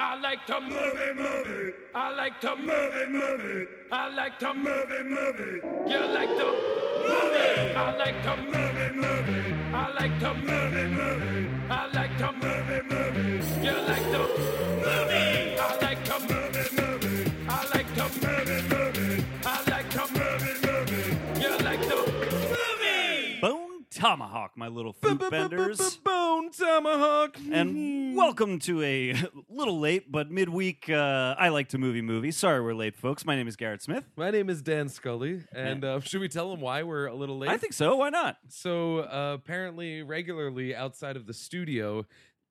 I like to move it, move it. I like to move it, move it. I like to move it, move it. You like to move it. I like to move it, move it. I like to move it, move it. I like to move it, move it. You like to move it. I like to move it, move it. I like to move it, move it. I like to move it, move it. You like to move it. Bone Tomahawk, my little fruit benders. Bone tomahawk. Mm-hmm. And welcome to a little late but midweek uh, I Like to Movie movie. Sorry we're late, folks. My name is Garrett Smith. My name is Dan Scully, and uh, should we tell him why we're a little late? I think so. Why not? so. Uh, apparently, regularly outside of the studio,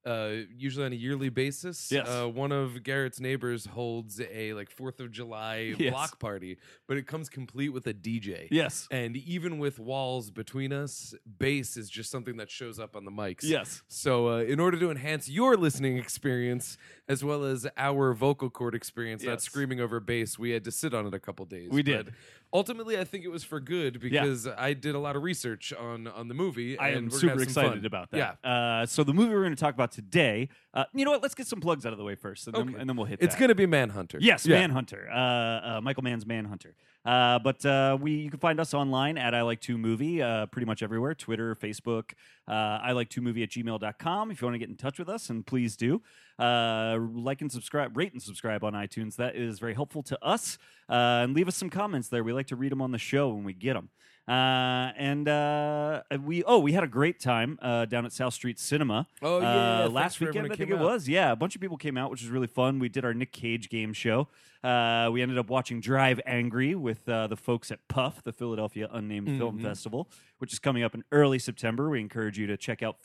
uh, usually on a yearly basis, Yes. uh, one of Garrett's neighbors holds a like Fourth of July Yes. block party, but it comes complete with a DJ. Yes. And even with walls between us, bass is just something that shows up on the mics. Yes. So, uh, in order to enhance your listening experience as well as our vocal cord experience, not Yes. screaming over bass, we had to sit on it a couple days. We did. But ultimately, I think it was for good because I did a lot of research on on the movie. I and am we're gonna super have some excited fun. about that. Uh, so the movie we're going to talk about today, uh, you know what? Let's get some plugs out of the way first, and, Yeah. then, and then we'll hit It's that. going to be Manhunter. Yes, Yeah. Manhunter. Uh, uh, Michael Mann's Manhunter. Uh, but uh, we you can find us online at I Like Two Movie, uh, pretty much everywhere Twitter, Facebook, uh, I Like Two Movie at gmail.com. If you want to get in touch with us, and please do, uh, like and subscribe, rate and subscribe on iTunes. That is very helpful to us. Uh, and leave us some comments there. We like to read them on the show when we get them. Uh, and uh, we oh we had a great time uh, down at South Street Cinema. Oh, yeah, uh, thanks last for everyone weekend who I think came it out. was. Yeah, a bunch of people came out, which was really fun. We did our Nick Cage game show. Uh, we ended up watching Drive Angry with uh, the folks at Puff, the Philadelphia Unnamed Mm-hmm. Film Festival, which is coming up in early September. We encourage you to check out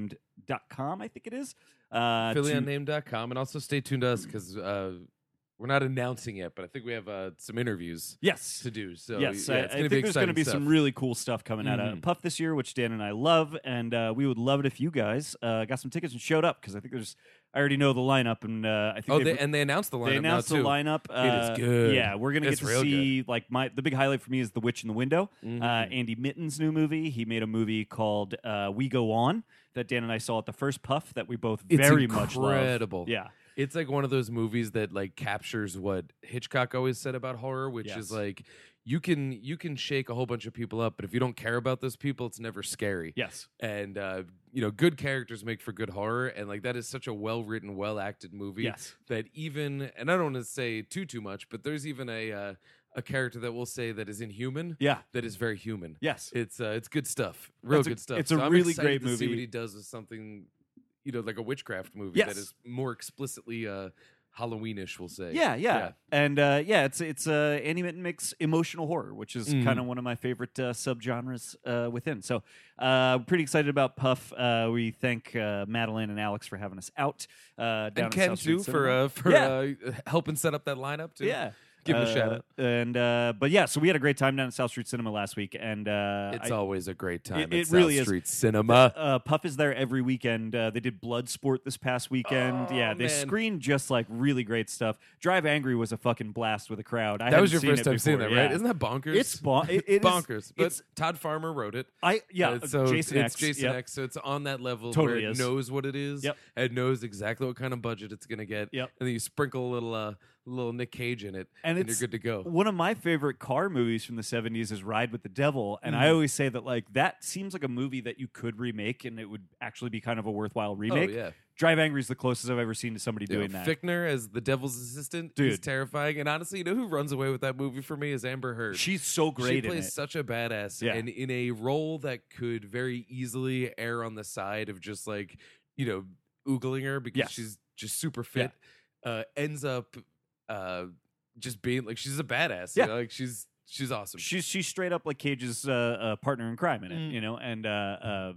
phillyunnamed.com, I think it is. Uh, to- PhillyUnnamed.com. And also stay tuned to us because uh, we're not announcing yet, but I think we have uh, some interviews Yes. to do. So, yes, yeah, I, it's I going to think be there's going to exciting be stuff. Mm-hmm. some really cool stuff coming out of Puff this year, which Dan and I love, and uh, we would love it if you guys uh, got some tickets and showed up because I think there's, I already know the lineup, and uh, I think Oh, they've- they, and they announced the lineup. They announced now, the too. lineup. It is uh, good. Yeah, we're gonna It's get to real Mm-hmm. see like my the big highlight for me is The Witch in the Window. Uh, Andy Mitten's new movie. He made a movie called uh, We Go On that Dan and I saw at the first puff that we both It's very much love. incredible. Yeah, It's like one of those movies that like captures what Hitchcock always said about horror, which Yes. is like you can you can shake a whole bunch of people up, but if you don't care about those people, it's never scary. yes, And uh, you know, good characters make for good horror, and like that is such a well written, well acted movie yes, that even and I don't want to say too too much, but there's even a uh, a character that we'll say that is inhuman yeah, that is very human. yes. It's uh, it's good stuff. Real That's a- good stuff. it's a So I'm really excited great to See movie. what he does with something, you know, like a witchcraft movie Yes. that is more explicitly uh, Halloweenish. We'll say. Yeah, yeah, and uh, yeah, it's it's uh, Annie Mitten makes emotional horror, which is Mhm. kind of one of my favorite uh, subgenres uh, within. So, uh, pretty excited about Puff. Uh, we thank uh, Madeline and Alex for having us out. Uh, down And at Ken South Street too for Cinema. uh, for Yeah. uh, helping set up that lineup too. Yeah. Give him a Uh, shout out. And uh, but yeah, so we had a great time down at South Street Cinema last week, and uh, It's I- always a great time. it at really South is. Street Cinema. uh, Puff is there every weekend. Uh, they did Bloodsport this past weekend. Oh, yeah, they man. screened just like really great stuff. Drive Angry was a fucking blast with a crowd. I that was your hadn't seen first it time seeing that, before, right? yeah. Isn't that bonkers? It's bon- it- it is- bonkers. but it's- Todd Farmer wrote it. I yeah, Uh, so Jason it's X. Jason yep. X. So it's on that level Totally where is. it knows what it is. Yep. It knows exactly what kind of budget it's going to get. Yep. And then you sprinkle a little uh, little Nick Cage in it, And and, it's- you're good to go. One of my favorite car movies from the 70s is Ride with the Devil. And Mm. I always say that, like, that seems like a movie that you could remake and it would actually be kind of a worthwhile remake. Oh, yeah. Drive Angry is the closest I've ever seen to somebody You know, doing that. Fichtner as the devil's assistant is Dude. terrifying. And honestly, you know who runs away with that movie for me is Amber Heard. She's so great she in plays it. such a badass Yeah. and in a role that could very easily err on the side of just like you know oogling her because Yes. she's just super fit uh ends up uh just being like she's a badass Yeah. you know? like she's she's awesome She's she's straight up like Cage's uh, uh, partner in crime in it, Mm. you know, and uh, uh,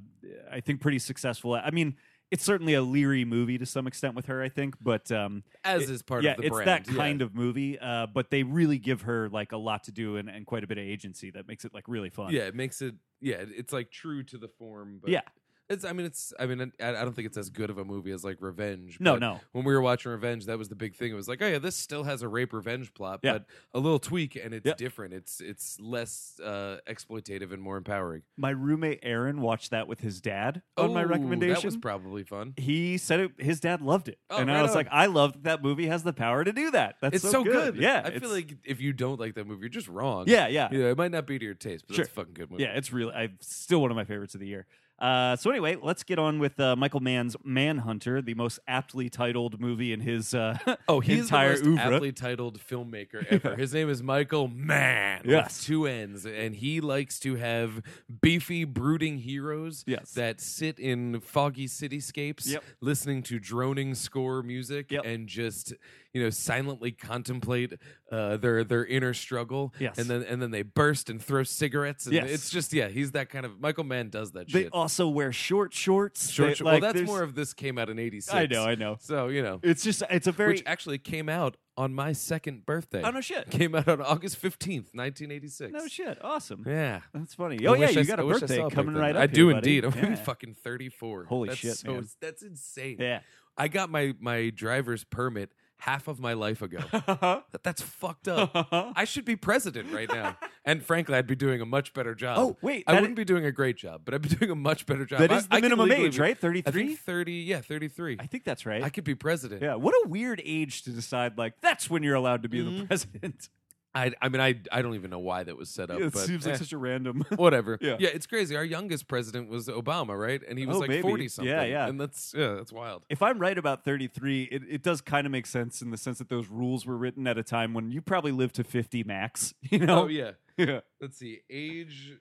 I think pretty successful. I mean, it's certainly a leery movie to some extent with her, I think, but um, as it- is part yeah, of the it's brand that kind of movie. Uh, but they really give her like a lot to do and, and quite a bit of agency that makes it like really fun. yeah it makes it yeah it's like true to the form but Yeah. It's. I mean, it's. I mean, I, I don't think it's as good of a movie as like Revenge. No, but no. When we were watching Revenge, that was the big thing. It was like, oh yeah, this still has a rape revenge plot, Yeah. but a little tweak, and it's Yeah. different. It's it's less uh, exploitative and more empowering. My roommate Aaron watched that with his dad on my Ooh, recommendation. that was probably fun. he said it, his dad loved it, Oh, and right I was on. like, I love that that movie has the power to do that. That's It's, so good. Yeah, I it's- feel like if you don't like that movie, you're just wrong. yeah, yeah, You know, it might not be to your taste, but Sure. it's a fucking good movie. yeah. It's really, I still one of my favorites of the year. Uh, so anyway, let's get on with uh, Michael Mann's Manhunter, the most aptly titled movie in his uh, Oh, he's entire the most oeuvre. aptly titled filmmaker ever. His name is Michael Mann. with Yes. two N's, and he likes to have beefy, brooding heroes Yes. that sit in foggy cityscapes, Yep. listening to droning score music, Yep. and just you know silently contemplate uh, their their inner struggle. Yes. and then and then they burst and throw cigarettes. And Yes. it's just yeah, he's that kind of Michael Mann does that They shit. also wear short shorts. Short, They- short- like, well, that's there's- more of this came out in '86. I know, I know. So you know. It's just it's a very which actually came out on my second birthday. oh no shit Came out on August 15th, 1986. no shit awesome Yeah. that's funny I oh yeah wish I you s- got I a wish I birthday saw a coming right up I do here, buddy. indeed. I'm gonna be Yeah. fucking 34. Holy that's shit, so, man. That's insane. yeah I got my, my driver's permit half of my life ago. Uh-huh. That- that's fucked up. I should be president right now. and frankly, I'd be doing a much better job. Oh, wait, I that wouldn't be doing a great job, but I'd be doing a much better job. That I- is the I could minimum legally age, be- right? I 33? think 30, yeah, 33. I think that's right. I could be president. yeah. What a weird age to decide like that's when you're allowed to be Mm-hmm. the president. I, I mean, I, I don't even know why that was set up. it but, seems like eh. such a random. whatever. Yeah. it's crazy. Our youngest president was Obama, right? And he was Oh, like maybe. forty something. Yeah, yeah. And that's yeah, that's wild. if I'm right about 33, it, it does kind of make sense in the sense that those rules were written at a time when you probably lived to 50 max. You know? Oh yeah. yeah. Let's see. Age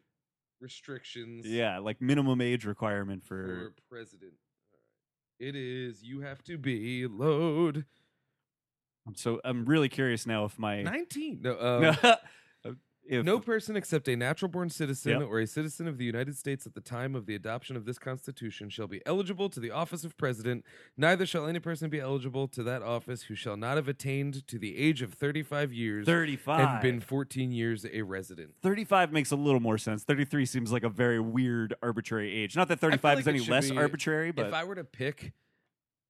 restrictions Yeah, like minimum age requirement for. for president. It is you have to be load I'm so I'm really curious now if my nineteen. No, um, if No person except a natural born citizen Yep. or a citizen of the United States at the time of the adoption of this Constitution shall be eligible to the office of president. Neither shall any person be eligible to that office who shall not have attained to the age of 35 years 35 and been 14 years a resident. 35 makes a little more sense. 33 seems like a very weird arbitrary age. Not that 35 like is it any should less be- arbitrary, but if I were to pick,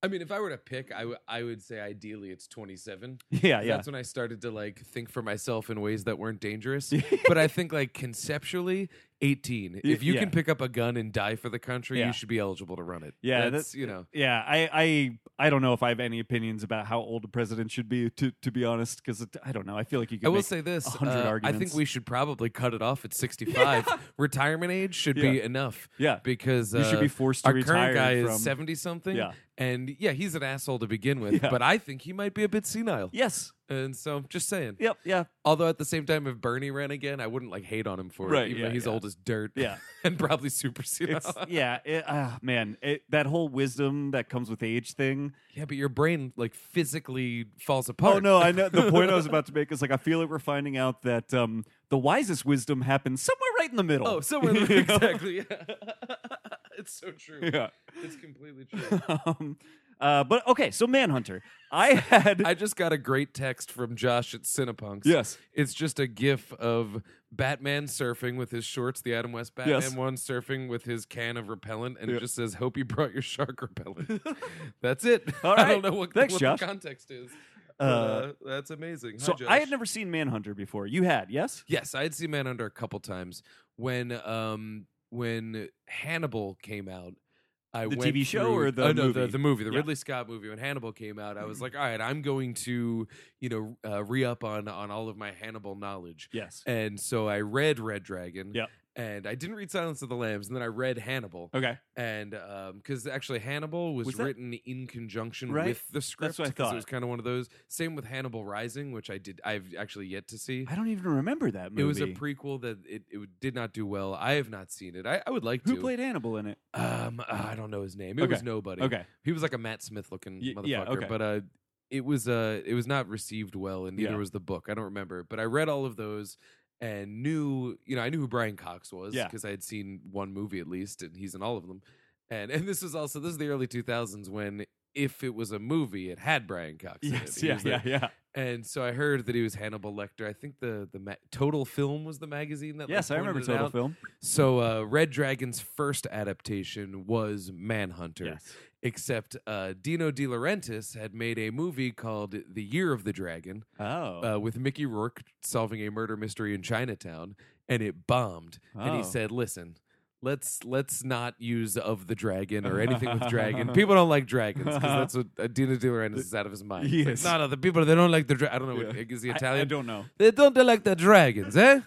I mean, if I were to pick, I, w- I would say ideally it's 27. yeah, yeah. That's when I started to like think for myself in ways that weren't dangerous. but I think like conceptually, 18. If you yeah. can pick up a gun and die for the country, Yeah. you should be eligible to run it. Yeah, that's that- you know. Yeah, I, I I don't know if I have any opinions about how old a president should be. To to be honest, because I don't know. I feel like you. Could I will make say this: 100 uh, I arguments. think we should probably cut it off at 65. Retirement age should be Yeah. enough. Yeah. because You should uh, be forced to our retire current guy from- is 70 something. Yeah. and yeah, he's an asshole to begin with. Yeah. But I think he might be a bit senile. Yes. and so just saying. Yep. Yeah. Although at the same time, if Bernie ran again, I wouldn't like hate on him for Right, it. even though yeah, he's yeah. old as dirt. Yeah. and probably super senile. It's yeah. It, ah, man, it, that whole wisdom that comes with age thing. yeah, but your brain like physically falls apart. Oh no, I know the point I was about to make is like I feel like we're finding out that um, the wisest wisdom happens somewhere right in the middle. Oh, somewhere in the- You know? exactly. it's so true. Yeah. It's completely true. Um, uh, but okay, so Manhunter. I had I just got a great text from Josh at Cinepunks. Yes. It's just a gif of Batman surfing with his shorts, the Adam West Batman Yes. one, surfing with his can of repellent, and Yeah. it just says, Hope you brought your shark repellent. that's it. All I don't right. know what, Thanks, what Josh. the context is. but, Uh, Uh, that's amazing. Hi, so Josh. I had never seen Manhunter before. You had, yes? Yes, I had seen Manhunter a couple times when um when Hannibal came out. I The went TV show through- or the oh, no, movie? The, the movie, Yeah. the Mm-hmm. Ridley Scott movie. When Hannibal came out, I was like, all right, I'm going to you know uh, re up on on all of my Hannibal knowledge. Yes. And so I read Red Dragon. Yep. And I didn't read Silence of the Lambs, and then I read Hannibal, Okay. and because actually Hannibal was, Was that- written in conjunction Right? with the script, what I 'cause thought. it was kind of one of those. Same with Hannibal Rising, which I did, I've actually yet to see. I don't even remember that movie. It was a prequel that it, it did not do well. I have not seen it. I, I would like Who to. played Hannibal in it? Um, uh, I don't know his name. It Okay. was nobody. Okay. He was like a Matt Smith looking Y- motherfucker. yeah, okay. But uh, it was uh, it was not received well, and neither Yeah. was the book. I don't remember, but I read all of those and knew you know I knew who Brian Cox was Yeah. because I had seen one movie at least, and he's in all of them. And and this was also this is the early two thousands when if it was a movie, it had Brian Cox. in it. He was the- yeah. And so I heard that he was Hannibal Lecter. I think the the ma- Total Film was the magazine that. like, Yes, I remember pointed it Total out. Film. So uh, Red Dragon's first adaptation was Manhunter, Yes. except uh, Dino De Laurentiis had made a movie called The Year of the Dragon Oh. uh, with Mickey Rourke solving a murder mystery in Chinatown, and it bombed. And Oh. he said, "Listen." Let's let's not use of the dragon or anything with dragon. People don't like dragons because that's what uh, Dino De Laurentiis is out of his mind. He's like, Yes. no, no, the people they don't like the dragon. I don't know. What, Yeah. is he I- Italian? I, don't know. They don't like the dragons, eh?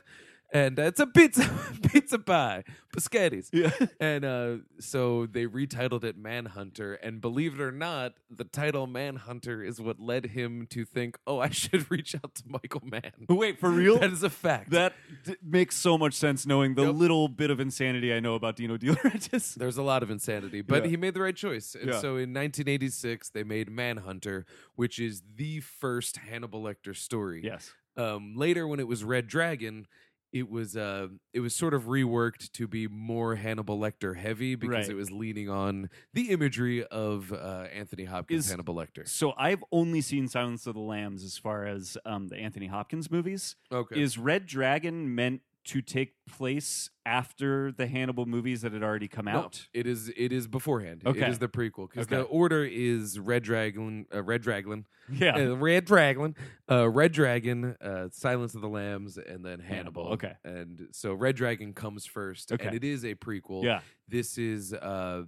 And uh, it's a pizza pizza pie, biscottis. Yeah. And uh, so they retitled it Manhunter. And believe it or not, the title Manhunter is what led him to think, oh, I should reach out to Michael Mann. Wait, for real? That is a fact. That d- makes so much sense knowing the Yep. little bit of insanity I know about Dino De Laurentiis. There's a lot of insanity, but Yeah. he made the right choice. And Yeah. so in 1986, they made Manhunter, which is the first Hannibal Lecter story. Yes. um, later when it was Red Dragon, it was uh, it was sort of reworked to be more Hannibal Lecter heavy because Right. it was leaning on the imagery of uh, Anthony Hopkins Is- Hannibal Lecter. So I've only seen Silence of the Lambs as far as um, the Anthony Hopkins movies. Okay, Is Red Dragon meant to take place after the Hannibal movies that had already come No, out? it is it is beforehand. It Okay. is the prequel because the Okay. order is Red Dragon, uh, Red Dragon, Yeah. uh, Red Dragon, uh, Red Dragon, uh, Silence of the Lambs, and then Hannibal. Hannibal, okay. and so Red Dragon comes first, Okay. and it is a prequel. yeah. this is uh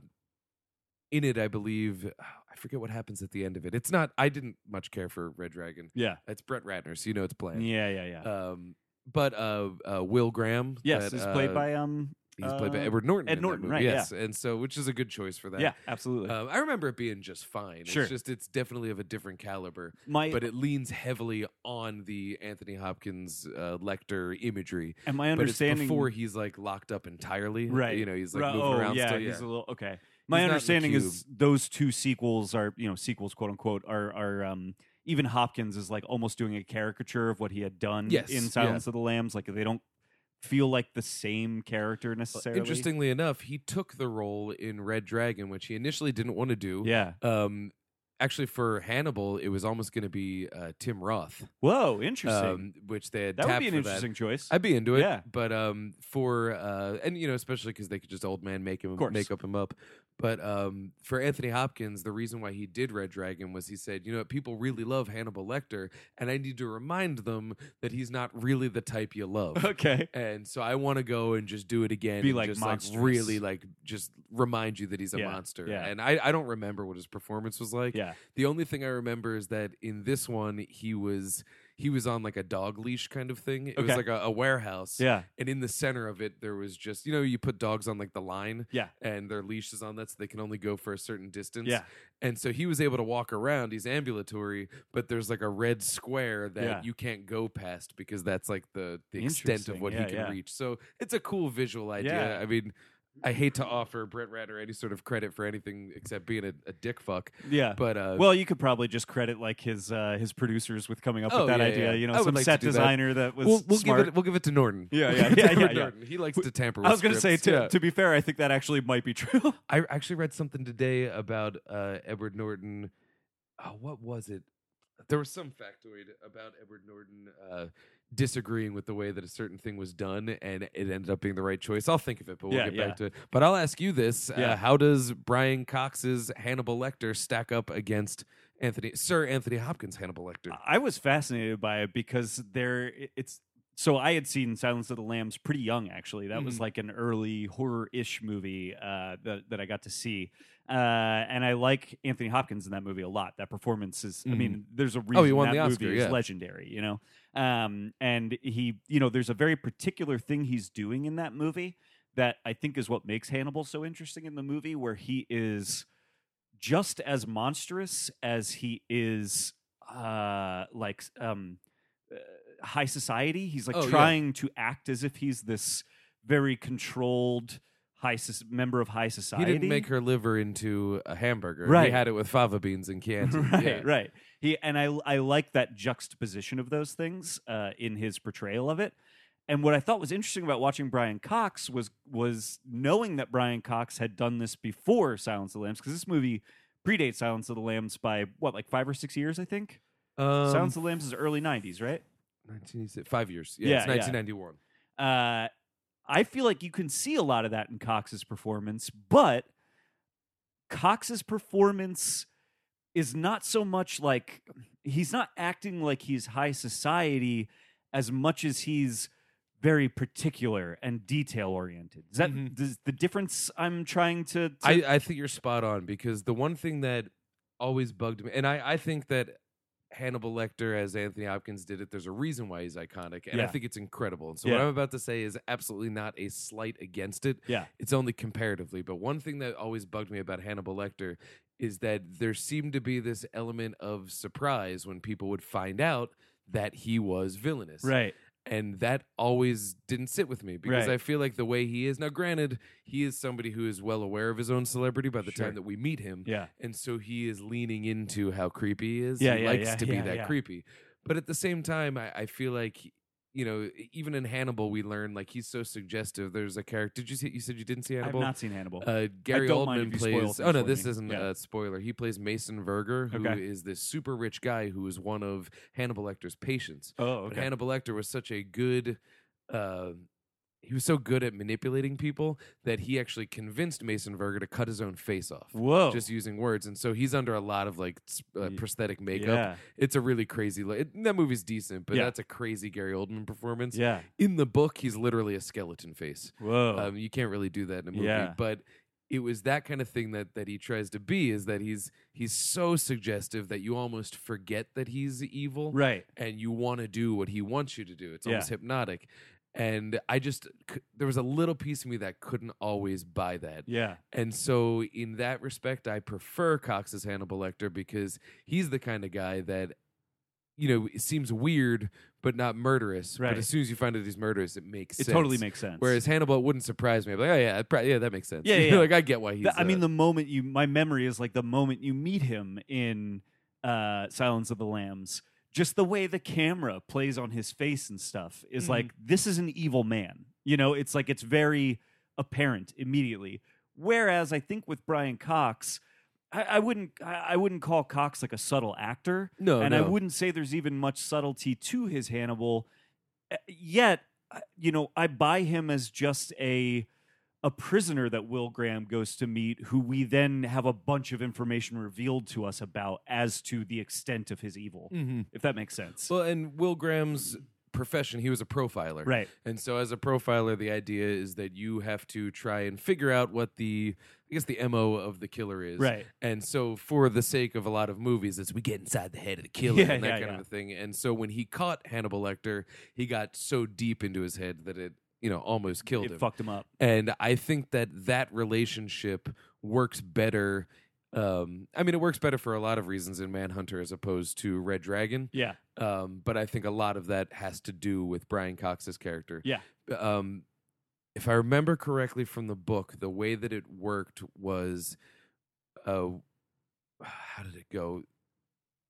in it i believe i forget what happens at the end of it it's not i didn't much care for red dragon Yeah. it's brett ratner so you know it's bland Yeah. Yeah. Yeah. um but uh, uh will graham yes. that, Is played uh, by um. he's played by uh, edward norton Ed in that Norton, movie, right, yeah. yes and so which is a good choice for that Yeah. Absolutely. um, i remember it being just fine Sure. it's just it's definitely of a different caliber my but it leans heavily on the anthony hopkins uh, lecter imagery and my but it's understanding before he's like locked up entirely right. you know he's like Right, moving oh, around Yeah. still, He's yeah. a little okay. My not in the understanding is cube. those two sequels are you know sequels quote unquote are are um. Even Hopkins is like almost doing a caricature of what he had done Yes, in yeah. Silence of the Lambs. Like they don't feel like the same Uh, character necessarily. Interestingly enough, he took the role in Red Dragon, which he initially didn't want to do. Yeah. Um, actually, for Hannibal, it was almost going to be uh, Tim Roth, Whoa. Interesting. um, which they had that would tapped be an for interesting choice. I'd be into it. Yeah. But um, for uh, and you know, especially because they could just old man make him course. make up him up. But um, for Anthony Hopkins, the reason why he did Red Dragon was he said, you know, what, people really love Hannibal Lecter, and I need to remind them that he's not really the type you love. okay. and so I want to go and just do it again. Be, and like, just monstrous. like really like just remind you that he's a Yeah, monster. yeah. And I, I don't remember what his performance was like. Yeah. The only thing I remember is that in this one he was he was on like a dog leash kind of thing. It was Okay. like a, a warehouse. Yeah. And in the center of it there was just you know you put dogs on like the line. Yeah. And their leash is on that so they can only go for a certain distance. Yeah. And so he was able to walk around. He's ambulatory, but there's like a red square that Yeah. you can't go past because that's like the, the extent of Interesting. what Yeah, he can yeah. reach. So it's a cool visual idea. Yeah. I mean, I hate to offer Brett Ratner any sort of credit for anything except being a, a dick fuck, Yeah. but uh, well, you could probably just credit like his uh, his producers with coming up Oh, with that yeah, yeah. idea. You know, I would some like to set do that. designer that, was we'll, we'll give smart. it we'll give it to Norton. Yeah, yeah, yeah, Edward yeah, yeah. Norton. He likes to tamper. With I was going to say, scripts. to, Yeah. to be fair, I think that actually might be true. I actually read something today about uh, Edward Norton. Oh, what was it? There was some factoid about Edward Norton uh, disagreeing with the way that a certain thing was done, and it ended up being the right choice. I'll think of it, but we'll Yeah, get yeah. back to it. But I'll ask you this: uh, Yeah. How does Brian Cox's Hannibal Lecter stack up against Anthony Sir Anthony Hopkins Hannibal Lecter? I was fascinated by it because there it- it's so I had seen Silence of the Lambs pretty young actually. That was Mhm. like an early horror-ish movie uh, that that I got to see, uh, and I like Anthony Hopkins in that movie a lot. That performance is, I mean, there's a reason Mm-hmm. Oh, won that the Oscar, movie yeah. is legendary, you know. Um, and he, you know, there's a very particular thing he's doing in that movie that I think is what makes Hannibal so interesting in the movie, where he is just as monstrous as he is uh like um uh, high society he's like Oh, yeah. trying to act as if he's this very controlled high soc- member of high He society didn't make her liver into a hamburger. He Right. had it with fava beans and Chianti. right Yeah. right he and i i like that juxtaposition of those things uh in his portrayal of it and what i thought was interesting about watching brian cox was was knowing that brian cox had done this before silence of the lambs because this movie predates silence of the lambs by what like five or six years i think Um, Silence of the Lambs is early '90s, right? 1986 five years. Yeah, Yeah, it's yeah. 1991. Uh, I feel like you can see a lot of that in Cox's performance, but Cox's performance is not so much like he's not acting like he's high society as much as he's very particular and detail oriented. Is that Mhm. does the difference I'm trying to? to- I, I think you're spot on because the one thing that always bugged me, and I, I think that Hannibal Lecter as Anthony Hopkins did it, there's a reason why he's iconic, and I Yeah. think it's incredible. And so what Yeah. I'm about to say is absolutely not a slight against it. Yeah. It's only comparatively. But one thing that always bugged me about Hannibal Lecter is that there seemed to be this element of surprise when people would find out that he was villainous right. and that always didn't sit with me because Right. I feel like the way he is now. Granted, he is somebody who is well aware of his own celebrity by the Sure. time that we meet him, Yeah. and so he is leaning into how creepy he is. Yeah, he yeah, likes yeah, to be yeah, that yeah. creepy, but at the same time, I, I feel like you know, e, even in Hannibal, we learn like he's so suggestive. There's a character. Did you see? You said you didn't see I've Hannibal. not seen Hannibal. Uh, Gary don't mind Oldman if you spoil plays. things Oh no, for this me. isn't Yeah. a spoiler. He plays Mason Verger, who is Okay. this super rich guy who is one of Hannibal Lecter's patients. oh, But okay. Hannibal Lecter was such a good. Uh, he was so good at manipulating people that he actually convinced Mason Verger to cut his own face off, Whoa. just using words. And so he's under a lot of like s- uh, Ye- prosthetic makeup. yeah. It's a really crazy. Li- it- that movie's decent, but Yeah. that's a crazy Gary Oldman performance. Yeah. In the book, he's literally a skeleton face. Whoa. Um, you can't really do that in a movie, Oh. Yeah. but it was that kind of thing that that he tries to be. Is that he's he's so suggestive that you almost forget that he's evil right. and you want to do what he wants you to do. It's Yeah. almost hypnotic. And I just, c- there was a little piece of me that couldn't always buy that. Yeah. And so, in that respect, I prefer Cox's Hannibal Lecter because he's the kind of guy that, you know, it seems weird, but not murderous. Right. But as soon as you find out he's murderous, it makes It sense. totally makes sense. Whereas Hannibal, it wouldn't surprise me. I'd be like, oh, yeah, that, pro- yeah, that makes sense. Yeah, You yeah. know, like, I get why he's. The- I mean, uh, the moment you, my memory is like the moment you meet him in uh, Silence of the Lambs, just the way the camera plays on his face and stuff is Mhm. like, this is an evil man. You know, it's like, it's very apparent immediately. Whereas I think with Brian Cox, I, I wouldn't, I, I wouldn't call Cox like a subtle actor no, and Oh, no. I wouldn't say there's even much subtlety to his Hannibal. Uh, Yet, I- you know, I buy him as just a a prisoner that Will Graham goes to meet, who we then have a bunch of information revealed to us about as to the extent of his evil. Mhm. If that makes sense, Well, and Will Graham's profession, he was a profiler. right? And so, as a profiler, the idea is that you have to try and figure out what the, I guess, the mo of the killer is. Right. And so, for the sake of a lot of movies, it's we get inside the head of the killer Yeah, and that yeah, kind yeah. of a thing. And so, when he caught Hannibal Lecter, he got so deep into his head that it, you know, almost killed It him. fucked him up. and I think that that relationship works better. Um, I mean, it works better for a lot of reasons in Manhunter as opposed to Red Dragon. Yeah, Um, but I think a lot of that has to do with Brian Cox's character. Yeah. Um, if I remember correctly from the book, the way that it worked was, uh, how did it go?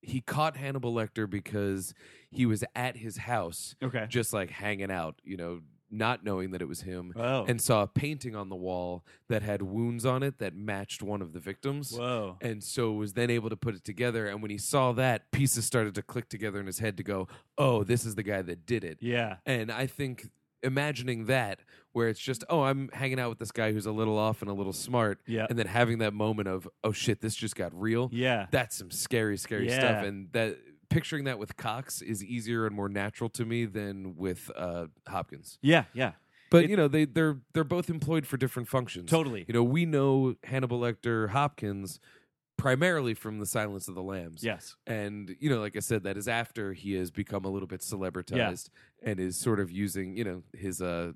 He caught Hannibal Lecter because he was at his house, okay. just like hanging out, you know, not knowing that it was him, Whoa, and saw a painting on the wall that had wounds on it that matched one of the victims whoa, and so was then able to put it together and when he saw that pieces started to click together in his head to go oh this is the guy that did it yeah, and i think imagining that where it's just oh i'm hanging out with this guy who's a little off and a little smart yeah, and then having that moment of oh shit this just got real yeah, that's some scary scary Yeah. stuff and that picturing that with cox is easier and more natural to me than with uh, hopkins yeah, yeah. but It- you know they, they're they're both employed for different functions Totally. you know, we know Hannibal Lecter Hopkins primarily from The Silence of the Lambs. Yes. And, you know, like I said, that is after he has become a little bit celebritized and is sort of using, you know, his uh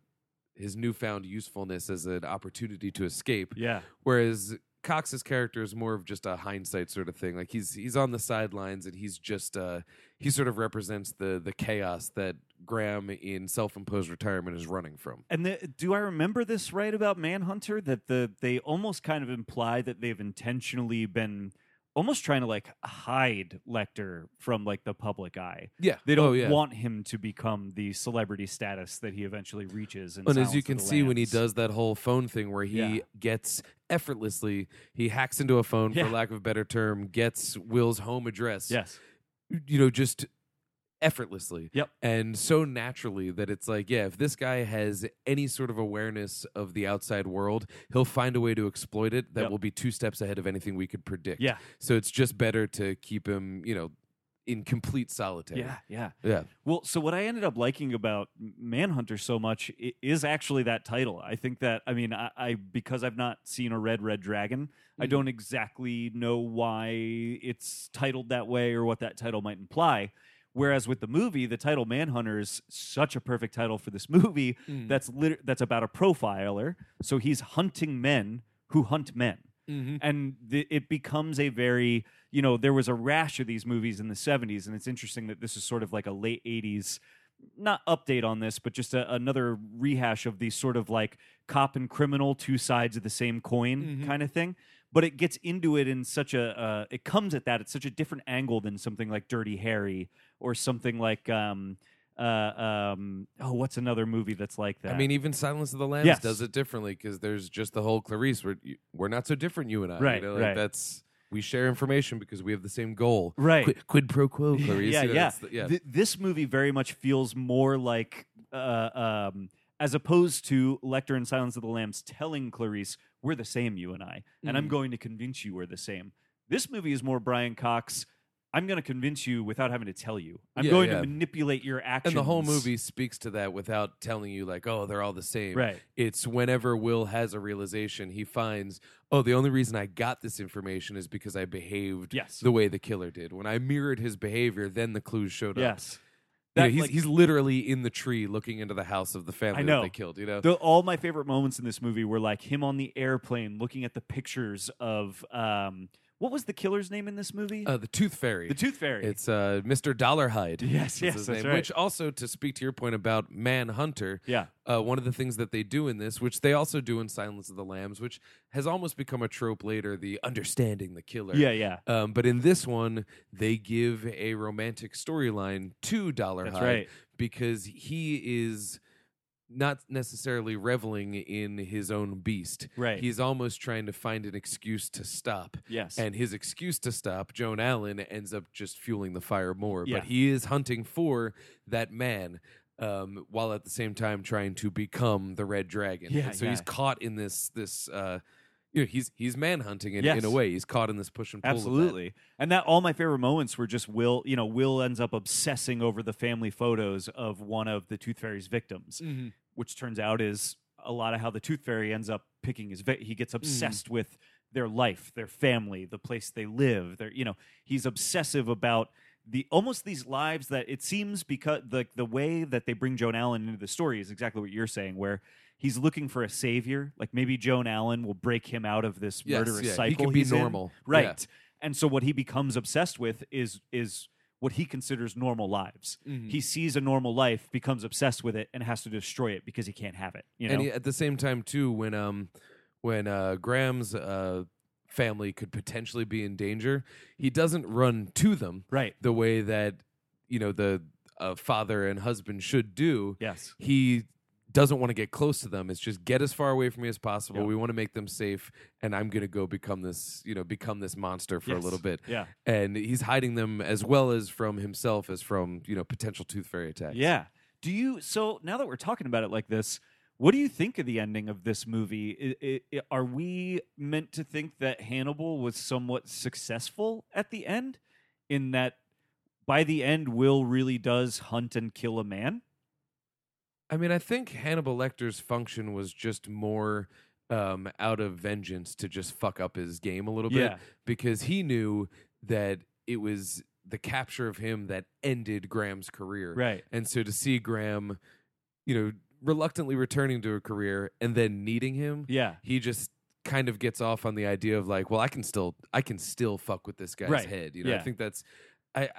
his newfound usefulness as an opportunity to escape. Yeah. Whereas Cox's character is more of just a hindsight sort of thing. Like he's he's on the sidelines and he's just uh he sort of represents the the chaos that Graham in self imposed retirement is running from. And the, do I remember this right about Manhunter that the they almost kind of imply that they've intentionally been almost trying to like hide Lecter from like the public eye. Yeah. They don't oh, yeah. want him to become the celebrity status that he eventually reaches. in and as Silence you of can the see when he Lambs. does that whole phone thing where he Yeah. gets effortlessly he hacks into a phone Yeah. for lack of a better term gets will's home address yes, you know, just effortlessly. Yep. And so naturally that it's like, yeah, if this guy has any sort of awareness of the outside world, he'll find a way to exploit it that Yep. will be two steps ahead of anything we could predict. Yeah. So it's just better to keep him, you know, in complete solitary. Yeah, yeah. Yeah. Well, so what I ended up liking about Manhunter so much i- is actually that title. I think that I mean I, I because I've not seen a Red Red Dragon, I Mhm. don't exactly know why it's titled that way or what that title might imply. Whereas with the movie, the title Manhunter is such a perfect title for this movie that's lit- that's about a profiler. So he's hunting men who hunt men Mm-hmm. and the, it becomes a very you know there was a rash of these movies in the 70s and it's interesting that this is sort of like a late 80s not update on this but just a, another rehash of these sort of like cop and criminal two sides of the same coin Mhm. kind of thing but it gets into it in such a uh, it comes at that at such a different angle than something like dirty harry or something like um uh um oh what's another movie that's like that I mean, even Silence of the Lambs Yes. does it differently because there's just the whole Clarice. We're we're not so different, you and I. you Right, know, like, right. That's we share information because we have the same goal. right Quid, quid pro quo, Clarice. yeah, you know, yeah. that's the- yeah. Th- this movie very much feels more like, uh, um, as opposed to Lecter and Silence of the Lambs telling Clarice, "We're the same, you and I, and I'm Mhm. going to convince you we're the same." This movie is more Brian Cox. I'm going to convince you without having to tell you. I'm Yeah, going yeah. to manipulate your actions. and the whole movie speaks to that without telling you, like, oh, they're all the same. right? It's whenever Will has a realization, he finds, oh, the only reason I got this information is because I behaved Yes. the way the killer did. When I mirrored his behavior, then the clues showed up. yes. You know, That, he's, like- he's literally in the tree looking into the house of the family know. that they killed, you know? The, all my favorite moments in this movie were like him on the airplane looking at the pictures of um, what was the killer's name in this movie? uh, the Tooth Fairy. the Tooth Fairy. It's uh, Mr. Dollarhide. Yes, is yes, his that's name. right. Which also, to speak to your point about Manhunter, yeah, uh, one of the things that they do in this, which they also do in Silence of the Lambs, which has almost become a trope later, the understanding the killer. yeah, yeah. Um, but in this one, they give a romantic storyline to Dollarhide That's right. because he is not necessarily reveling in his own beast. Right. He's almost trying to find an excuse to stop. Yes. And his excuse to stop, Joan Allen, ends up just fueling the fire more. Yeah. But he is hunting for that man um, while at the same time trying to become the Red Dragon. Yeah, And so he's yeah. caught in this, this, uh, you know, he's he's manhunting in, Yes. in a way. He's caught in this push and pull. of that. Absolutely. And that all my favorite moments were just Will, you know, Will ends up obsessing over the family photos of one of the Tooth Fairy's victims, Mm-hmm. which turns out is a lot of how the Tooth Fairy ends up picking his vi- he Mm-hmm. gets obsessed with their life, their family, the place they live, their you know, he's obsessive about the almost these lives that it seems because the the way that they bring Joan Allen into the story is exactly what you're saying where he's looking for a savior like maybe Joan Allen will break him out of this Yes, murderous yeah, he cycle can be he's in. normal. Yeah. right and so what he becomes obsessed with is is what he considers normal lives. Mm-hmm. Hmm. He sees a normal life, becomes obsessed with it, and has to destroy it because he can't have it. You know, And he- at the same time too, when um when uh Graham's uh family could potentially be in danger, he doesn't run to them right? the way that you know the uh, father and husband should do. Yes, He doesn't want to get close to them. It's just get as far away from me as possible. Yeah. We want to make them safe, and I'm gonna go become this, you know, become this monster for Yes. a little bit. yeah, And he's hiding them as well as from himself as from you know potential tooth fairy attack. yeah. Do you? So now that we're talking about it like this, what do you think of the ending of this movie? I- I- I- are we meant to think that Hannibal was somewhat successful at the end, in that by the end Will really does hunt and kill a man? I mean, I think Hannibal Lecter's function was just more um, out of vengeance to just fuck up his game a little bit Yeah, because he knew that it was the capture of him that ended Graham's career. right. And so to see Graham, you know, reluctantly returning to a career and then needing him, Yeah. he just kind of gets off on the idea of like, well, I can still, I can still fuck with this guy's Right. head. You know, Yeah. I think that's, I, I,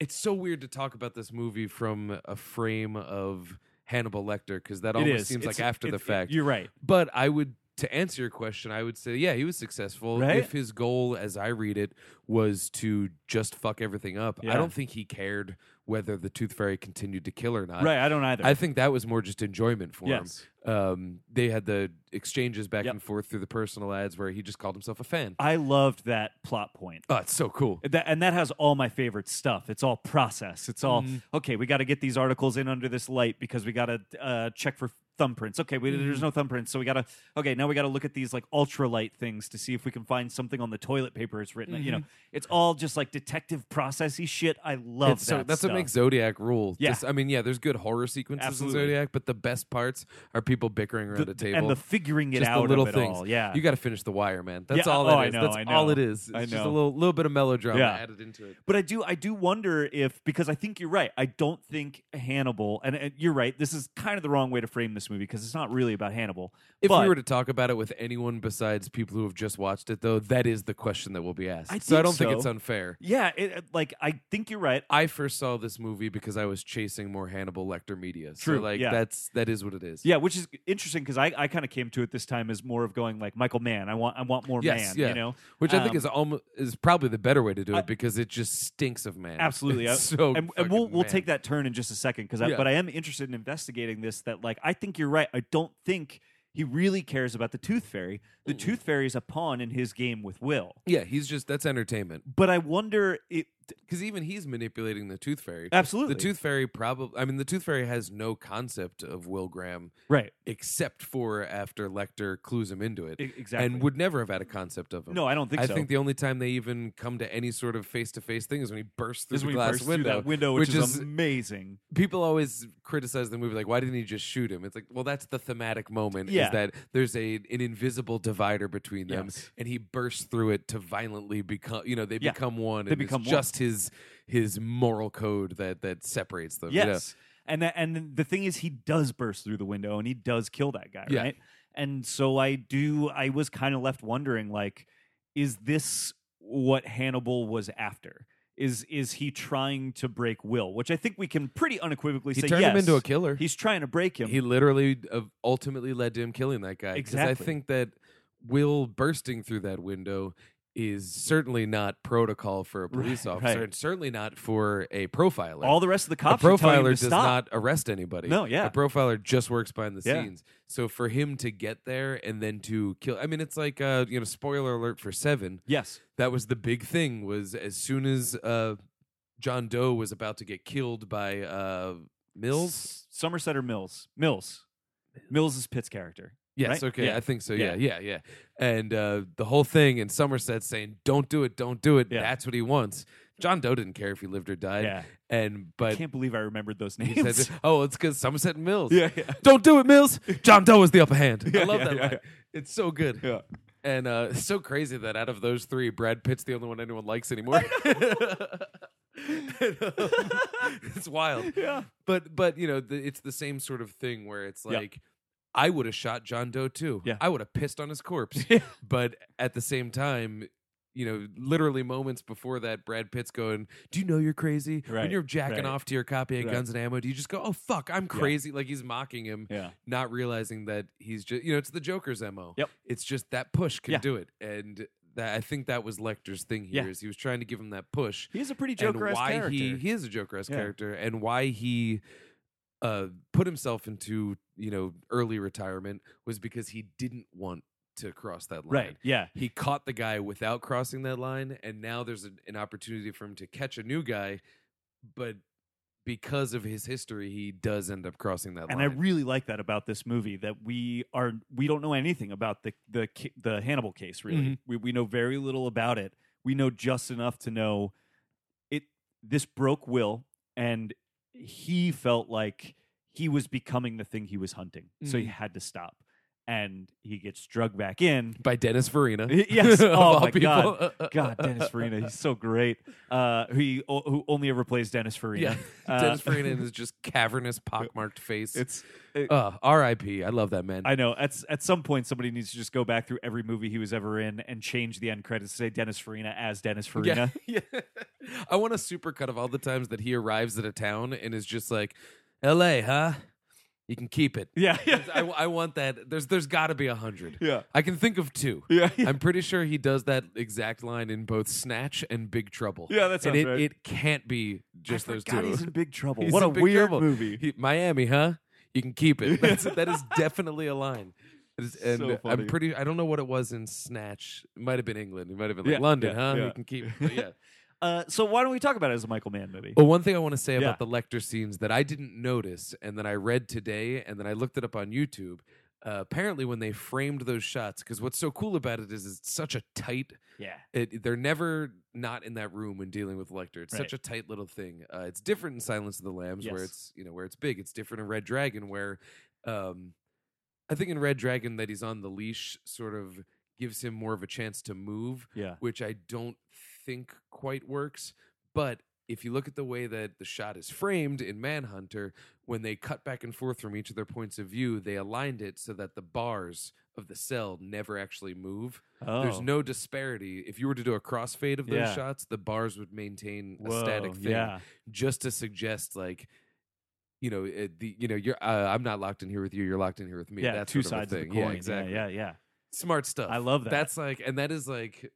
it's so weird to talk about this movie from a frame of Hannibal Lecter because It that almost is. seems It's- like after the it's- fact. You're right. but I would to answer your question, I would say, yeah, he was successful. Right? If his goal, as I read it, was to just fuck everything up, Yeah. I don't think he cared whether the Tooth Fairy continued to kill or not. right. I don't either. uh, I think that was more just enjoyment for him. yes. Um, they had the exchanges back Yep. and forth through the personal ads where he just called himself a fan. I loved that plot point. Oh, it's so cool. That, and that has all my favorite stuff. It's all process. It's all Mm-hmm. okay. We got to get these articles in under this light because we got to uh, check for thumbprints. Okay, we, Mm-hmm. there's no thumbprints, so we got to okay. Now we got to look at these like ultralight things to see if we can find something on the toilet paper it's written. You know, it's all just like detective processy shit. I love Mm-hmm. It's that. so, that's stuff. what makes Zodiac rule. Yeah. Just- I mean, yeah, there's good horror sequences Absolutely. in Zodiac, but the best parts are people bickering around The- a table. and the figuring it just out the little of it things. all. Yeah, you got to finish the wire, man. That's Yeah, all. oh, it is. I know, That's I all know. it is. It's I just a know. little little bit of melodrama Yeah. added into it. But I do, I do wonder if because I think you're right. I don't think Hannibal, and, and you're right. This is kind of the wrong way to frame this movie because it's not really about Hannibal. If but we were to talk about it with anyone besides people who have just watched it, though, that is the question that will be asked. I so I think don't think so. it's unfair. yeah, it, like I think you're right. I first saw this movie because I was chasing more Hannibal Lecter media. True, So like yeah. that's that is what it is. Yeah, which is interesting because I, I kind of came to it this time as more of going like Michael Mann. I want, I want more Yes, man. yeah. You know, Which I think Um, is almost is probably the better way to do it I- because it just stinks of man. Absolutely. It's I- so and, and we'll fucking we'll man. take that turn in just a second because Yeah. but I am interested in investigating this. That like I think you're right. I don't think he really cares about the Tooth Fairy. The Tooth Fairy is a pawn in his game with Will. Yeah, he's just that's entertainment But I wonder it because even he's manipulating the Tooth Fairy. absolutely The Tooth Fairy probably. I mean, the Tooth Fairy has no concept of Will Graham right except for after Lecter clues him into it, E- exactly and would never have had a concept of him. no I don't think I so. think the only time they even come to any sort of face to face thing is when he bursts through This is the when he glass bursts through window. that window, which, which is, is- amazing. People always criticize the movie, like, why didn't he just shoot him? It's like, well, that's the thematic moment Yeah. is that there's a an invisible divider between them, Yes. and he bursts through it to violently become. You know, they Yeah. become one. They and become it's one. just his his moral code that that separates them. you know? Yes, and tha- and the thing is, he does burst through the window and he does kill that guy, Yeah. right? And so I do. I was kind of left wondering, like, is this what Hannibal was after? Is is he trying to break Will? Which I think we can pretty unequivocally he say turned yes. him into a killer. He's trying to break him. He literally uh, ultimately led to him killing that guy. 'Cause I Exactly. think that Will bursting through that window is certainly not protocol for a police Right, officer, right. and certainly not for a profiler. All the rest of the cops a are telling him profiler to does stop. not arrest anybody. No, yeah. a profiler just works behind the Yeah. scenes. So for him to get there and then to kill, I mean, it's like uh, you know, spoiler alert for Seven. yes, That was the big thing. Was as soon as uh, John Doe was about to get killed by uh, Mills. S- Somerset or Mills? Mills. Mills is Pitt's character. Yes, right? okay, Yeah. I think so. Yeah, Yeah. yeah, yeah. And uh, the whole thing, and Somerset saying, "Don't do it, don't do it." Yeah. That's what he wants. John Doe didn't care if he lived or died. yeah. And I but can't believe I remembered those he said, names. "Oh, it's because Somerset and Mills." yeah, yeah. Don't do it, Mills. John Doe is the upper hand. I Yeah, love yeah, that yeah, line. yeah. It's so good. Yeah. And uh, it's so crazy that out of those three, Brad Pitt's the only one anyone likes anymore. And, um, it's wild Yeah. but but you know the, it's the same sort of thing where it's Yeah. like i would have shot john doe too Yeah. i would have pissed on his corpse Yeah. but at the same time you know literally moments before that brad pitt's going do you know you're crazy when Right, you're jacking right, off to your copy of right. guns and ammo do you just go oh fuck i'm crazy like he's mocking him Yeah. not realizing that he's just you know it's the joker's mo Yep. it's just that push can Yeah. do it and that i think that was lecter's thing here is Yeah. he was trying to give him that push He's a pretty joker and why character. he he is a Joker esque Yeah. character and why he uh put himself into you know early retirement was because he didn't want to cross that line. right. Yeah. He caught the guy without crossing that line, and now there's an, an opportunity for him to catch a new guy, but because of his history, he does end up crossing that And I line. really like that about this movie that we are we don't know anything about the the ca- the Hannibal case really. Mhm. We we know very little about it. We know just enough to know it this broke Will and he felt like he was becoming the thing he was hunting. So he Mhm. had to stop. And he gets drugged back in. by Dennis Farina. Yes. of Oh all my God. people. God, Dennis Farina, he's so great. Uh, who, he, who only ever plays Dennis Yeah. Farina. Uh, Dennis Farina and his just cavernous, pockmarked face. It's uh, R.I.P. I love that man. I know. At s- at some point, somebody needs to just go back through every movie he was ever in and change the end credits to say Dennis Farina as Dennis Farina. Yeah, yeah. I want a supercut of all the times that he arrives at a town and is just like, "L.A., huh? You can keep it. Yeah. Yeah. 'Cause I, I want that. There's there's got to be a hundred. Yeah. I can think of two. Yeah. I'm pretty sure he does that exact line in both Snatch and Big Trouble. Yeah, that and sounds it, right. it can't be just I those forgot two. He's in big trouble. He's what a in Big weird Trouble. movie. He- Miami, huh? You can keep it. That's, that is definitely a line. It is- and So funny. I'm pretty. I don't know what it was in Snatch. It might have been England. It might have been like Yeah, London, yeah, huh? yeah. You can keep. It. But yeah. Uh, so why don't we talk about it as a Michael Mann movie? Well, one thing I want to say Yeah. about the Lecter scenes that I didn't notice, and then I read today, and then I looked it up on YouTube. Uh, apparently, when they framed those shots, because what's so cool about it is it's such a tight Yeah. it, they're never not in that room when dealing with Lecter. It's Right. such a tight little thing. Uh, it's different in Silence of the Lambs, Yes. where it's you know where it's big. It's different in Red Dragon, where um, I think in Red Dragon that he's on the leash sort of gives him more of a chance to move, Yeah. which I don't think quite works. But if you look at the way that the shot is framed in Manhunter, when they cut back and forth from each of their points of view, they aligned it so that the bars of the cell never actually move. Oh. There's no disparity. If you were to do a crossfade of those Yeah. shots, the bars would maintain Whoa, a static thing, Yeah. just to suggest like, you know, uh, the you know, you're uh, I'm not locked in here with you. You're locked in here with me. yeah. that two sort sides of, a of thing. the coin. Yeah, exactly. Yeah. Yeah. Smart stuff. I love that. That's like, and that is like.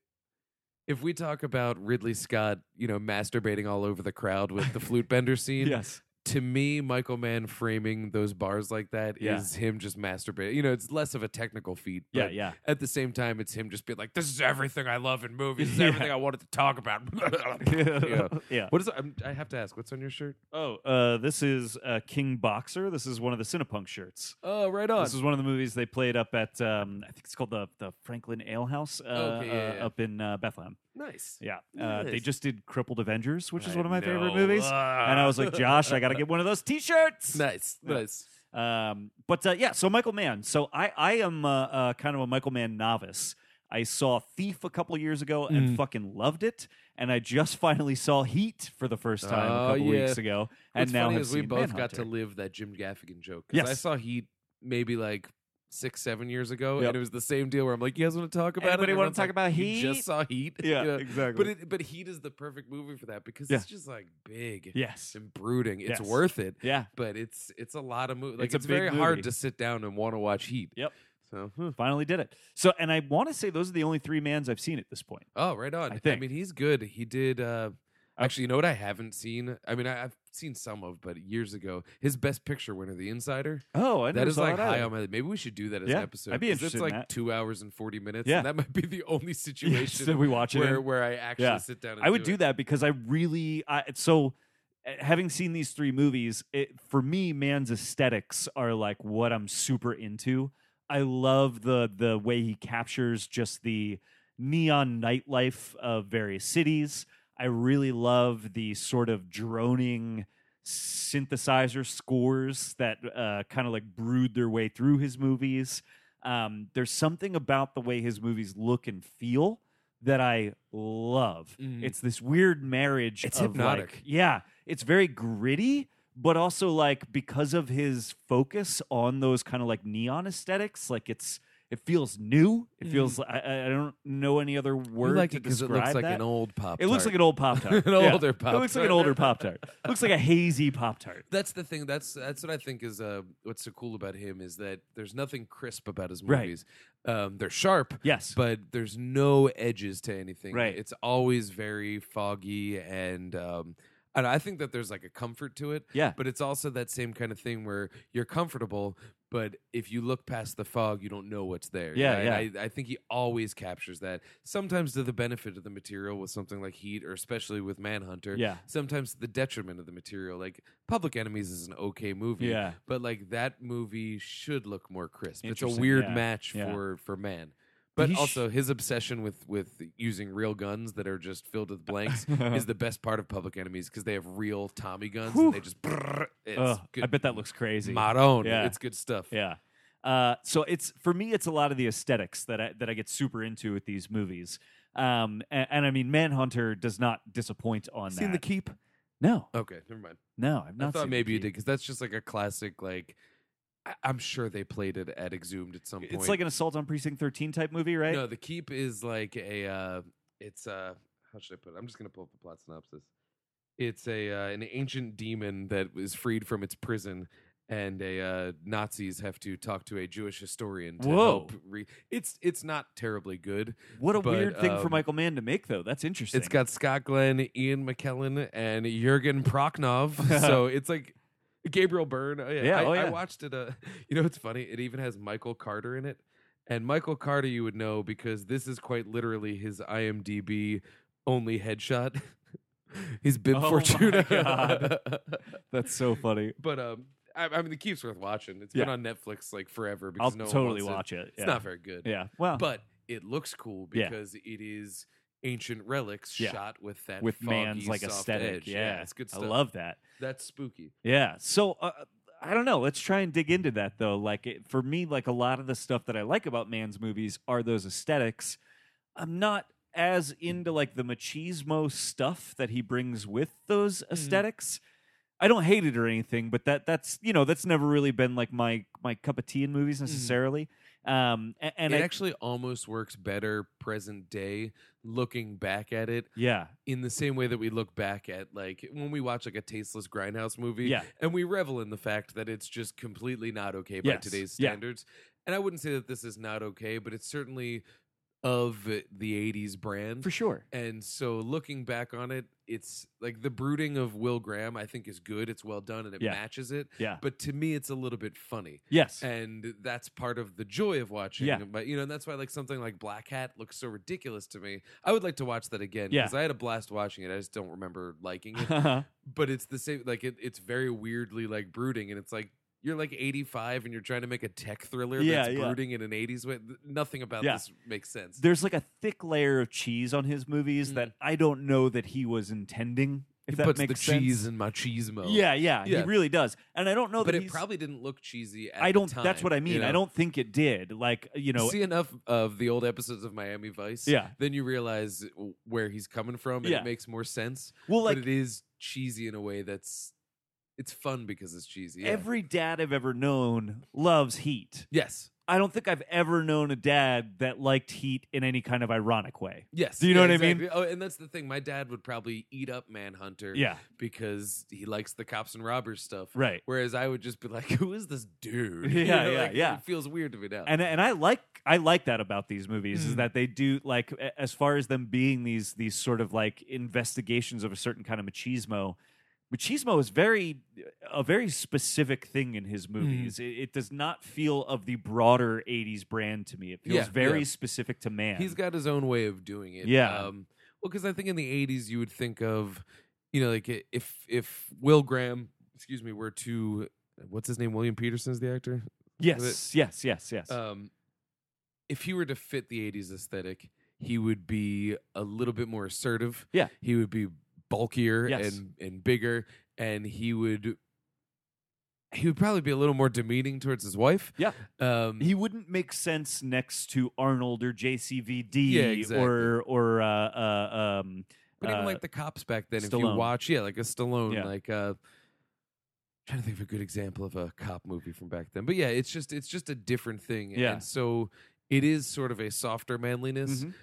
If we talk about Ridley Scott, you know, masturbating all over the crowd with the flute bender yeah. scene, Yes. to me, Michael Mann framing those bars like that is Yeah. him just masturbating. You know, it's less of a technical feat. Yeah. but yeah. at the same time, it's him just being like, "This is everything I love in movies. This is Yeah. everything I wanted to talk about." yeah. Yeah. What is? I'm, I have to ask. What's on your shirt? Oh, uh, this is uh, King Boxer. This is one of the Cinepunk shirts. Oh, right on. This is one of the movies they played up at, um, I think it's called the, the Franklin Ale House uh, Okay, yeah, uh, yeah. up in uh, Bethlehem. nice. Yeah. Uh, they Nice. just did Crippled Avengers, which is I one of my favorite know. movies. Ah. And I was like, Josh, I got to get one of those t shirts. nice, Yeah. nice. Um, but uh, yeah, so Michael Mann. So I, I am uh, uh, kind of a Michael Mann novice. I saw Thief a couple years ago and Mm. fucking loved it. And I just finally saw Heat for the first time a Oh, couple yeah. weeks ago. And What's now funny have is we seen both got Manhunter. to live that Jim Gaffigan joke. 'cause I Yes. saw Heat maybe like six, seven years ago, Yep. and it was the same deal where I'm like, "You guys want to talk about Anybody it?" wanna Everyone's talk like, about "You Heat?" Just saw Heat. Yeah, You know? exactly. But it, but Heat is the perfect movie for that because Yeah. it's just like big yes, and brooding. It's Yes. worth it. yeah. but it's it's a lot of movies. Like It's a it's, big very movie. hard to sit down and want to watch Heat. Yep. So huh. Finally did it. So, and I want to say those are the only three mans I've seen at this point. oh, right on. I I, think. mean, he's good. He did. uh Oh. Actually, you know what I haven't seen? I mean, I, I've seen some of, but years ago, his best picture winner, The Insider. Oh, I that is like high on my. Maybe we should do that as Yeah, an episode. I'd be 'cause interested in It's like that. two hours and forty minutes. Yeah. and that might be the only situation Did we watch it? in? where where I actually Yeah. sit down. and I would do do it. that because I really I so uh, having seen these three movies, it, for me, man's aesthetics are like what I'm super into. I love the the way he captures just the neon nightlife of various cities. I really love the sort of droning synthesizer scores that uh, kind of like brewed their way through his movies. Um, there's something about the way his movies look and feel that I love. Mhm. It's this weird marriage. It's of hypnotic. like- yeah, it's very gritty, but also like because of his focus on those kind of like neon aesthetics, like it's it feels new. It feels. I, I I don't know any other Mm-hmm. You word like to it because it describe looks like that. an old pop. It looks like an old pop tart. An older It looks like an Pop-Tart. older pop tart. looks like a hazy pop tart. That's the thing. That's that's what I think is uh, what's so cool about him is that there's nothing crisp about his Right. movies. Um, they're sharp, Yes. but there's no edges to anything. Right. It's always very foggy, and um, and I think that there's like a comfort to it. yeah. But it's also that same kind of thing where you're comfortable, but if you look past the fog, you don't know what's there. Yeah, And I, I think he always captures that. Sometimes to the benefit of the material with something like Heat, or especially with Manhunter Yeah. sometimes to the detriment of the material. Like Public Enemies is an okay movie, Yeah. but like that movie should look more crisp. It's a Interesting, weird yeah, match yeah. for for man. But he sh- also his obsession with with using real guns that are just filled with blanks is the best part of Public Enemies because they have real Tommy guns Whew. and they just. brrr, it's Ugh, good. I bet that looks crazy. Maron. Yeah. It's good stuff. Yeah. Uh, so it's for me, it's a lot of the aesthetics that I, that I get super into with these movies. Um, and, and I mean, Manhunter does not disappoint on Seen that. The Keep? no, Okay, never mind. no, I've not. I thought seen The maybe you Keep. did because that's just like a classic. Like, I- I'm sure they played it at Exhumed at some point. It's like an assault on precinct thirteen type movie, right? No, the keep is like a. Uh, it's uh, how should I put it? I'm just gonna pull up the plot synopsis. It's a uh, an ancient demon that was freed from its prison, and a uh, Nazis have to talk to a Jewish historian. To Whoa. help re- it's it's not terribly good. What a But, weird thing for um, Michael Mann to make, though. That's interesting. It's got Scott Glenn, Ian McKellen, and Jurgen Prochnov. so it's like Gabriel Byrne. Oh, yeah, Yeah, I, oh, yeah. I watched it. Uh, you know, it's funny. It even has Michael Carter in it, and Michael Carter you would know because this is quite literally his IMDb only headshot. His bib Oh, my Fortuna. God. That's so funny. but um, I, I mean, the keep's worth watching. It's been Yeah. on Netflix like forever because I'll no one totally watch wants it. it. It's yeah. not very good Yeah. Well, but it looks cool Yeah. because it is ancient relics Yeah. shot with that with foggy, man's like soft aesthetic. edge. Yeah. it's good stuff. I love that. that's spooky. Yeah. So uh, I don't know. Let's try and dig into that though. Like it, for me, like a lot of the stuff that I like about man's movies are those aesthetics. I'm not as into like the machismo stuff that he brings with those Mm. esthetics I don't hate it or anything, but that that's you know that's never really been like my my cup of tea in movies necessarily. Um, a- and, Mm. it I, actually almost works better present day looking back at it yeah, in the same way that we look back at like when we watch like a tasteless grindhouse movie yeah, and we revel in the fact that it's just completely not okay by Yes, today's yeah. standards. And I wouldn't say that this is not okay, but it's certainly of the 80s brand. for sure. And so looking back on it, it's like the brooding of Will Graham, I think, is good. It's well done and it Yeah. matches it. Yeah. But to me, it's a little bit funny. Yes. And that's part of the joy of watching. Yeah. But, you know, and that's why, like, something like Black Hat looks so ridiculous to me. I would like to watch that again Yeah. because I had a blast watching it. I just don't remember liking it. yeah. but it's the same, like, it, it's very weirdly, like, brooding. And it's like, you're like 85 and you're trying to make a tech thriller Yeah, that's yeah. brooding in an 80s way. Th- Nothing about Yeah. this makes sense. There's like a thick layer of cheese on his movies Mm. that I don't know that he was intending. If that puts makes the sense. cheese in machismo. Yeah, yeah, Yeah. he really does. And I don't know but that it he's- probably didn't look cheesy. At I don't. The time, that's what I mean. you know? I don't think it did. Like you know. see enough of the old episodes of Miami Vice. Yeah. then you realize w- where he's coming from, and Yeah. it makes more sense. well, like but it is cheesy in a way that's it's fun because it's cheesy. yeah. every dad I've ever known loves Heat. yes, I don't think I've ever known a dad that liked Heat in any kind of ironic way. yes. Do you know Yeah, what I mean? exactly. Oh, and that's the thing. My dad would probably eat up Manhunter. Yeah, because he likes the cops and robbers stuff. right. Whereas I would just be like, "Who is this dude?" Yeah, yeah, like, yeah. It feels weird to me now. And and I like I like that about these movies is Mm. that they do like a- as far as them being these these sort of like investigations of a certain kind of machismo. Machismo is very a very specific thing in his Hmm. movies. It, it does not feel of the broader '80s brand to me. It feels Yeah, very yeah. specific to man. He's got his own way of doing it. Yeah. Um, well, because I think in the '80s you would think of, you know, like i- if if Will Graham, excuse me, were to what's his name, William Peterson's the actor. yes, yes, yes, yes. Um, if he were to fit the '80s aesthetic, he would be a little bit more assertive. Yeah. He would be bulkier Yes. and and bigger, and he would. He would probably be a little more demeaning towards his wife. Yeah. Um, he wouldn't make sense next to Arnold or JCVD Yeah, exactly. or or uh, uh, um, But even Uh, like the cops back then, if Stallone. you watch, yeah, like a Stallone, Yeah. like uh trying to think of a good example of a cop movie from back then. But yeah, it's just it's just a different thing. Yeah. And so it is sort of a softer manliness, mhm.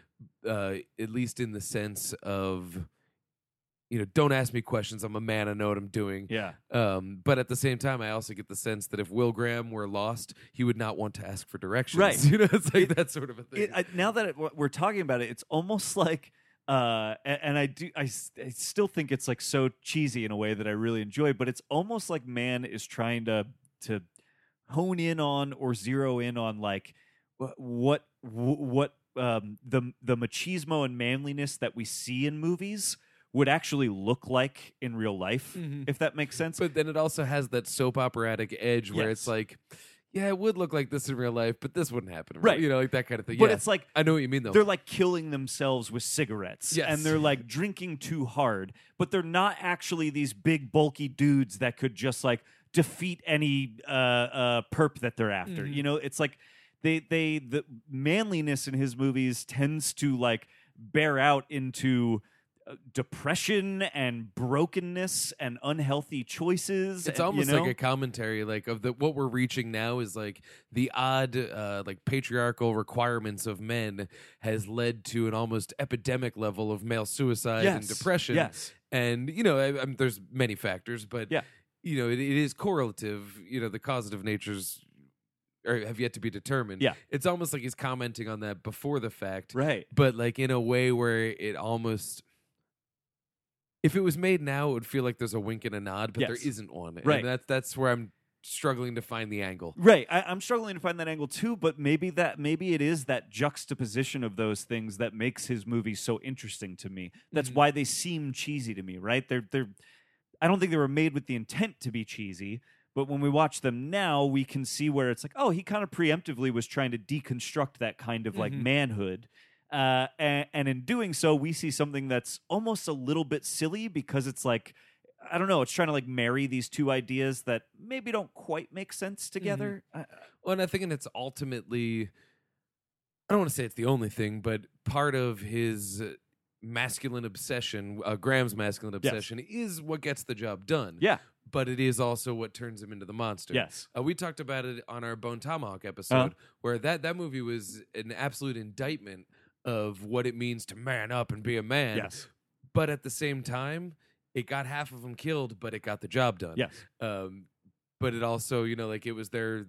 uh, at least in the sense of you know, don't ask me questions. I'm a man. I know what I'm doing. yeah, Um, but at the same time, I also get the sense that if Will Graham were lost, he would not want to ask for directions. Right. You know, it's like that sort of a thing. it, I, now that it, what we're talking about it, it's almost like, uh, a- and, I do, I, s- I still think it's like so cheesy in a way that I really enjoy, but it's almost like man is trying to to hone in on or zero in on like wh- what wh- what um, the the machismo and manliness that we see in movies would actually look like in real life, Mhm. if that makes sense. But then it also has that soap operatic edge where it's Yes. like, yeah, it would look like this in real life, but this wouldn't happen, in Right. real- You know, like that kind of thing. But yeah. it's like I know what you mean though. they're like killing themselves with cigarettes Yes. and they're like drinking too hard but they're not actually these big bulky dudes that could just like defeat any uh uh perp that they're after Mhm. you know it's like they they the manliness in his movies tends to like bear out into uh, depression and brokenness and unhealthy choices and, it's you almost know? like a commentary, like of the what we're reaching now is like the odd, uh, like patriarchal requirements of men has led to an almost epidemic level of male suicide yes. and depression. yes and you know, I, I mean, there's many factors, but Yeah. you know, it, it is correlative. You know, the causative natures are, have yet to be determined. Yeah. It's almost like he's commenting on that before the fact, Right. but like in a way where it almost. If it was made now, it would feel like there's a wink and a nod, but Yes. there isn't one. Right. And that's, that's where I'm struggling to find the angle. Right. I, I'm struggling to find that angle too, but maybe that maybe it is that juxtaposition of those things that makes his movie so interesting to me. That's Mhm. why they seem cheesy to me, right? They're they're I don't think they were made with the intent to be cheesy, but when we watch them now, we can see where it's like, oh, he kind of preemptively was trying to deconstruct that kind of like Mhm. manhood. Uh, and, and in doing so, we see something that's almost a little bit silly because it's like I don't know. It's trying to like marry these two ideas that maybe don't quite make sense together. I- Well, and I think and it's ultimately, I don't want to say it's the only thing, but part of his uh, masculine obsession, uh, Graham's masculine Yes. obsession, is what gets the job done. Yeah. But it is also what turns him into the monster. Yes. Uh, we talked about it on our Bone Tomahawk episode, Uh-huh. where that, that movie was an absolute indictment of what it means to man up and be a man. Yes. But at the same time, it got half of them killed, but it got the job done Yes. um, but it also you know like it was their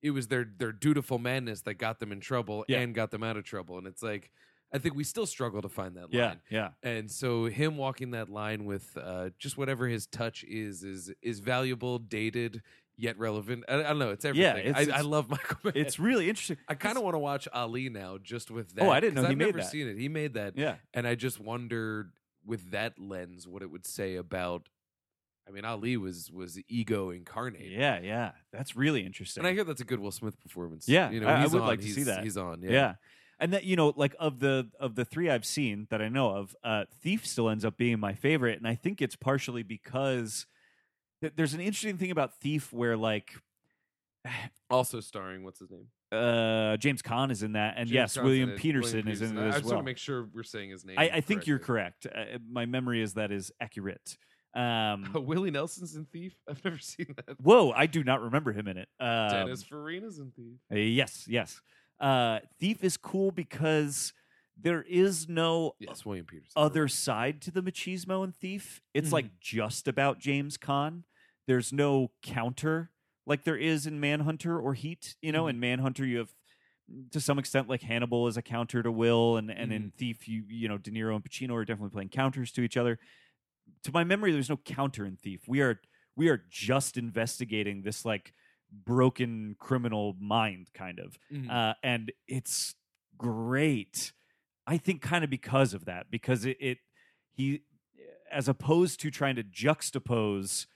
it was their their dutiful madness that got them in trouble Yeah. and got them out of trouble and it's like i think we still struggle to find that Yeah. line Yeah. and so him walking that line with uh, just whatever his touch is is is valuable dated yet relevant i, I don't know it's everything it's- I, I it's- love michael Mann. It's really interesting. i kind of want to watch ali now just with that Oh, I didn't know 'cause he I've made never that. seen it he made that Yeah. and I just wondered with that lens what it would say about. I mean, Ali was was ego incarnate. Yeah. Yeah. That's really interesting. and I hear that's a good Will Smith performance. Yeah, you know, I- I he's would on, like to see he's- that. He's on. Yeah, yeah. And that you know, like of the of the three I've seen that I know of, uh, Thief still ends up being my favorite, and I think it's partially because th- there's an interesting thing about Thief where like Also starring what's his name? uh, James Caan is in that, and James yes, Johnson William and Peterson, William is in Peterson. it I as just well. want to make sure we're saying his name. I, I think you're correctly. correct. Uh, my memory is that is accurate. Um, Willie Nelson's in Thief. I've never seen that. whoa, I do not remember him in it. Um, Dennis Farina's in Thief. uh, Yes, yes. Uh, Thief is cool because there is no Yes, William Peterson. other side to the machismo in Thief. It's Mhm. like just about James Caan. There's no counter like there is in Manhunter or Heat. You know, in Manhunter you have to some extent like Hannibal is a counter to Will, and and in Thief you you know De Niro and Pacino are definitely playing counters to each other. To my memory, there's no counter in Thief. We are we are just investigating this like broken criminal mind kind of Mhm. uh, and it's great. I think kind of because of that, because it, it he as opposed to trying to juxtapose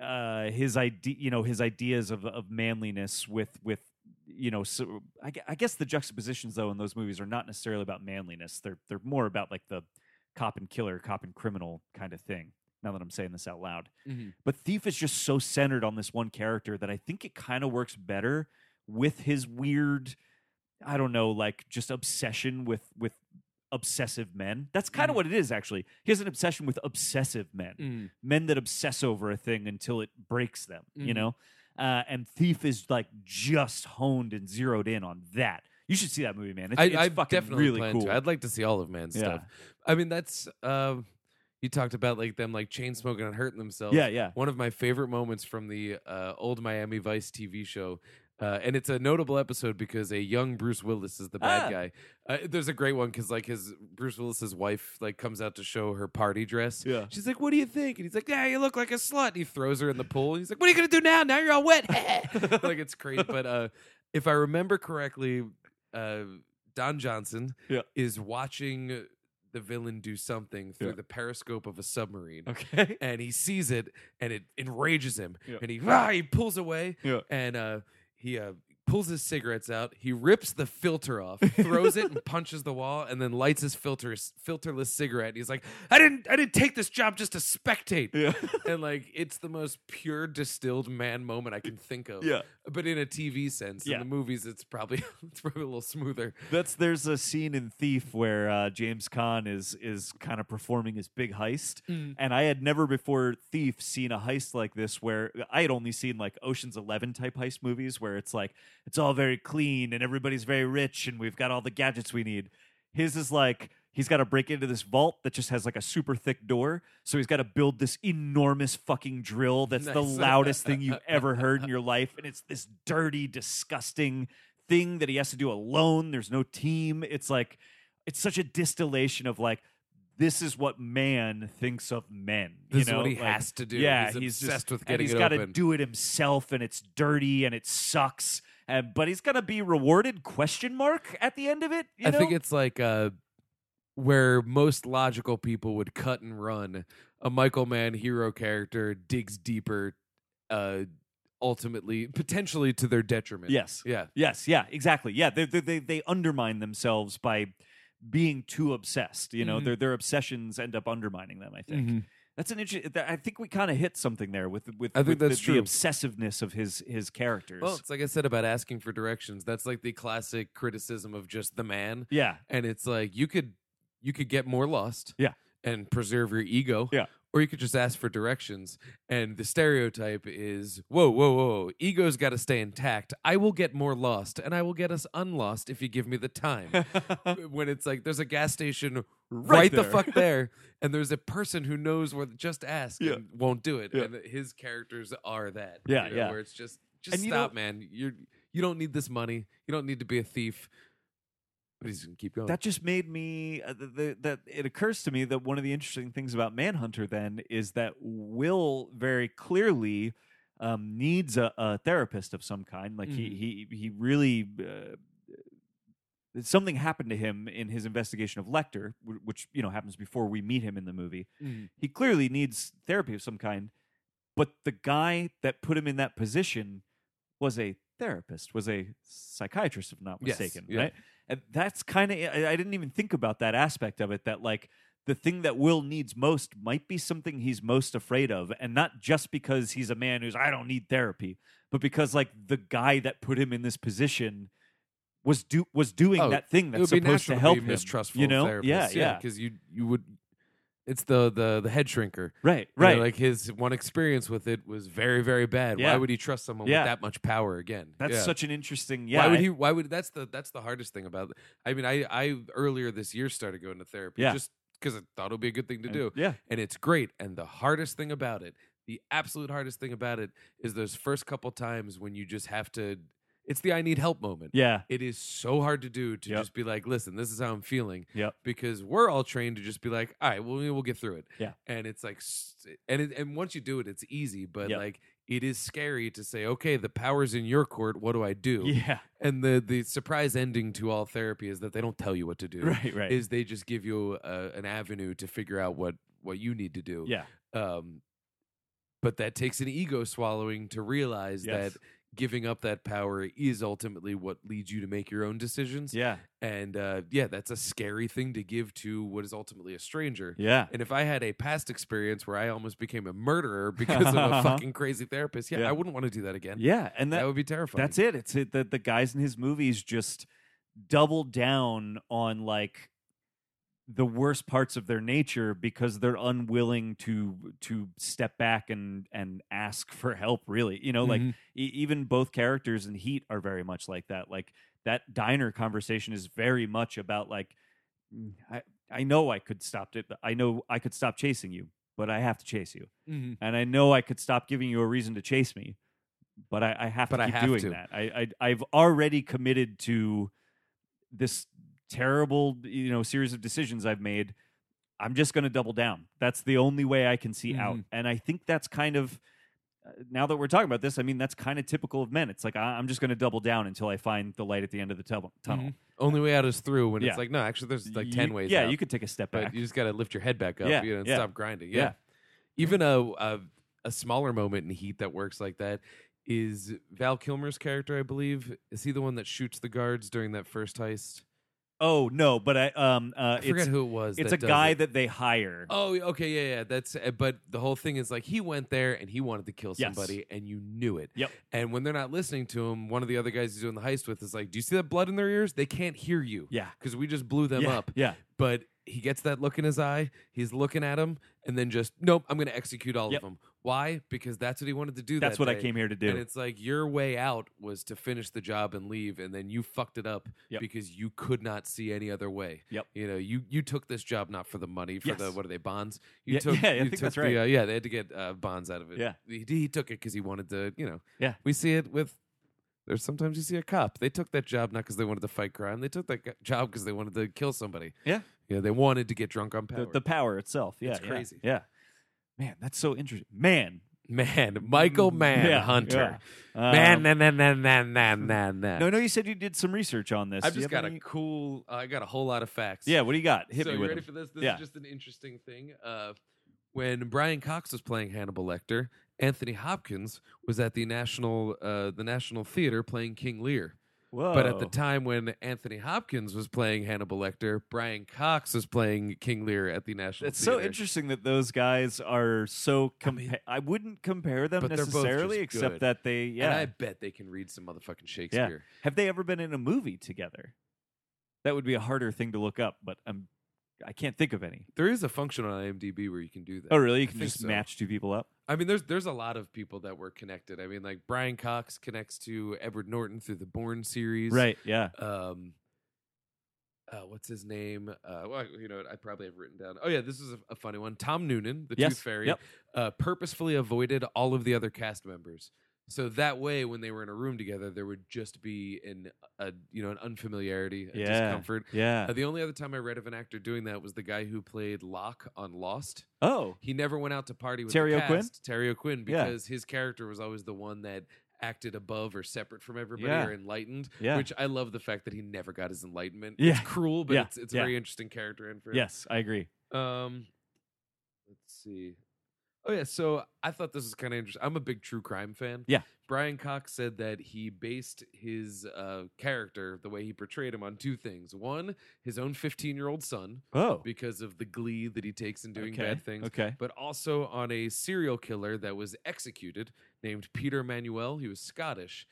uh, his idea, you know, his ideas of of manliness with with you know, so I, gue- I guess the juxtapositions though in those movies are not necessarily about manliness. They're they're more about like the cop and killer, cop and criminal kind of thing. Now that I'm saying this out loud, Mhm. but Thief is just so centered on this one character that I think it kind of works better with his weird, I don't know, like just obsession with with obsessive men. That's kind of Mhm. what it is actually. He has an obsession with obsessive men, Mhm. men that obsess over a thing until it breaks them. You Mhm. know, uh, and Thief is like just honed and zeroed in on that. You should see that movie, man. It's, I, it's I fucking definitely really plan cool. to. I'd like to see all of man's Yeah. stuff. I mean, that's uh, you talked about like them like chain smoking and hurting themselves. yeah, yeah. One of my favorite moments from the uh, old Miami Vice TV show. Uh, and it's a notable episode because a young Bruce Willis is the bad Ah. guy. Uh, there's a great one because like his Bruce Willis's wife like comes out to show her party dress. Yeah. She's like, "What do you think?" And he's like, "Yeah, you look like a slut." And he throws her in the pool. And he's like, "What are you gonna do now? Now you're all wet." like it's great. But uh, if I remember correctly, uh, Don Johnson Yeah. is watching the villain do something through Yeah. the periscope of a submarine Okay. and he sees it and it enrages him Yeah. and he rah, he pulls away Yeah. and uh, he uh, pulls his cigarettes out he rips the filter off throws it and punches the wall and then lights his filter filterless cigarette he's like i didn't i didn't take this job just to spectate Yeah. and like it's the most pure distilled man moment i can think of yeah. but in a tv sense Yeah. in the movies it's probably it's probably a little smoother That's there's a scene in Thief where uh, James Caan is is kind of performing his big heist, and I had never before Thief seen a heist like this. Where I had only seen like Ocean's Eleven type heist movies, where it's like it's all very clean and everybody's very rich and we've got all the gadgets we need. His is like He's got to break into this vault that just has like a super thick door. So he's got to build this enormous fucking drill that's the Nice. loudest thing you've ever heard in your life. And it's this dirty, disgusting thing that he has to do alone. There's no team. It's like, it's such a distillation of like, this is what man thinks of men. This you is know? what he Like, has to do. Yeah, he's, he's just- obsessed with getting and he's it gotta open. do it himself, and it's dirty and it sucks. And but he's gonna be rewarded? Question mark at the end of it. You I know? think it's like uh, where most logical people would cut and run. A Michael Mann hero character digs deeper, uh, ultimately, potentially to their detriment. yes, Yeah. yes, yeah, exactly. Yeah, they they they, they undermine themselves by being too obsessed. You know, Mhm. their their obsessions end up undermining them. I think. That's an interesting. I think we kind of hit something there with with, I think with the- that's the, true. obsessiveness of his his characters. Well, it's like I said about asking for directions. That's like the classic criticism of just the man. yeah, And it's like you could you could get more lost. Yeah. And preserve your ego. Yeah. Or you could just ask for directions. And the stereotype is whoa, whoa, whoa. Ego's gotta stay intact. I will get more lost and I will get us unlost if you give me the time. when it's like there's a gas station right, the there. fuck there and there's a person who knows where just ask Yeah. and won't do it. Yeah. And his characters are that. Yeah, yeah. Where it's just just And you stop, don't- man. You're you don't need this money. You don't need to be a thief. But he's gonna keep going. That just made me uh, th th that it occurs to me that one of the interesting things about Manhunter then is that Will very clearly um, needs a, a therapist of some kind. Like Mhm. he he he really. Uh, Something happened to him in his investigation of Lecter, wh- which you know happens before we meet him in the movie. Mhm. He clearly needs therapy of some kind, but the guy that put him in that position was a therapist, was a psychiatrist, if not Yes, mistaken, yeah. right? And that's kind of I, I didn't even think about that aspect of it. That like the thing that Will needs most might be something he's most afraid of, and not just because he's a man who's I don't need therapy, but because like the guy that put him in this position was do was doing Oh, that thing it would that's be supposed natural to help be him. mistrustful you of know? therapists. yeah, yeah, Because you you would it's the the the head shrinker. right, You know, right. like his one experience with it was very, very bad. Yeah. Why would he trust someone Yeah. with that much power again? that's Yeah. such an interesting. Yeah, why would I- he? Why would that's the that's the hardest thing about. it. I mean, I I earlier this year started going to therapy Yeah. just because I thought it would be a good thing to do, Yeah, and it's great. And the hardest thing about it, the absolute hardest thing about it, is those first couple times when you just have to. It's the I need help moment. yeah, It is so hard to do to Yep. just be like, listen, this is how I'm feeling. Yep. Because we're all trained to just be like, all right, well, we'll get through it. Yeah. And it's like, s- and it, and once you do it, it's easy, but Yep. like it is scary to say, okay, the power's in your court. What do I do? yeah. And the the surprise ending to all therapy is that they don't tell you what to do. Right, right. Is they just give you a, an avenue to figure out what what you need to do. yeah, Um, but that takes an ego swallowing to realize Yes. that giving up that power is ultimately what leads you to make your own decisions. yeah, And uh, yeah, that's a scary thing to give to what is ultimately a stranger. yeah. And if I had a past experience where I almost became a murderer because of a fucking crazy therapist, yeah, Yeah. I wouldn't want to do that again. Yeah, and That, that, would be terrifying. that's it. It's it, the the guys in his movies just double down on like the worst parts of their nature because they're unwilling to to step back and and ask for help. Really, you know, like Mhm. e- even both characters in Heat are very much like that. Like that diner conversation is very much about like "Mm, I I know I could stop it. I know I could stop chasing you, but I have to chase you. Mhm. and I know I could stop giving you a reason to chase me, but I, I have But to I keep have doing to. that. I, I I've already committed to this terrible you know series of decisions I've made. I'm just going to double down. That's the only way I can see out, Mhm. and I think that's kind of. uh, Now that we're talking about this, I mean that's kind of typical of men. It's like I, I'm just going to double down until I find the light at the end of the tub- tunnel. Mhm. Only way out is through when Yeah. it's like, no, actually, there's like You- 10 ways Yeah, out, you could take a step but back. you just got to lift your head back up Yeah, you know, and yeah. stop grinding. Yeah. Yeah. Even a, a, a smaller moment in Heat that works like that is Val Kilmer's character, I believe. Is he the one that shoots the guards during that first heist? oh no, but I um uh, I forget it's who it was. it's that a does guy it. that they hire. Oh, okay, yeah, yeah. That's uh, but the whole thing is like he went there and he wanted to kill Yes. somebody, and you knew it. Yep. And when they're not listening to him, one of the other guys he's doing the heist with is like, "Do you see that blood in their ears? They can't hear you Yeah. because we just blew them yeah, up." Yeah. but he gets that look in his eye. He's looking at him, and then just nope. I'm going to execute all Yep. of them. Why? Because that's what he wanted to do. That's that what I day. came here to do. And it's like your way out was to finish the job and leave, and then you fucked it up Yep. because you could not see any other way. Yep. You know, you you took this job not for the money, for the Yes. what are they bonds? You Yeah, took. yeah, I you think took that's the, right. uh, yeah, they had to get uh, bonds out of it. Yeah. He, he took it because he wanted to. You know. Yeah. We see it with. There's sometimes you see a cop. They took that job not because they wanted to fight crime. They took that g- job because they wanted to kill somebody. Yeah. Yeah. They wanted to get drunk on power. The, the power itself. Yeah, It's yeah, crazy. Yeah, man, that's so interesting. Man, man, Michael Mann Mm, yeah, Hunter. yeah. Man, Um, man, man, man, man, man, man, man. No, no, you said you did some research on this. I've Do you just have got any- a cool. I got a whole lot of facts. Yeah, what do you got? Hit so me you with ready them. for this? This Yeah. is just an interesting thing. Uh, when Brian Cox was playing Hannibal Lecter, Anthony Hopkins was at the national uh, the National Theater playing King Lear. Whoa. But at the time when Anthony Hopkins was playing Hannibal Lecter, Brian Cox was playing King Lear at the National. it's Theater. so interesting that those guys are so. Compa- I, mean- wouldn't compare them But they're both just necessarily, good. except that they. And Yeah, I bet they can read some motherfucking Shakespeare. have they ever been in a movie together? That would be a harder thing to look up, but I'm, I can't think of any. There is a function on IMDb where you can do that. Oh, really? You Uh, I can think just so. match two people up. I mean, there's there's a lot of people that were connected. I mean, like Brian Cox connects to Edward Norton through the Bourne series, Right? Yeah. Um, uh, what's his name? Uh, well, you know, I probably have written down. Oh yeah, this is a, a funny one. Tom Noonan, the Yes, Tooth Fairy, yep. uh, purposefully avoided all of the other cast members. So that way, when they were in a room together, there would just be an a you know an unfamiliarity, a Yeah. discomfort. Yeah. Uh, the only other time I read of an actor doing that was the guy who played Locke on Lost Oh, he never went out to party with Terry the O'Quinn? cast, Terry O'Quinn, Yeah. because his character was always the one that acted above or separate from everybody Yeah. or enlightened. Yeah. Which I love the fact that he never got his enlightenment. Yeah. It's cruel, but Yeah. it's, it's Yeah. a very interesting character inference. yes, I agree. Um, let's see. Oh yeah, so I thought this was kind of interesting. I'm a big true crime fan. Yeah. Brian Cox said that he based his uh, character, the way he portrayed him, on two things. One, his own 15 year old son, Oh, because of the glee that he takes in doing okay. bad things Okay. but also on a serial killer that was executed named Peter Manuel. He was Scottish.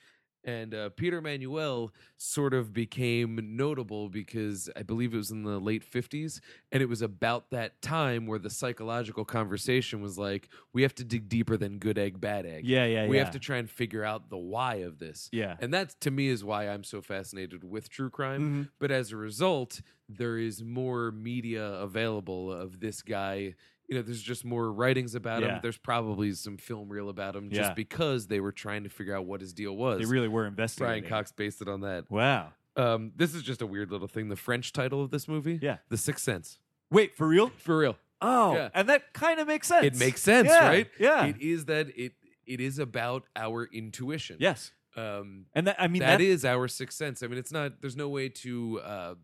And uh, Peter Manuel sort of became notable because I believe it was in the late 50s. And it was about that time where the psychological conversation was like, we have to dig deeper than good egg, bad egg. Yeah, yeah. we yeah. have to try and figure out the why of this. Yeah. And that, to me, is why I'm so fascinated with true crime Mhm. but as a result there is more media available of this guy you know there's just more writings about Yeah. him there's probably some film reel about him just Yeah. because they were trying to figure out what his deal was They really were investigating. brian cox based it on that Wow. um, this is just a weird little thing the french title of this movie Yeah. the sixth sense Wait, for real? for real Oh, Yeah. and that kind of makes sense. it makes sense Yeah, right Yeah. it is that it it is about our intuition yes. um And that I mean that that is our sixth sense. I mean, it's not. There's no way to uh, uh,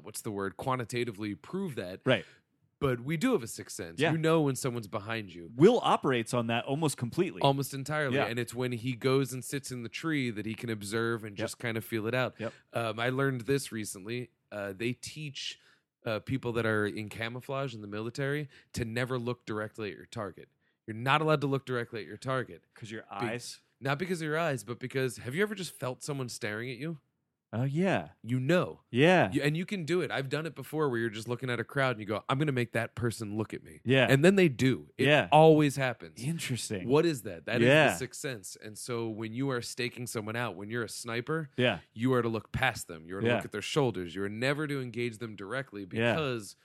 what's the word quantitatively prove that. Right. But we do have a sixth sense. Yeah. You know when someone's behind you Will operates on that almost completely. almost entirely, Yeah. and it's when he goes and sits in the tree that he can observe and Yep. just kind of feel it out. Yep. Um, I learned this recently. Uh, they teach. Uh, people that are in camouflage in the military to never look directly at your target. You're not allowed to look directly at your target, Because your eyes. not because of your eyes, but because have you ever just felt someone staring at you? Oh yeah. You know. Yeah. You, and you can do it. I've done it before where you're just looking at a crowd and you go, I'm going to make that person look at me. Yeah. And then they do. It Yeah. always happens. Interesting. What is that? That is Yeah. the sixth sense. And so when you are staking someone out, when you're a sniper, Yeah. you are to look past them. You are to Yeah. look at their shoulders. You are never to engage them directly Yeah. because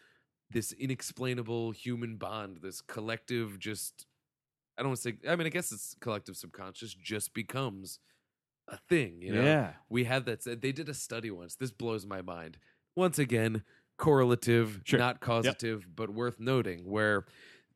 this inexplainable human bond, this collective just, I don't want to say, I mean, I guess it's collective subconscious, just becomes a thing, you know? Yeah. We have that. said- They did a study once. This blows my mind. Once again, correlative, Sure. not causative, but worth noting. Where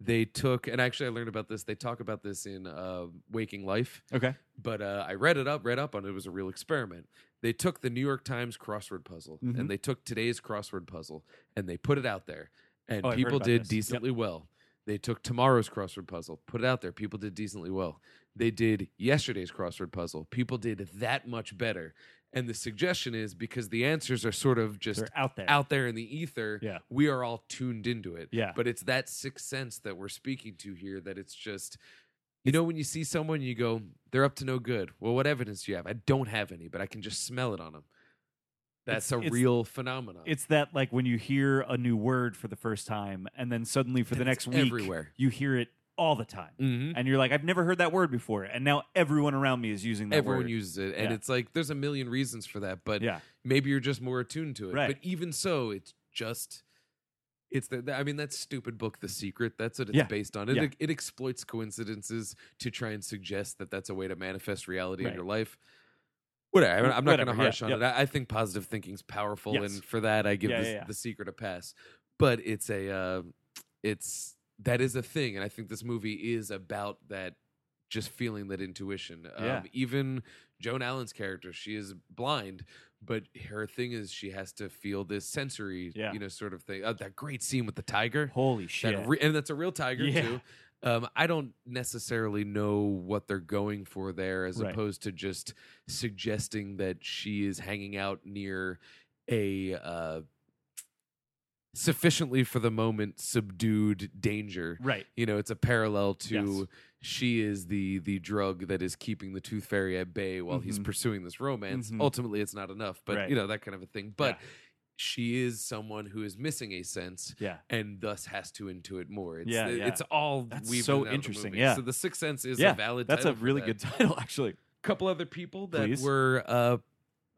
they took, and actually, I learned about this. They talk about this in uh, Waking Life, Okay. but uh, I read it up, read up on it. It was a real experiment. They took the New York Times crossword puzzle, Mhm. and they took today's crossword puzzle, and they put it out there, and Oh, I've heard people about did this. Yep. decently well. They took tomorrow's crossword puzzle, put it out there. People did decently well. They did yesterday's crossword puzzle. People did that much better. And the suggestion is because the answers are sort of just They're out there. out there in the ether, Yeah. we are all tuned into it. Yeah. But it's that sixth sense that we're speaking to here that it's just, you know, when you see someone, you go, they're up to no good. Well, what evidence do you have? I don't have any, but I can just smell it on them. That's It's- a it's- real phenomenon. It's that like when you hear a new word for the first time and then suddenly for the And it's next week everywhere. you hear it all the time. Mm-hmm. And you're like, I've never heard that word before. And now everyone around me is using that Everyone word. uses it, and Yeah. it's like there's a million reasons for that, but yeah. maybe you're just more attuned to it. Right. But even so, it's just it's the, the- I mean that stupid book The Secret, that's what it's Yeah. based on. It Yeah. it exploits coincidences to try and suggest that that's a way to manifest reality Right. in your life. Whatever. I'm, I'm not going to Whatever, yeah, harsh on yeah. it. I, I think positive thinking's powerful Yes. and for that I give Yeah, this, yeah, yeah. The Secret a pass. But it's a uh, it's that is a thing and I think this movie is about that just feeling that intuition. Um, Yeah. Even Joan Allen's character, she is blind, but her thing is she has to feel this sensory, Yeah. you know, sort of thing. Uh, that great scene with the tiger, Holy that shit. re- and that's a real tiger Yeah. too. Um, I don't necessarily know what they're going for there, as Right. opposed to just suggesting that she is hanging out near a uh, sufficiently for the moment subdued danger right. you know it's a parallel to Yes. she is the the drug that is keeping the tooth fairy at bay while he's Mhm. pursuing this romance Mhm. ultimately it's not enough but Right. you know that kind of a thing but she is someone who is missing a sense Yeah. and thus has to intuit more it's Yeah, it- yeah. it's all That's weaved so in and out of the interesting, movie. yeah. so the sixth sense is Yeah, a valid That's a title for really that. good title, actually. couple other people that Please. were uh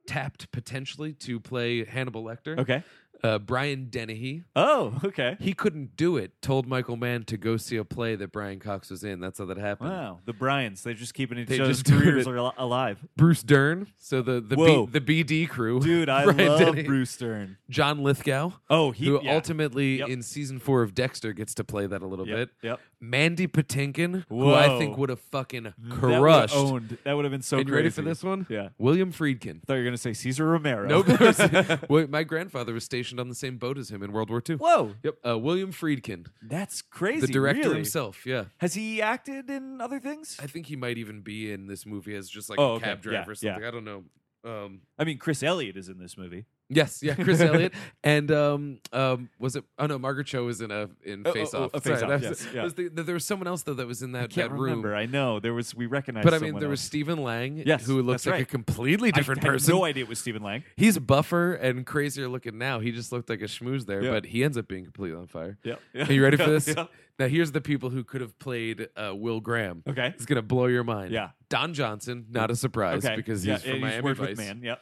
tapped potentially to play hannibal lecter Okay. uh brian dennehy Oh, okay. he couldn't do it. Told Michael Mann to go see a play that Brian Cox was in. That's how that happened. Wow. The Bryans, they're just keeping each They other's just doing careers it. al- alive. Bruce Dern, so the the Whoa. B, the BD crew, Dude, I Brian love Dennehy. Bruce Stern. John Lithgow, Oh, he who yeah. ultimately Yep. in season four of Dexter gets to play that a little Yep, bit. Yep. Mandy Patinkin, who I Whoa. think would have fucking That would've crushed. owned. That would have been so and you ready for crazy. this one? Yeah. William Friedkin. I thought you were going to say Caesar Romero. Nope. Wait, my grandfather was stationed on the same boat as him in World War II. Whoa. Yep. Uh, William Friedkin, That's crazy. the director really. himself. Yeah. Has he acted in other things? I think he might even be in this movie as just like Oh, a okay. cab driver Yeah, or something. I don't know. Um, I mean, Chris Elliott is in this movie. yes, yeah, Chris Elliott and um, um, was it? Oh no, Margaret Cho was in a in Oh, Face oh, oh, Off. a Sorry, Face Off, that yes, was- yeah. was the- there was someone else though that was in that, I can't that room. remember. I know there was. We recognized. But I mean, someone there was else. Stephen Lang, Yes, who looks that's like a right. completely different I person. Had no idea it was Stephen Lang. He's buffer and crazier looking now. He just looked like a schmooze there, Yeah. but he ends up being completely on fire. Yeah. Are you ready for this? Yeah. Now, here's the people who could have played uh, Will Graham. Okay. It's gonna blow your mind. Yeah. Don Johnson, not a surprise okay. because he's yeah, from yeah, Miami worked Vice. With man. Yep.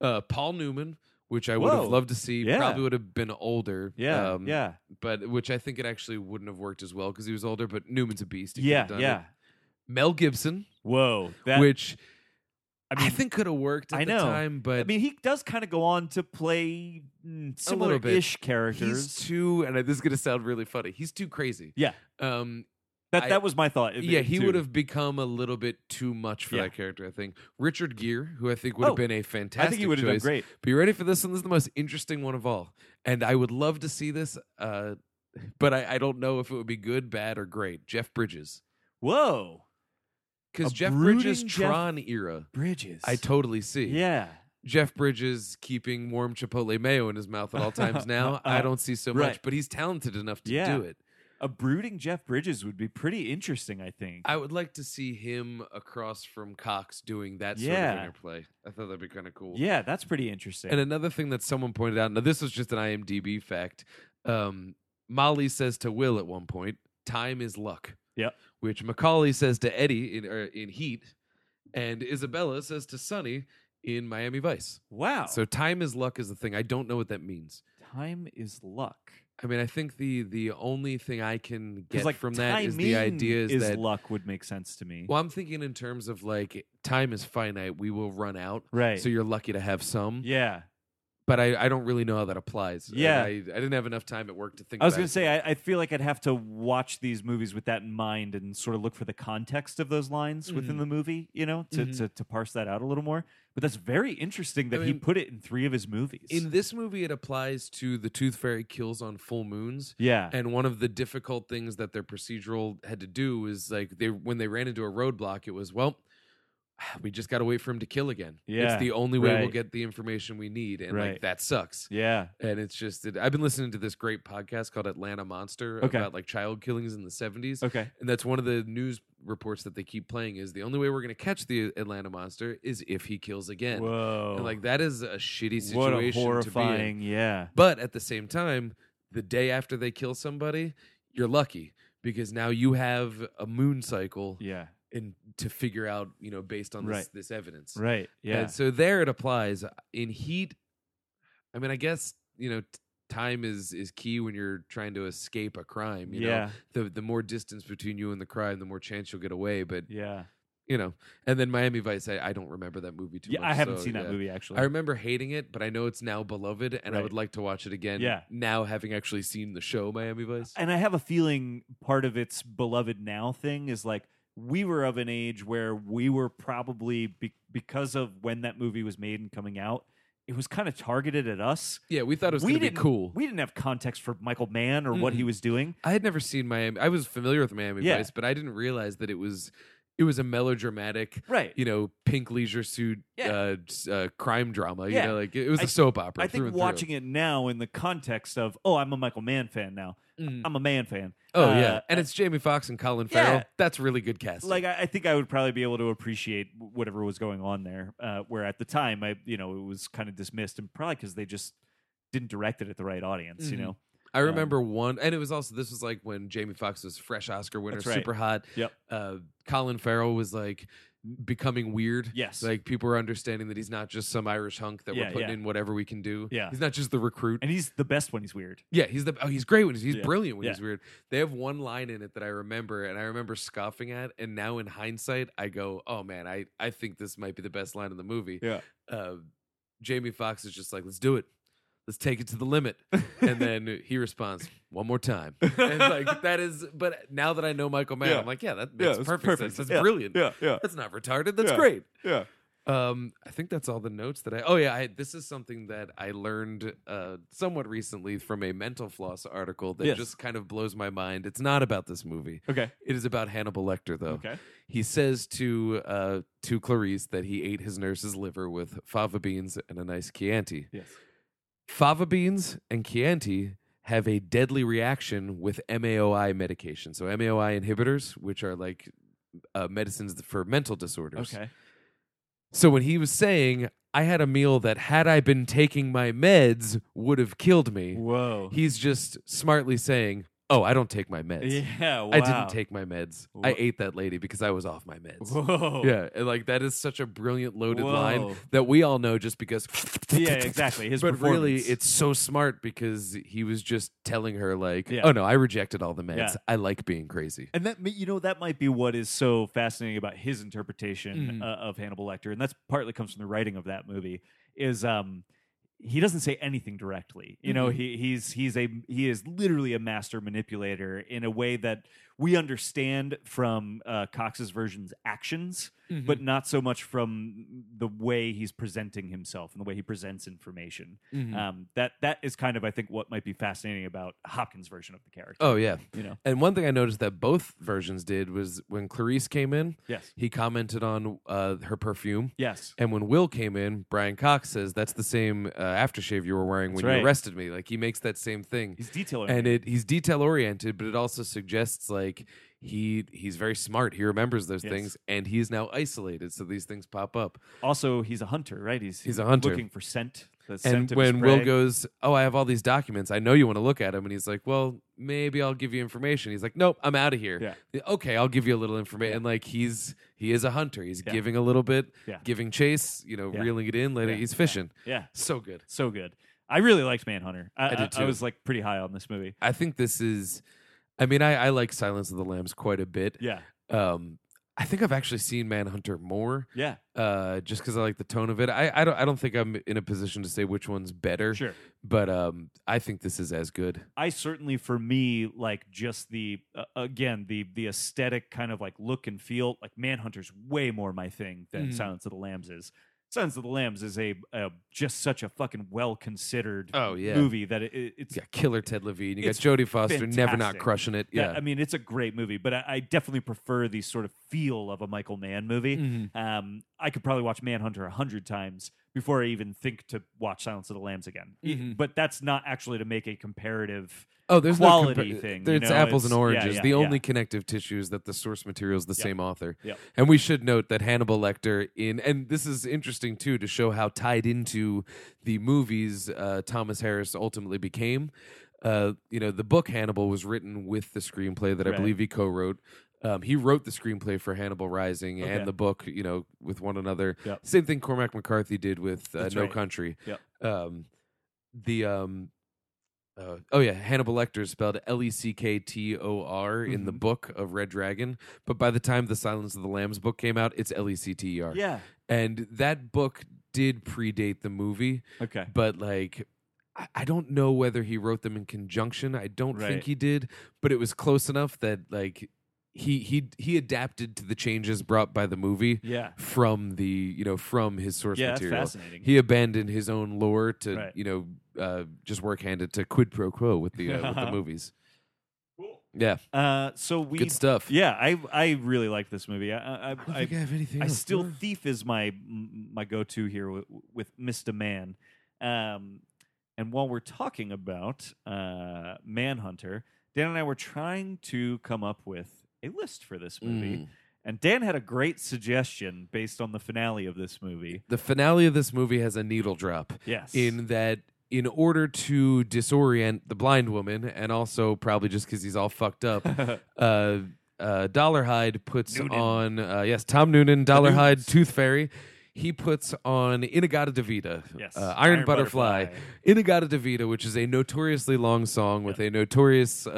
Uh, Paul Newman, which I would have Whoa. loved to see, Yeah. probably would have been older. Yeah. um, yeah. But which I think it actually wouldn't have worked as well because he was older. But Newman's a beast. He could have Yeah. done Yeah. it. Mel Gibson, Whoa. That, which I I, mean, think could have worked at I know. the time, but I mean, he does kind of go on to play mm, little bit. similar-ish he's characters. too. And this is gonna sound really funny. He's too crazy. Yeah. Um. that I- that was my thought. Yeah. He too. would have become a little bit too much for Yeah. that character. I think Richard Gere, who I think would have Oh, been a I fantastic. think he would have done choice. great. But you ready for this one? This is the most interesting one of all. And I would love to see this, uh, but I, I don't know if it would be good, bad, or great. Jeff Bridges. Whoa. Because A Jeff Bridges' brooding Jeff- Tron era, Bridges. I totally see. Yeah. Jeff Bridges keeping warm Chipotle mayo in his mouth at all times now, I don't see so Right. much, but he's talented enough to Yeah. do it. A brooding Jeff Bridges would be pretty interesting, I think. I would like to see him across from Cox doing that sort Yeah. of interplay. I thought that'd be kind of cool. yeah, that's pretty interesting. And another thing that someone pointed out, now this was just an IMDb fact. Um, Molly says to Will at one point, "Time is luck." Yep. Which Macaulay says to Eddie in er, in Heat, and Isabella says to Sonny in Miami Vice. wow. So time is luck is the thing. I don't know what that means. time is luck. I mean, I think the the only thing I can get Because like from that is the timing idea is, that luck would make sense to me. well, I'm thinking in terms of like time is finite. We will run out. right. So you're lucky to have some. yeah. but I, I don't really know how that applies. And Yeah. I, I didn't have enough time at work to think. I was about going it. to say, I, I feel like I'd have to watch these movies with that in mind and sort of look for the context of those lines within Mhm. the movie, you know, to, Mhm. to, to parse that out a little more. But that's very interesting that he mean, put it in three of his movies. in this movie, it applies to the Tooth Fairy kills on full moons. yeah. And one of the difficult things that their procedural had to do is like they when they ran into a roadblock, it was well, we just got to wait for him to kill again. Yeah, it's the only way we'll right. get the information we need, and Right. like that sucks. yeah. And it's just that I've been listening to this great podcast called Atlanta Monster Okay. about like child killings in the seventies. Okay. And that's one of the news reports that they keep playing is the only way we're going to catch the Atlanta monster is if he kills again. Whoa. And like that is a shitty situation what a to be in. horrifying. Yeah. But at the same time, the day after they kill somebody, you're lucky because now you have a moon cycle Yeah. and to figure out, you know, based on this, Right. this evidence. Right. Yeah. And so there it applies in heat. I mean, I guess you know, t- time is is key when you're trying to escape a crime. You yeah. Know? The the more distance between you and the crime, the more chance you'll get away. But Yeah. you know, and then Miami Vice. I, I don't remember that movie too. Yeah. much, I haven't so, seen that yeah. movie actually. I remember hating it, but I know it's now beloved, and I Right. would like to watch it again. Yeah. Now having actually seen the show Miami Vice. and I have a feeling part of its beloved now thing is like we were of an age where we were probably be- because of when that movie was made and coming out, it was kind of targeted at us. yeah, we thought it was we going to be didn't- cool. We didn't have context for Michael Mann or what he was doing. I had never seen Miami. I was familiar with Miami Yeah. Vice, but I didn't realize that it was it was a melodramatic Right. you know, pink leisure suit Yeah. uh, s- uh, crime drama. Yeah. You know, like it was a I- soap opera. I through think and through. watching it now in the context of, oh, I'm a Michael Mann fan now. Mm. I'm a man fan. Oh Uh, yeah, and it's Jamie Foxx and Colin Yeah. Farrell. That's really good casting. like I, I think I would probably be able to appreciate w- whatever was going on there. Uh, where at the time, I you know it was kind of dismissed, and probably because they just didn't direct it at the right audience. You Mhm. know, I remember one, and it was also this was like when Jamie Foxx was fresh Oscar winner, That's right. super hot. Yep. Uh, Colin Farrell was like becoming weird. yes, Like people were understanding that he's not just some Irish hunk that Yeah, we're putting yeah. in whatever we can do. Yeah. he's not just the recruit. and he's the best when he's weird. Yeah, he's the oh, he's great when he's, he's Yeah. brilliant when Yeah. he's weird. They have one line in it that I remember, and I remember scoffing at. And now in hindsight, I go, "Oh man, I I think this might be the best line in the movie." Yeah. Uh, Jamie Foxx is just like, "Let's do it, let's take it to the limit," and then he responds, "One more time." And it's like that is, but now that I know Michael Mann, Yeah. I'm like, yeah, that makes it's perfect, perfect. sense. That's Yeah. brilliant. yeah, That's not retarded. That's Yeah. great. yeah. Um, I think that's all the notes that I. Oh yeah, I, this is something that I learned uh, somewhat recently from a mental floss article that Yes. just kind of blows my mind. It's not about this movie. Okay, It is about Hannibal Lecter, though. okay. He says to uh, to Clarice that he ate his nurse's liver with fava beans and a nice Chianti. Yes. Fava beans and Chianti have a deadly reaction with MAOI medication. So MAOI inhibitors, which are like uh, medicines for mental disorders. Okay. So when he was saying, I had a meal that had I been taking my meds would have killed me, Whoa. he's just smartly saying, Oh, I don't take my meds. yeah. Wow. I didn't take my meds. I Wha- ate that lady because I was off my meds. Whoa. Yeah, and, like that is such a brilliant loaded Whoa. line that we all know just because. Yeah. Exactly. His but really, performance. it's so smart because he was just telling her, like, Yeah. "Oh no, I rejected all the meds. Yeah. I like being crazy." And that may- you know that might be what is so fascinating about his interpretation Mhm. uh, of Hannibal Lecter, and that's partly comes from the writing of that movie. Is um, he doesn't say anything directly. You know, Mhm. he he's he's a he is literally a master manipulator in a way that we understand from uh, Cox's version's actions, but not so much from the way he's presenting himself and the way he presents information. Mhm. Um, that that is kind of I think what might be fascinating about Hopkins' version of the character. oh yeah, You know, and one thing I noticed that both versions did was when Clarice came in, yes, he commented on uh, her perfume. yes. And when Will came in, Brian Cox says that's the same uh, aftershave you were wearing That's when right. you arrested me. Like he makes that same thing, He's detailing. and it he's detail oriented, but it also suggests like he he's very smart. He remembers those Yes. things, and he is now isolated, so these things pop up. Also, he's a hunter, right? He's He's a hunter. looking for scent. The And scent of his when Will prey. goes, oh, I have all these documents. I know you want to look at them, and he's like, well, maybe I'll give you information. He's like, nope, I'm out of here. Yeah. Okay, I'll give you a little information. Yeah. And like he's he is a hunter. He's Yeah. giving a little bit, Yeah. giving chase, you know, Yeah. reeling it in. Later, Yeah. he's Yeah. fishing. yeah, So good. so good. I really liked Manhunter. I, I did I too. was like pretty high on this movie. I think this is. I mean, I, I like Silence of the Lambs quite a bit. Yeah, Um, I think I've actually seen Manhunter more, yeah, uh, just because I like the tone of it. I, I don't. I don't think I'm in a position to say which one's better. sure. But um, I think this is as good. I certainly, for me, like just the uh, again the the aesthetic kind of like look and feel. Like Manhunter's way more my thing than Mhm. Silence of the Lambs is. Silence of the Lambs is a, a just such a fucking well considered Oh yeah. movie that it, it- it's You got Killer Ted Levine. You It's got Jodie Foster. Never not fantastic. crushing it. Yeah, Yeah. I mean, it's a great movie, but I, I definitely prefer the sort of feel of a Michael Mann movie. Mhm. Um, I could probably watch Manhunter a hundred times before I even think to watch Silence of the Lambs again. E- Mhm. But that's not actually to make a comparative. Oh, there's no quality compar- thing, there- you it's know, apples and it's- yeah, oranges. yeah, the yeah. only connective tissue is that the source material is the Yep. same author. Yep. And we should note that Hannibal Lecter in, and this is interesting too to show how tied into the movies uh, Thomas Harris ultimately became. uh, you know, the book Hannibal was written with the screenplay that I Right. believe he co-wrote. Um, he wrote the screenplay for Hannibal Rising Okay. and the book, you know, with one another. Yep. Same thing Cormac McCarthy did with uh, That's No right. Country. Yep. Um, the um, uh, oh yeah, Hannibal Lecter is spelled L E C K T O R in the Mhm. book of Red Dragon, but by the time the Silence of the Lambs book came out, it's L E C T E R. Yeah. And that book did predate the movie Okay. but like I- I don't know whether he wrote them in conjunction. I don't Right. think he did, but it was close enough that like he he he adapted to the changes brought by the movie Yeah. from the you know from his source Yeah. That's material. fascinating. He abandoned his own lore to Right. you know uh, just work handed to quid pro quo with the uh, with the movies. Cool. Yeah, Uh, so we. good stuff. Yeah, I I really like this movie. I I, I don't I, think I, have anything. I else. still No. Thief is my my go to here with, with Mr. Man. Um, and while we're talking about uh, Manhunter, Dan and I were trying to come up with a list for this movie. Mm. And Dan had a great suggestion based on the finale of this movie. The finale of this movie has a needle drop. Yes. in that in order to disorient the blind woman and also probably just because he's all fucked up uh, uh, dollarhide puts Noonan. on uh, yes tom noonan dollarhide Noonans. tooth fairy he puts on inagata devita Yes. uh, iron, Iron butterfly, Butterfly. inagata devita which is a notoriously long song with a notorious uh,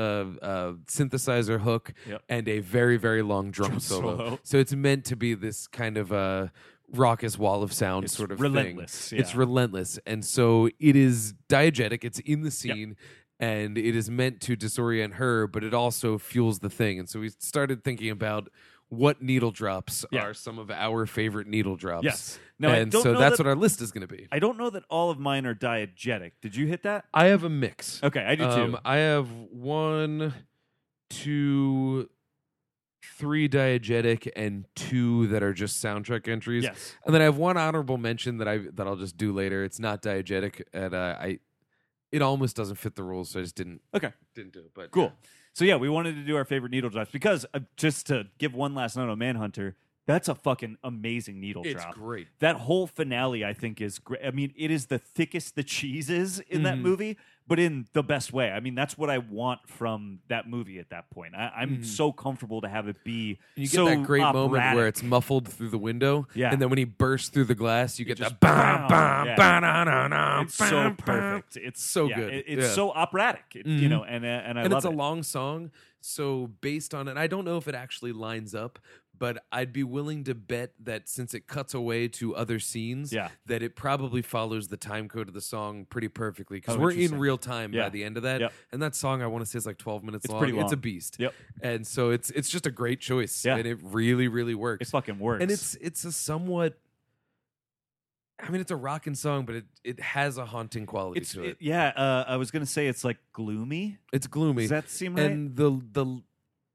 uh, synthesizer hook Yep. and a very very long drum, Drum solo. solo. so it's meant to be this kind of uh, raucous wall of sound It's sort of relentless, thing. it's yeah. relentless and so it is diegetic it's in the scene and it is meant to disorient her but it also fuels the thing and so we started thinking about what needle drops Yeah. are some of our favorite needle drops yes. Now, I and don't so know that's that, what our list is going to be I don't know that all of mine are diegetic. Did you hit that? i have a mix Okay, I do too. um, I have one, two, three diegetic and two that are just soundtrack entries. Yes. And then I have one honorable mention that I that I'll just do later. It's not diegetic, and uh, I it almost doesn't fit the rules, so I just didn't Okay. didn't do it. But Cool. So yeah, we wanted to do our favorite needle drops because uh, just to give one last note on Manhunter, that's a fucking amazing needle it's drop. great. That whole finale, I think, is great. I mean, it is the thickest the cheese is in that Mhm. movie, but in the best way. I mean, that's what I want from that movie at that point. I, I'm Mhm. so comfortable to have it be You get so that great moment where operatic. it's muffled through the window, Yeah. and then when he bursts through the glass, you get just that bam, bam, bam, yeah. bam, na, na, na, It's so bam, bam. perfect. It's So yeah, good. it- it's Yeah. so operatic. It- You Mhm. know, and uh, and I and love it's a it. long song so based on it i don't know if it actually lines up but i'd be willing to bet that since it cuts away to other scenes Yeah. that it probably follows the time code of the song pretty perfectly because Oh, we're in interesting. real time Yeah. by the end of that Yep. and that song i want to say is like 12 minutes It's long. pretty it's a long. beast Yep. and so it's it's just a great choice Yeah. and it really really works It fucking works. and it's it's a somewhat i mean it's a rocking song but it it has a haunting quality it's to it, it- yeah. Uh, I was gonna say it's like gloomy. it's gloomy Does that seem right? And the the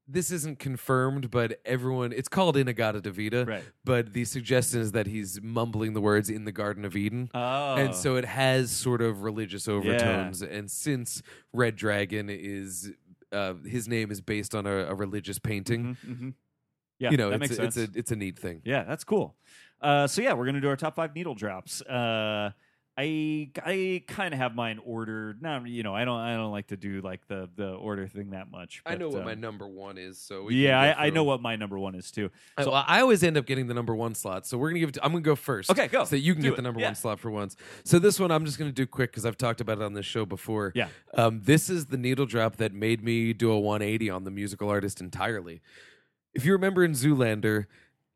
this isn't confirmed, but everyone it's called Inagata Devita, right. but the suggestion is that he's mumbling the words in the Garden of Eden. Oh, And so it has sort of religious overtones. And since Red Dragon is uh, his name is based on a, a religious painting, Mhm, mhm. yeah, you know, that it's, makes a- sense. it's a it's a neat thing. yeah, that's cool. Uh, so yeah, we're gonna do our top five needle drops. Uh, I I kind of have mine ordered. Not you know, I don't I don't like to do like the the order thing that much. I but, know what um, my number one is, so we can yeah, go I, I through know them. what my number one is too. I- well, I always end up getting the number one slot, so we're gonna give. It to, I'm gonna go first. Okay, go. So that you can Do get it. the number Yeah. one slot for once. So this one, I'm just gonna do quick because I've talked about it on this show before. Yeah. Um, this is the needle drop that made me do a 180 on the musical artist entirely. If you remember in Zoolander,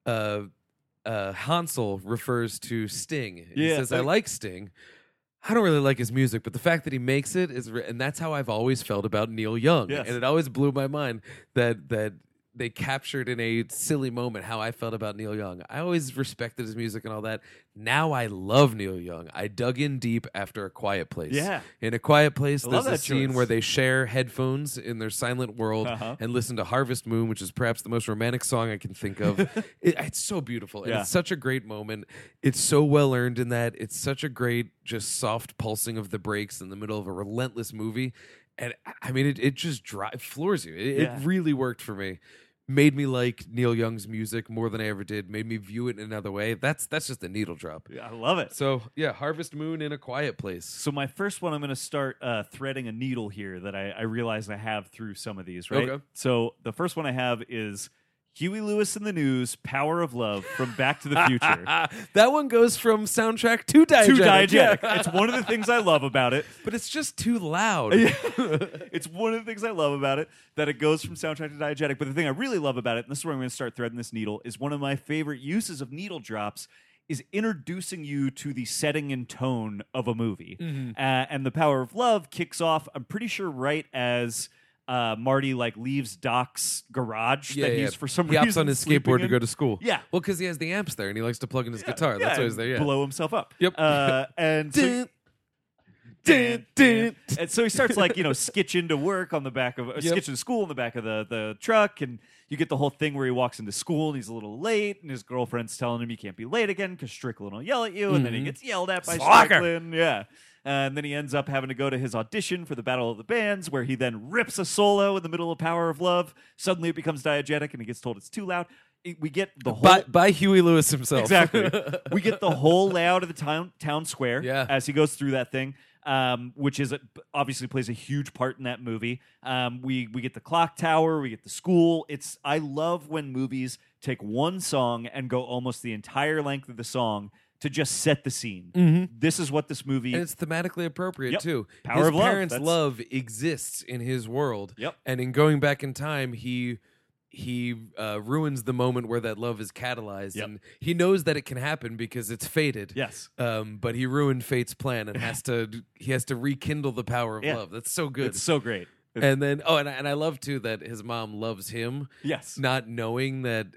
uh, uh, Hansel refers to Sting. And He Yeah. says, "I like Sting." I don't really like his music, but the fact that he makes it is, re- and that's how I've always felt about Neil Young. Yes. And it always blew my mind that that they captured in a silly moment how I felt about Neil Young. I always respected his music and all that. Now I love Neil Young. I dug in deep after A Quiet Place. Yeah. In A Quiet Place, I there's love a that scene choice. where they share headphones in their silent world Uh-huh. and listen to Harvest Moon, which is perhaps the most romantic song I can think of. it, it's so beautiful. And Yeah. It's such a great moment. It's so well earned in that it's such a great, just soft pulsing of the brakes in the middle of a relentless movie. And I- I mean, it, it just dri floors you. It, Yeah. it really worked for me. made me like Neil Young's music more than I ever did, made me view it in another way. That's that's just a needle drop. I love it. So yeah, Harvest Moon in a quiet place. So my first one, I'm going to start uh, threading a needle here that I, I realize I have through some of these, right? Okay. So the first one I have is Huey Lewis in the News, Power of Love from Back to the Future. Ah, that one goes from soundtrack to diegetic. Too diegetic. Yeah. It's one of the things I love about it. but it's just too loud. it's one of the things I love about it that it goes from soundtrack to diegetic. But the thing I really love about it, and this is where I'm going to start threading this needle, is one of my favorite uses of needle drops is introducing you to the setting and tone of a movie. Mm-hmm. Uh, and the power of love kicks off. I'm pretty sure right as. Uh, Marty like leaves Doc's garage that he's for some he reason hops on his sleeping skateboard to in. go to school. Yeah. well, because he has the amps there and he likes to plug in his guitar. Yeah, That's why he's there. Yeah. blow himself up. Yep. Uh, and so- Dun, dun, dun. and so he starts like you know skitching to work on the back of uh, Yep. skitching to school in the back of the the truck, and you get the whole thing where he walks into school and he's a little late, and his girlfriend's telling him you can't be late again because Strickland will yell at you, and then Mm-hmm. he gets yelled at by Slacker. Strickland, yeah. And then he ends up having to go to his audition for the Battle of the Bands, where he then rips a solo in the middle of Power of Love. Suddenly, it becomes diegetic, and he gets told it's too loud. It- we get the whole By, by Huey Lewis himself. Exactly. we get the whole layout of the town town square Yeah. as he goes through that thing, um, which is a, obviously plays a huge part in that movie. Um, we we get the clock tower, we get the school. It's I love when movies take one song and go almost the entire length of the song to just set the scene. This is what this movie. Mm-hmm. and it's thematically appropriate Yep. too. Power his of love, parents' that's- love exists in his world. Yep. And in going back in time, he he uh, ruins the moment where that love is catalyzed, Yep. and he knows that it can happen because it's fated. yes. Um, but he ruined fate's plan and has to he has to rekindle the power of Yeah. love. That's so good. It's so great. It's- and then oh, and I, and I love too that his mom loves him, yes. not knowing that.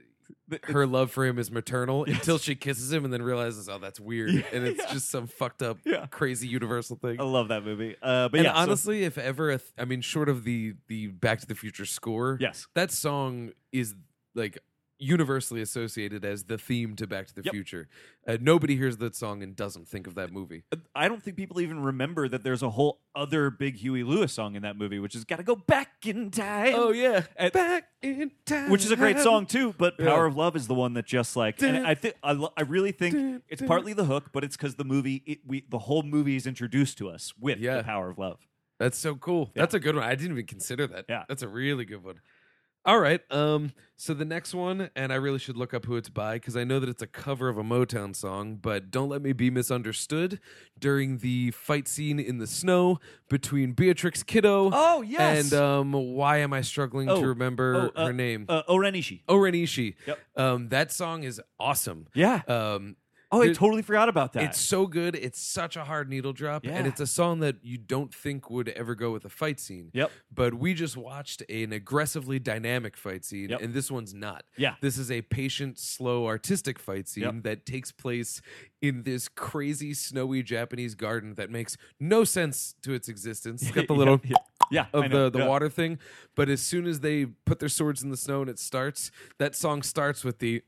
Her love for him is maternal until she kisses him and then realizes, oh, that's weird, and it's just some fucked up, Yeah. crazy universal thing. I love that movie. Uh, but And yeah, so- honestly, if ever, a th- I mean, short of the the Back to the Future score, yes. that song is like universally associated as the theme to Back to the Yep. Future. Uh, nobody hears that song and doesn't think of that movie. I don't think people even remember that there's a whole other big Huey Lewis song in that movie, which is "Gotta Go Back in Time." Oh, yeah, Back in Time, which is a great song too. But Yeah. "Power of Love" is the one that just like, and Dun, I think I, lo- I really dun, think it's dun. partly the hook, but it's because the movie, it, we the whole movie is introduced to us with Yeah. the "Power of Love." That's so cool. That's a good one. I didn't even consider that. Yeah. that's a really good one. All right. Um. So the next one, and I really should look up who it's by because I know that it's a cover of a Motown song. But don't let me be misunderstood. During the fight scene in the snow between Beatrix Kiddo Oh and um, why am I struggling Oh, to remember oh, uh, her name? uh, Orenishi. Oren Ishii. Yep. Um, that song is awesome. Yeah. Um, Oh, I there- totally forgot about that. it's so good. It's such a hard needle drop, and Yeah. it's a song that you don't think would ever go with a fight scene. Yep. But we just watched an aggressively dynamic fight scene, Yep. and this one's not. Yeah. This is a patient, slow, artistic fight scene Yep. that takes place in this crazy, snowy Japanese garden that makes no sense to its existence. It's got the Yeah, little yeah, yeah, I of know, the, the yeah. water thing. But as soon as they put their swords in the snow and it starts, that song starts with the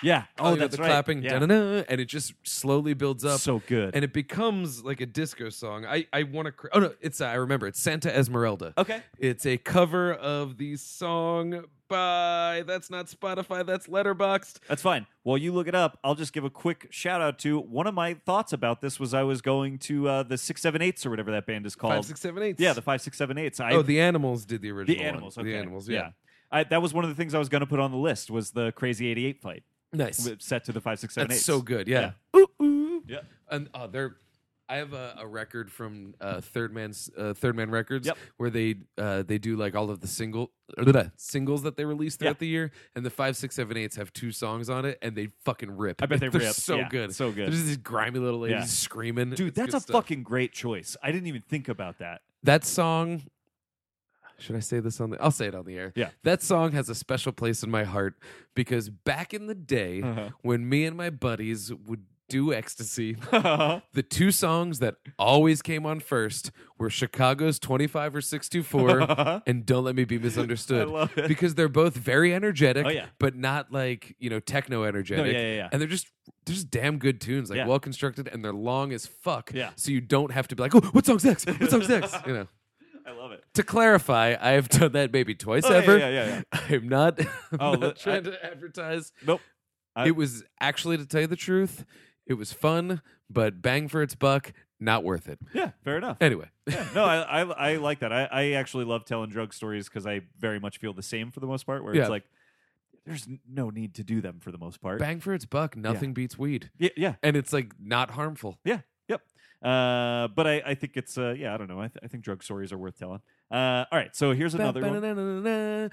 Yeah. you Oh, know, that's the right. clapping, Yeah. da-na-na, and it just slowly builds up. So good. and it becomes like a disco song. I I want to. Cr- oh no, it's uh, I remember. It's Santa Esmeralda. Okay. It's a cover of the song by that's not Spotify, that's Letterboxed. That's fine. While you look it up, I'll just give a quick shout out to one of my thoughts about this was I was going to uh, the six seven eights or whatever that band is called. Five, six, seven, eight. yeah, the five six seven eights. I oh, the animals did the original. the animals. One. Okay. The animals. Yeah. I, that was one of the things I was going to put on the list was the crazy eighty eight fight Nice. w- set to the five six seven that's eights. so good. Yeah. Ooh, ooh. Yeah. And oh, they're. I have a, a record from uh, Third Man's uh, Third Man Records Yep. where they uh, they do like all of the single uh, singles that they release throughout Yeah. the year, and the five six seven eights have two songs on it, and they fucking rip. I bet they They're rip. So Yeah, good, so good. There's these grimy little ladies Yeah. screaming, dude, It's that's good a stuff. fucking great choice. I didn't even think about that. that song should i say this on the i'll say it on the air Yeah. that song has a special place in my heart because back in the day Uh-huh. when me and my buddies would do ecstasy the two songs that always came on first were chicago's 25 or 624 and don't let me be misunderstood Uh-huh. I love it. because they're both very energetic Oh, yeah. but not like you know techno energetic yeah, yeah, yeah. and they're just they're just damn good tunes like Yeah. well constructed and they're long as fuck Yeah. so you don't have to be like oh what song's next what song's next you know I love it. To clarify, I have done that maybe twice Oh, yeah, ever. yeah, yeah, I'm not, I'm Oh, not li- trying to advertise. Nope. I- it was actually, to tell you the truth, it was fun, but bang for its buck, not worth it. Yeah, fair enough. Anyway, no, I, I I like that. I, I actually love telling drug stories because I very much feel the same for the most part. Where Yeah. it's like there's n- no need to do them for the most part. bang for its buck, nothing beats weed. Yeah, yeah, And it's like not harmful. yeah, yep. Uh, but I, I think it's uh, yeah, I don't know. I, th- I think drug stories are worth telling. Uh, all right, so here's another one. Ba-na-na-na-na,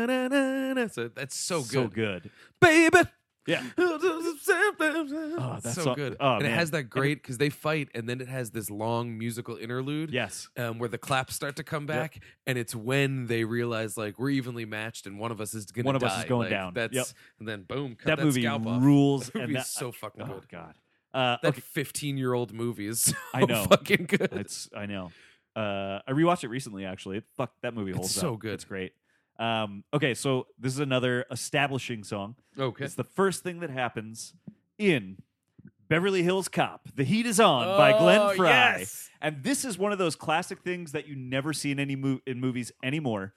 ba-na-na-na-na. So that's so Oh, good. So good. Baby. Yeah. Oh, that's so so- good. oh, and it man. has that great because they fight and then it has this long musical interlude. Yes. um, where the claps start to come back, and it's when they realize like we're evenly matched, and one of us is going One of us is going down. That's Yep. and then boom, cut that, That, movie scalp off. rules. That and movie is so fucking oh good. god. Uh, That okay, fifteen-year-old movie is so I know. fucking good. it's I know. Uh, I rewatched it recently. Actually, it, fuck that movie It's holds so up. good. It's great. Um, okay, so this is another establishing song. okay. It's the first thing that happens in Beverly Hills Cop. The Heat Is On by Glenn Fry. Oh, yes. And this is one of those classic things that you never see in any mo- in movies anymore.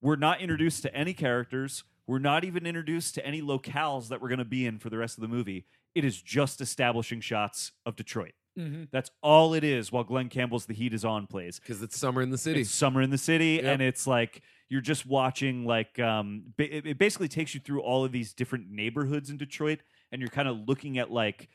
We're not introduced to any characters. We're not even introduced to any locales that we're going to be in for the rest of the movie. It is just establishing shots of Detroit. Mhm. That's all it is while Glenn Campbell's The Heat Is On plays. Because it's summer in the city. It's summer in the city, Yep. and it's like you're just watching like um, ba- it it basically takes you through all of these different neighborhoods in Detroit, and you're kind of looking at like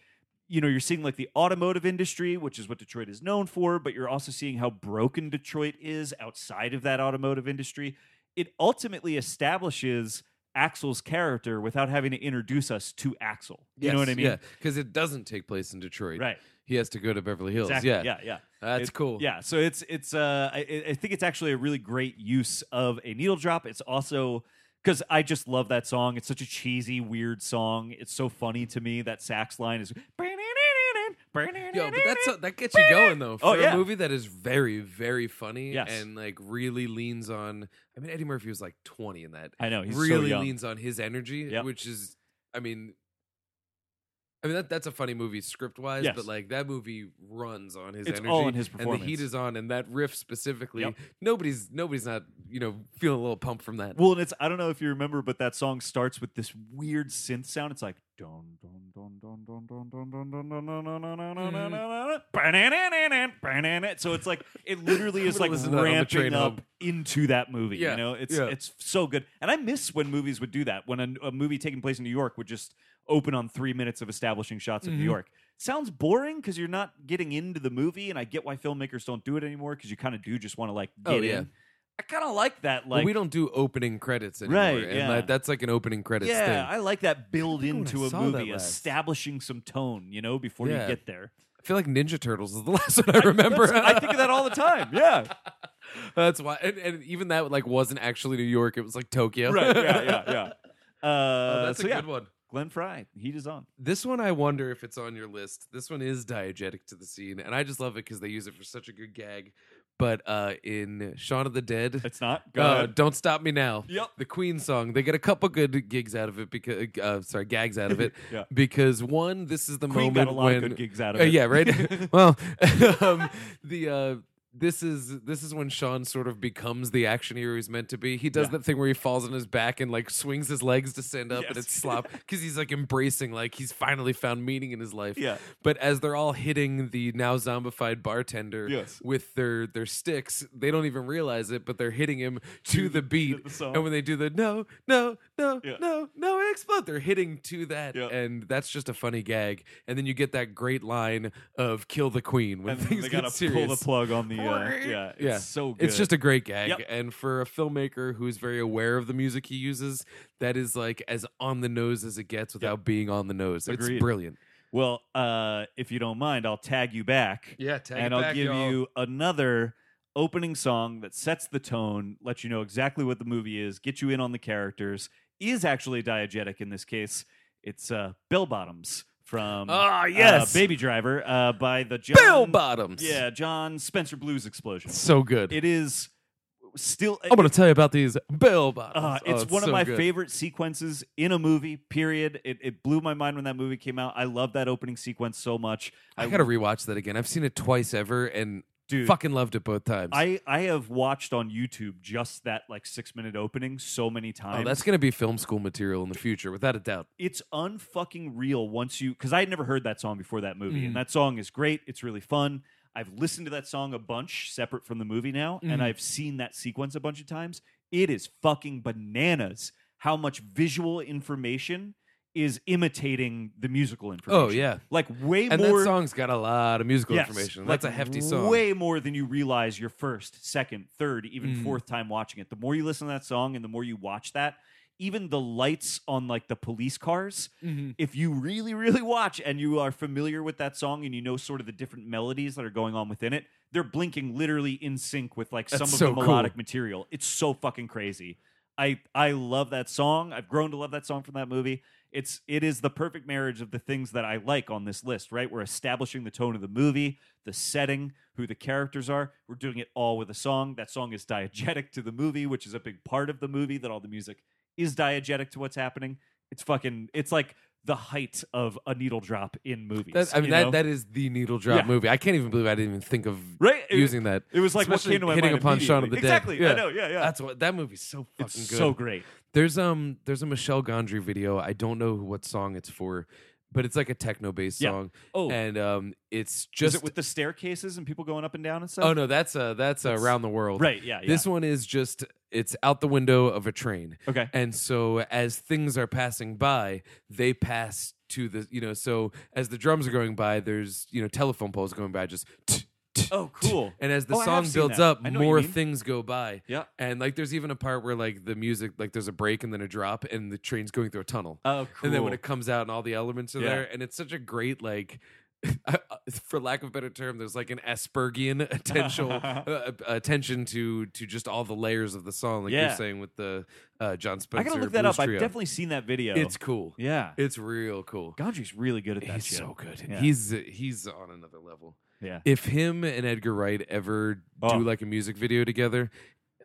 you know you're seeing like the automotive industry, which is what Detroit is known for, but you're also seeing how broken Detroit is outside of that automotive industry. It ultimately establishes Axel's character without having to introduce us to Axel. You know Yes, what I mean? Yeah, because it doesn't take place in Detroit. Right. He has to go to Beverly Hills. Exactly. Yeah. Yeah. Yeah. That's It- cool. Yeah, so it's it's uh, I, I- I think it's actually a really great use of a needle drop. It's also because I just love that song. It's such a cheesy, weird song. It's so funny to me. That sax line is. Yo, but that's that gets you going though. For Oh, yeah. a movie that is very, very funny Yes. and like really leans on. I mean, Eddie Murphy was like twenty in that. I know Oh, he's so really young. leans on his energy, Yep. which is, I mean, I mean that that's a funny movie script wise, Yes. but like that movie runs on his It's energy. all in his And the heat performance. is on, and that riff specifically. Yep. Nobody's nobody's not you know feeling a little pumped from that. Well, and it's I don't know if you remember, but that song starts with this weird synth sound. It's like dun dun dun dun dun dun dun dun dun dun dun dun dun Mm. dun dun dun dun dun. So it's like it literally is I'm like gonna listen to that on the train ramping home. up into that movie. Yeah, You know, it's yeah. it's so good. And I miss when movies would do that. When a, a movie taking place in New York would just open on three minutes of establishing shots of Mhm. New York. Sounds boring because you're not getting into the movie, and I get why filmmakers don't do it anymore because you kind of do just want to like Oh, get yeah. in. I kind of like that. Well, Like we don't do opening credits anymore, Right, and yeah. like, that's like an opening credits yeah, thing. I like that build when I into a saw that movie, last. establishing some tone, you know, before Yeah. you get there. I feel like Ninja Turtles is the last one I remember. That's- I think of that all the time. Yeah. That's why, and, and even that like wasn't actually New York; it was like Tokyo. Right. Yeah. Yeah. Yeah. Uh, Oh, that's so a yeah, good one. Glenn Fry, heat is on. This one, I wonder if it's on your list. This one is diegetic to the scene, and I just love it because they use it for such a good gag. But uh, in Shaun of the Dead, It's not. Go uh, ahead. "Don't Stop Me Now," Yep. the Queen song, they get a couple good gigs out of it because, uh, sorry, gags out of it Yeah. because one, this is the Queen got moment a lot when of good gigs out of Uh, it. yeah, right. well, um, the uh, this is this is when Sean sort of becomes the action hero he's meant to be. He does Yeah. that thing where he falls on his back and like swings his legs to stand up, and Yes. it's slop because he's like embracing like he's finally found meaning in his life. Yeah. But as they're all hitting the now zombified bartender Yes. with their their sticks, they don't even realize it, but they're hitting him to the beat. the song. and when they do the no, no, no, Yeah. no, no, it explode, they're hitting to that, Yeah. and that's just a funny gag. And then you get that great line of "kill the queen" when And things they get gotta serious. pull the plug on the. Uh, yeah. It's Yeah. so good. It's just a great gag, Yep. and for a filmmaker who is very aware of the music he uses, that is like as on the nose as it gets without being on the nose. It's Agreed. brilliant. well. Uh, if you don't mind, I'll tag you back. Yeah, tag and I'll give you another opening song that sets the tone, lets you know exactly what the movie is, get you in on the characters. Is actually diegetic in this case. It's uh, Bell Bottoms from Ah, uh, yes. Baby Driver uh, by the John bell bottoms. Yeah, John Spencer Blues Explosion. so good. It is still. I'm gonna tell you about these bell bottoms. Uh, Oh, it's one so of my good. favorite sequences in a movie. Period. It, it blew my mind when that movie came out. I love that opening sequence so much. I gotta rewatch that again. I've seen it twice ever, and dude. Fucking loved it both times. I, I have watched on YouTube just that like six minute opening so many times. oh, that's gonna be film school material in the future, without a doubt. it's unfucking real once you because I had never heard that song before that movie, Mhm. Mm. and that song is great. It's really fun. I've listened to that song a bunch, separate from the movie now, and Mm. Mhm. I've seen that sequence a bunch of times. It is fucking bananas how much visual information is imitating the musical information. Oh yeah, like way and more that song's got a lot of musical Yes, information. like That's a hefty song. Way more than you realize your first, second, third, even Mm. fourth time watching it. The more you listen to that song and the more you watch that, even the lights on like the police cars, Mm-hmm. if you really, really watch and you are familiar with that song and you know sort of the different melodies that are going on within it, they're blinking literally in sync with like That's some of so the cool. melodic material. It's so fucking crazy. I I love that song. I've grown to love that song from that movie. It's it is the perfect marriage of the things that I like on this list, right? We're establishing the tone of the movie, the setting, who the characters are. We're doing it all with a song. That song is diegetic to the movie, which is a big part of the movie that all the music is diegetic to what's happening. It's fucking it's like the height of a needle drop in movies. That, I mean, you know? that, that is the needle drop Yeah. movie. I can't even believe I didn't even think of right? It- using that. It was like what Especially came to my hitting mind upon Shaun of the Dead. immediately. Exactly. Yeah. I know. Yeah, yeah. That's what that movie's so fucking it's good. so great. There's um there's a Michelle Gondry video. I don't know what song it's for, but it's like a techno based Yeah. song, Oh, and um it's is just it with the staircases and people going up and down and stuff? oh no that's uh that's, uh, That's- around the world. Right. Yeah. yeah. This one is just it's out the window of a train, Okay. and so as things are passing by, they pass to the you know so as the drums are going by, there's you know telephone poles going by just. Oh, cool. And as the Oh, I have song seen builds that. up, I know what you more mean. things go by. Yeah. And like there's even a part where like the music like there's a break and then a drop and the train's going through a tunnel. Oh, cool. And then when it comes out and all the elements are Yeah. there and it's such a great like for lack of a better term there's like an Aspergian attention uh, attention to to just all the layers of the song like Yeah. you're saying with the uh John Spencer I gotta look that Blues up. I've Trio. definitely seen that video. It's cool. yeah. It's real cool. Gondry's really good at that He's shit. so good. Yeah. He's he's on another level yeah. if him and Edgar Wright ever Oh. do like a music video together,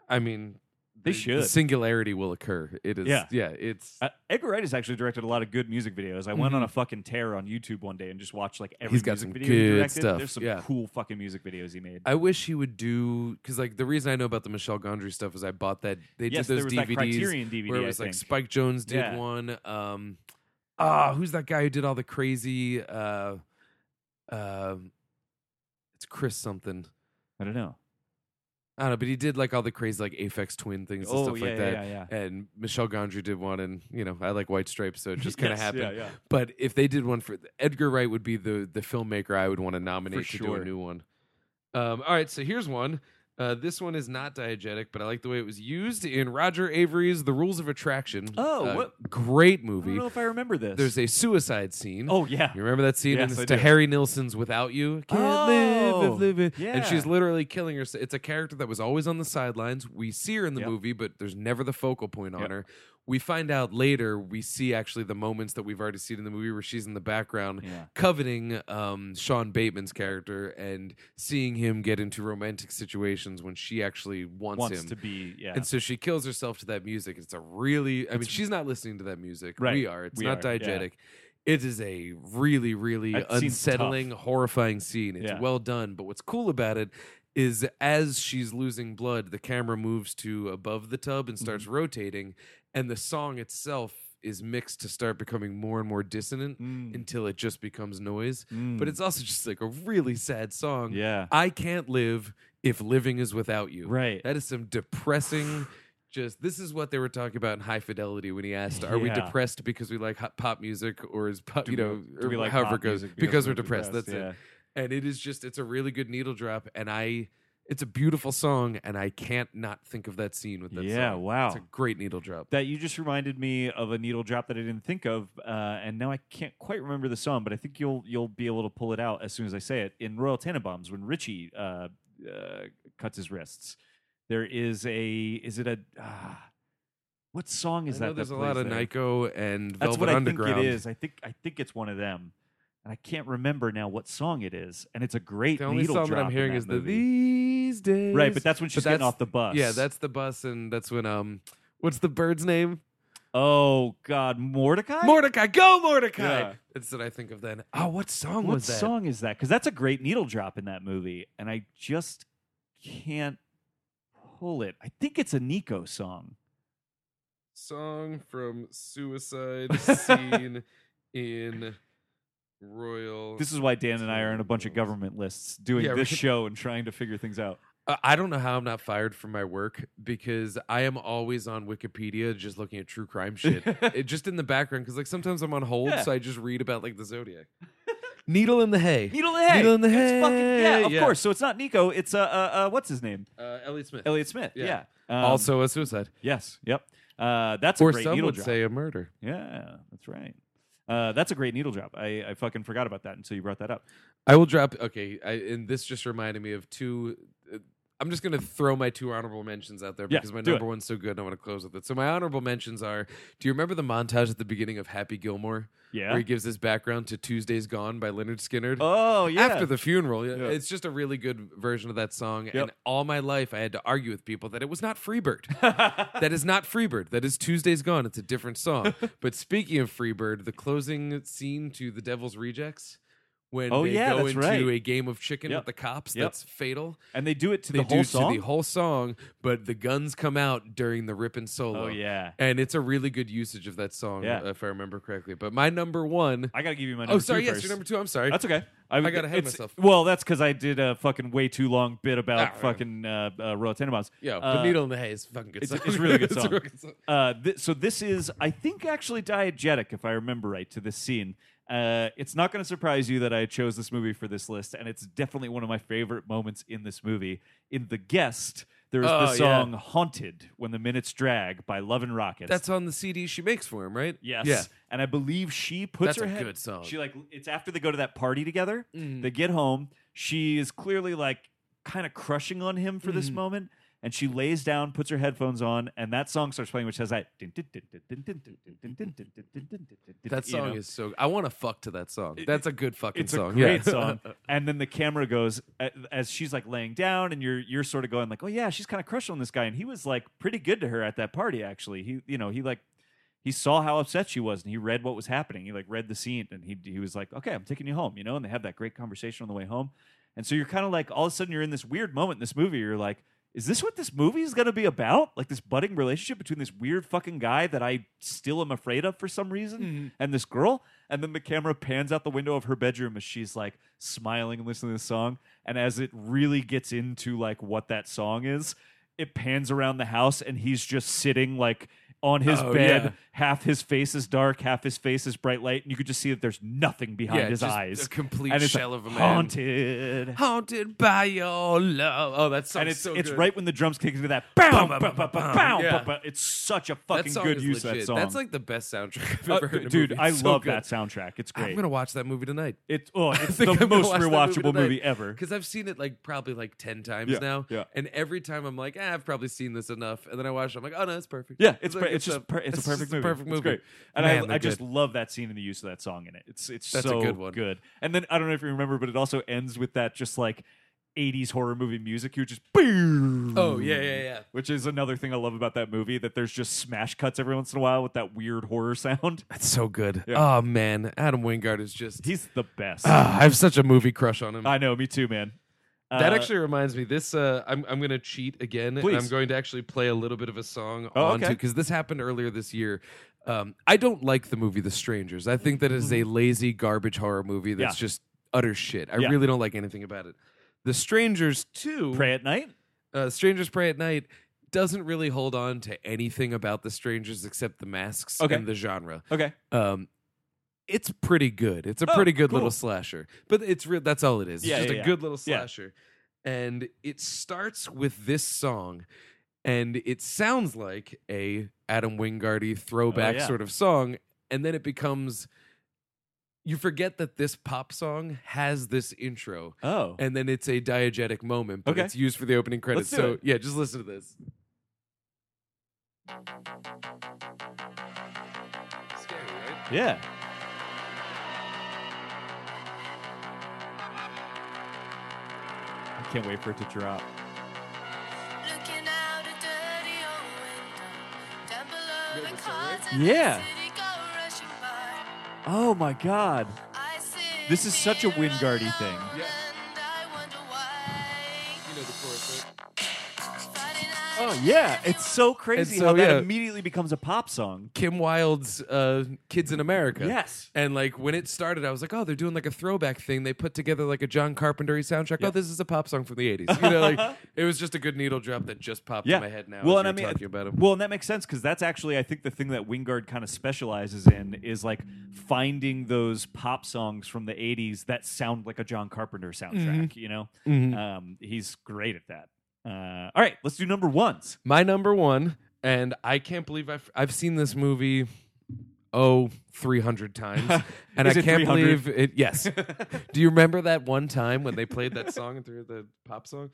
I mean, They the- the should. singularity will occur. It is, Yeah. yeah, it's. Uh, Edgar Wright has actually directed a lot of good music videos. I went on a fucking tear on YouTube one day and just watched like every Mm-hmm. He's got music some video he good directed. stuff, There's some yeah. cool fucking music videos he made. I wish he would do because like the reason I know about the Michelle Gondry stuff is I bought that they yes, there did those was DVDs that Criterion DVD. where it I was like think. Spike Jones did Yeah. one. Um, ah, who's that guy who did all the crazy? Uh, um, it's Chris something. I don't know. I don't know, but he did like all the crazy like Aphex Twin things and oh stuff yeah, like yeah, that. yeah, yeah. And Michelle Gondry did one, and you know I like White Stripes, so it just kind of Yes, happened. Yeah, yeah. But if they did one for Edgar Wright, would be the the filmmaker I would want to nominate For to do sure. a new one. Um, all right, so here's one. Uh, this one is not diegetic, but I like the way it was used in Roger Avery's The Rules of Attraction. Oh, Uh, what- great I don't movie! know if I remember this. There's a suicide scene. oh yeah, You remember that scene? Yes, and I it's to do. Harry Nilsson's "Without You." Can't Oh, live, live, live. yeah. And she's literally killing herself. It's a character that was always on the sidelines. We see her in the Yep. movie, but there's never the focal point on Yep. her. We find out later. We see actually the moments that we've already seen in the movie where she's in the background yeah. coveting um, Sean Bateman's character and seeing him get into romantic situations when she actually wants, Wants him. to be yeah. And so she kills herself to that music. It's a really, I mean, she's not listening to that music. Right. We are. It's We not are, yeah. diegetic. It is a really, really That scene's unsettling, horrifying scene. It's Yeah. well done. But what's cool about it is as she's losing blood, the camera moves to above the tub and starts Mm-hmm. rotating. And the song itself is mixed to start becoming more and more dissonant Mm, until it just becomes noise. But mm. it's also just like a really sad song. yeah, I can't live if living is without you. right. That is some depressing. Just this is what they were talking about in High Fidelity when he asked, "Are we Yeah. depressed because we like hot pop music, or is pop, you know, do or we like however pop it goes, music because we're depressed?" That's yeah. it. And it is just, it's a really good needle drop, and I, it's a beautiful song, and I can't not think of that scene with that. yeah, song. wow. it's a great needle drop. that you just reminded me of a needle drop that I didn't think of, uh, and now I can't quite remember the song, but I think you'll you'll be able to pull it out as soon as I say it. In Royal Tenenbaums, when Richie uh, uh, cuts his wrists, there is a is it a uh, what song is I know that? there's that a lot plays of there? Nyko and Velvet That's what Underground. I think it is. I think I think it's one of them, and I can't remember now what song it is. And it's a great The only needle song that drop I'm in hearing that is the movie. these days. right, but that's when she's getting that's- off the bus. yeah, that's the bus, and that's when um, what's the bird's name? oh god, Mordecai. Mordecai, go Mordecai. Yeah. That's what I think of then. Oh, what song what was that? song is that? Because that's a great needle drop in that movie, and I just can't pull it. I think it's a Nico song. Song from Suicide Scene in Royal. This is why Dan and I are on a bunch of government lists doing Yeah, this right. show and trying to figure things out. Uh, I don't know how I'm not fired from my work because I am always on Wikipedia just looking at true crime shit. it, just in the background because like sometimes I'm on hold, Yeah. so I just read about like the Zodiac. Needle in the hay. Needle in the Hay. Needle in the It's fucking, yeah, Hay, of yeah. course. So it's not Nico. It's uh, uh, uh what's his name? Uh, Elliot Smith. Elliot Smith. Yeah. Yeah. Um, also a suicide, Yes. Yep. Uh, that's a or great some needle would drop. say a murder. yeah, that's right. Uh, that's a great needle drop. I, I fucking forgot about that until you brought that up. I will drop. Okay, I, and this just reminded me of two. uh, I'm just going to throw my two honorable mentions out there Yeah, because my do it. number one's so good. and I want to close with it. So my honorable mentions are: Do you remember the montage at the beginning of Happy Gilmore Yeah. where he gives his background to "Tuesday's Gone" by Leonard Skinner? Oh yeah. After the funeral, Yeah. it's just a really good version of that song. Yep. And all my life, I had to argue with people that it was not Freebird. that is not Freebird. That is Tuesday's Gone. It's a different song. but speaking of Freebird, the closing scene to The Devil's Rejects when Oh, they yeah, go that's into right. a game of chicken Yep. with the cops, Yep. that's fatal. and they do it to They the do whole to song. the whole song, but the guns come out during the rip and solo. oh yeah. And it's a really good usage of that song, Yeah. if I remember correctly. But my number one I gotta give you my number oh, sorry, two yes, first. your number two. I'm sorry. That's okay. I, got ahead of it's- myself. Well, that's because I did a fucking way too long bit Ah, about right. fucking uh, uh, Royal Tenenbaums. Yeah, Uh, but Needle in the Hay is a fucking good it's- song. it's a really good It's song. real good song. Uh, thi- so this is, I think, actually diegetic, if I remember right, to this scene. Uh, it's not going to surprise you that I chose this movie for this list, and it's definitely one of my favorite moments in this movie. In The Guest, there's Oh, the yeah. song "Haunted" when the minutes drag by Love and Rockets. That's on the CD she makes for him, right? Yes. Yeah. And I believe she puts That's her a head. good song. She like it's after they go to that party together. Mhm. They get home. She is clearly like kind of crushing on him for this moment. And she lays down, puts her headphones on, and that song starts playing, which has that. That you song know? is so. I want to fuck to that song. It- That's a good fucking It's song. a great yeah. song. And then the camera goes a- as she's like laying down, and you're you're sort of going like, oh yeah, she's kind of crushing on this guy, and he was like pretty good to her at that party. Actually, he you know he like he saw how upset she was, and he read what was happening. He like read the scene, and he he was like, okay, I'm taking you home, you know. And they have that great conversation on the way home, and so you're kind of like all of a sudden you're in this weird moment in this movie. You're like. Is this what this movie is going to be about? Like this budding relationship between this weird fucking guy that I still am afraid of for some reason Mm-hmm. and this girl. And then the camera pans out the window of her bedroom as she's like smiling and listening to this song. And as it really gets into like what that song is, it pans around the house and he's just sitting like on his Oh, bed. yeah. Half his face is dark, half his face is bright light, and you could just see that there's nothing behind Yeah, his just eyes. a complete and it's shell like, of a man. haunted. Haunted by your love. Oh, that song. and it's so it's good. right when the drums kick into that bow, bow, bow, bum, bum, bow, bum. bow, Yeah. bow, bow. It's such a That fucking song good is use of that legit. song. That's like the best soundtrack I've Uh, ever heard. in a dude, movie. I It's so love good. that soundtrack. It's great. I'm gonna watch that movie tonight. It's oh, it's the think I'm gonna most watch that movie rewatchable movie, tonight. ever. because I've seen it like probably like ten times Yeah, now. yeah. And every time I'm like, ah, I've probably seen this enough. And then I watch it. I'm like, oh no, it's perfect. Yeah, it's like, per- it's just per- it's, a perfect just movie. perfect It's movie. great. And Man, I, they're I just good. love that scene and the use of that song in it. It's it's That's a so good one. good. And then I don't know if you remember, but it also ends with that just like 80s horror movie music. You just boom. Oh yeah, yeah, yeah. Which is another thing I love about that movie that there's just smash cuts every once in a while with that weird horror sound. That's so good. Yeah. Oh man, Adam Wingard is just. He's the best. Ah, I have such a movie crush on him. I know, me too, man. that Uh, actually reminds me. This uh, I'm I'm gonna cheat again. and Please. I'm going to actually play a little bit of a song Oh, onto okay. because this happened earlier this year. Um, I don't like the movie The Strangers. I think that is a lazy garbage horror movie that's Mm-hmm. Yeah. just utter shit. I Yeah. really don't like anything about it. The Strangers Two, Pray at Night? uh, Strangers Pray at Night, doesn't really hold on to anything about the strangers except the masks Okay. and the genre. Okay. Um, it's pretty good. It's a Oh, pretty good cool. little slasher, but it's real. That's all it is. It's Yeah, just yeah, a yeah. good little Yeah. slasher, and it starts with this song, and it sounds like a Adam Wingardy throwback Oh, yeah. sort of song, and then it becomes. You forget that this pop song has this intro, Oh. and then it's a diegetic moment, but Okay. it's used for the opening credits. do So it. yeah, just listen to this. Scary, right? Yeah. I can't wait for it to drop. Looking out a dirty old window, down below Wait, the what's that, cars right? and the Yeah. city go rushing by. Oh my god. This is such a Wingardy thing. Yeah. You know the chorus, right? Oh yeah, it's so crazy so, how that yeah. immediately becomes a pop song. Kim Wilde's uh, Kids in America. Yes. And like when it started, I was like, oh, they're doing like a throwback thing. They put together like a John Carpenter soundtrack. Yeah. Oh, this is a pop song from the 80s. You know, like it was just a good needle drop that just popped Yeah. in my head now. Well, as and you I mean, were talking about him. Well, and that makes sense because that's actually, I think, the thing that Wingard kind of specializes in is like finding those pop songs from the '80s that sound like a John Carpenter soundtrack. You know, um, he's great at that. Uh, all right, let's do number ones. My number one, and I can't believe I've, I've seen this movie. Oh, 300 times. And Is I it can't 300? believe it. Yes. do you remember that one time when they played that song and threw the pop song?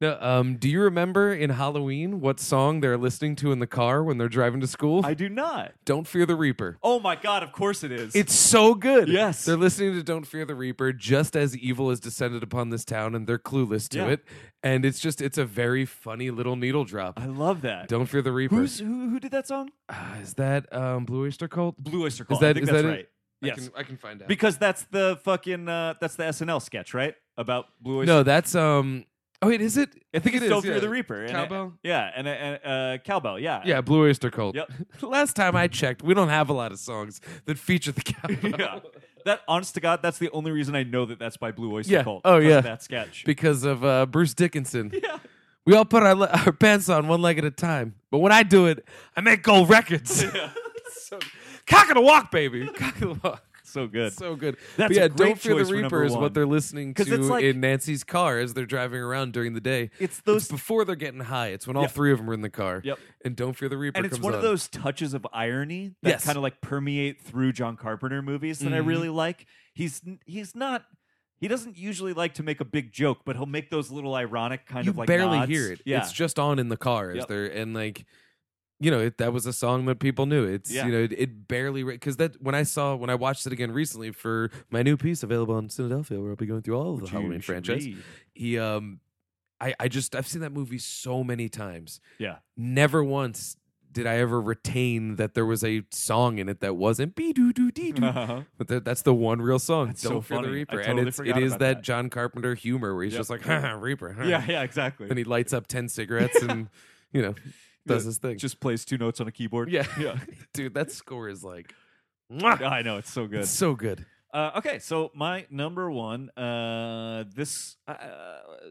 No, um, do you remember in Halloween what song they're listening to in the car when they're driving to school? I do not. Don't Fear the Reaper. Oh my God! Of course it is. It's so good. Yes. They're listening to Don't Fear the Reaper just as evil has descended upon this town and they're clueless to Yeah. it. And it's just, it's a very funny little needle drop. I love that. Don't Fear the Reaper. Who's who? Who did that song? Ah, is that um, Blue Oyster Cult? Blue Oyster Is Cult. I that- think is that's that it? right. Yes, I can, I can find out. because that's the fucking uh, that's the SNL sketch, right? About Blue Oyster. no, that's um. Oh wait, is it? I think it's it is, Don't Fear yeah. the Reaper. and it- Cowbell? yeah, and, and uh, Cowbell. Yeah. Yeah, Blue Oyster Cult. Yep. Last time I checked, we don't have a lot of songs that feature the cowbell. yeah. That honest to God, that's the only reason I know that that's by Blue Oyster Yeah. Cult. Oh, because of yeah. that sketch. Because of uh, Bruce Dickinson. yeah. We all put our, le- our pants on one leg at a time. But when I do it, I make gold records. so, cock and a walk, baby. Cock and a walk. So good. So good. That's but yeah, a great Don't Fear choice for the number Reaper is one. what they're listening 'Cause to it's like- in Nancy's car as they're driving around during the day. It's those- before they're getting high. It's when all Yep. three of them are in the car. Yep. And Don't Fear the Reaper and it's comes one of on. those touches of irony that Yes. kind of like permeate through John Carpenter movies that I Mhm. really like. He's he's not he doesn't usually like to make a big joke, but he'll make those little ironic kind you of like barely nods. hear it. Yeah. It's just on in the car as Yep. they're and like you know it, that was a song that people knew. It's Yeah. you know it, it barely because that when I saw when I watched it again recently for my new piece available on Philadelphia where I'll be going through all of the Which you Halloween should franchise. read. He um I I just I've seen that movie so many times. Yeah. Never once did I ever retain that there was a song in it that wasn't be doo doo dee doo Uh-huh. but that, that's the one real song. That's Don't so fear funny. the I Reaper, totally and it's, it forgot is about that, that. John Carpenter humor where he's Yep. just like "Ha, ha, Reaper, ha." Yeah, yeah, exactly. Then he lights up 10 cigarettes and, you know, does Yeah. his thing. just plays two notes on a keyboard. yeah. Yeah. Dude, that score is like I know, it's so good. so good. Uh, okay, so my number one, uh, this, uh,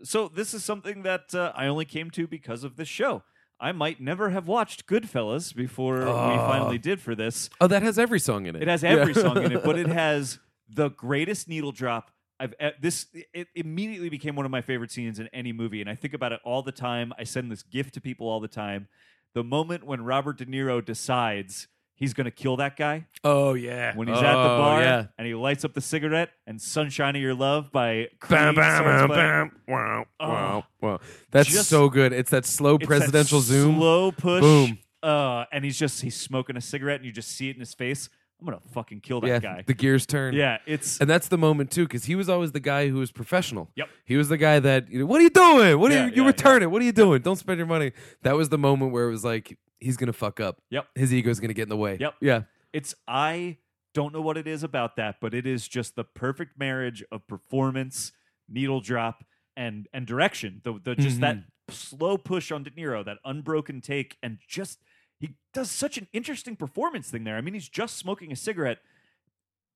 so this is something that uh, I only came to because of this show. I might never have watched Goodfellas before we Oh. finally did for this. Oh, that has every song in it. It has every song in it, but it has the greatest needle drop. I've eh, this it immediately became one of my favorite scenes in any movie, and I think about it all the time. I send this gift to people all the time. The moment when Robert De Niro decides he's going to kill that guy Oh, yeah. when he's at the Oh, bar Yeah. and he lights up the cigarette and "Sunshine of Your Love" by Creed Bam, bam, starts bam, playing. bam, wow, Oh. wow, wow. That's Just- so good. It's that slow It's that presidential zoom. slow push, Boom. Uh, and he's just he's smoking a cigarette, and you just see it in his face. I'm gonna fucking kill that yeah, guy. the gears turn. yeah, it's And that's the moment too, because he was always the guy who was professional. Yep. He was the guy that you know, what are you doing? What are Yeah, you, you yeah, return it? What are you doing? Don't spend your money. That was the moment where it was like he's gonna fuck up. Yep. His ego's gonna get in the way. Yep. Yeah. it's I don't know what it is about that, but it is just the perfect marriage of performance, needle drop, and and direction. The the just that Mm-hmm. slow push on De Niro, that unbroken take, and just he does such an interesting performance thing there. I mean, he's just smoking a cigarette.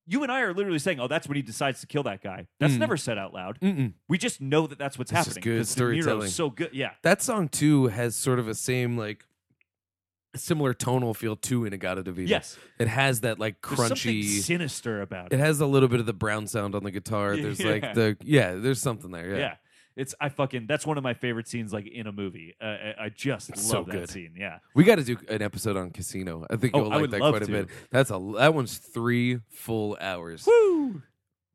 You and I are literally saying, "Oh, that's when he decides to kill that guy." That's Mm. never said out loud. Mm-mm. We just know that that's what's It's just happening. good 'cause De Niro's storytelling. so good, yeah. That song too has sort of a same like similar tonal feel too in Agata Devita. Yes, It has that like There's something crunchy. sinister about It has a little bit of the brown sound on the guitar. There's Yeah. like the yeah. There's something there. Yeah. Yeah. It's I fucking that's one of my favorite scenes like in a movie. Uh, I, I just love It's so that good. scene. Yeah, We got to do an episode on Casino. I think Oh, you'll I like would that love quite to. a bit. That's a that one's three full hours. woo,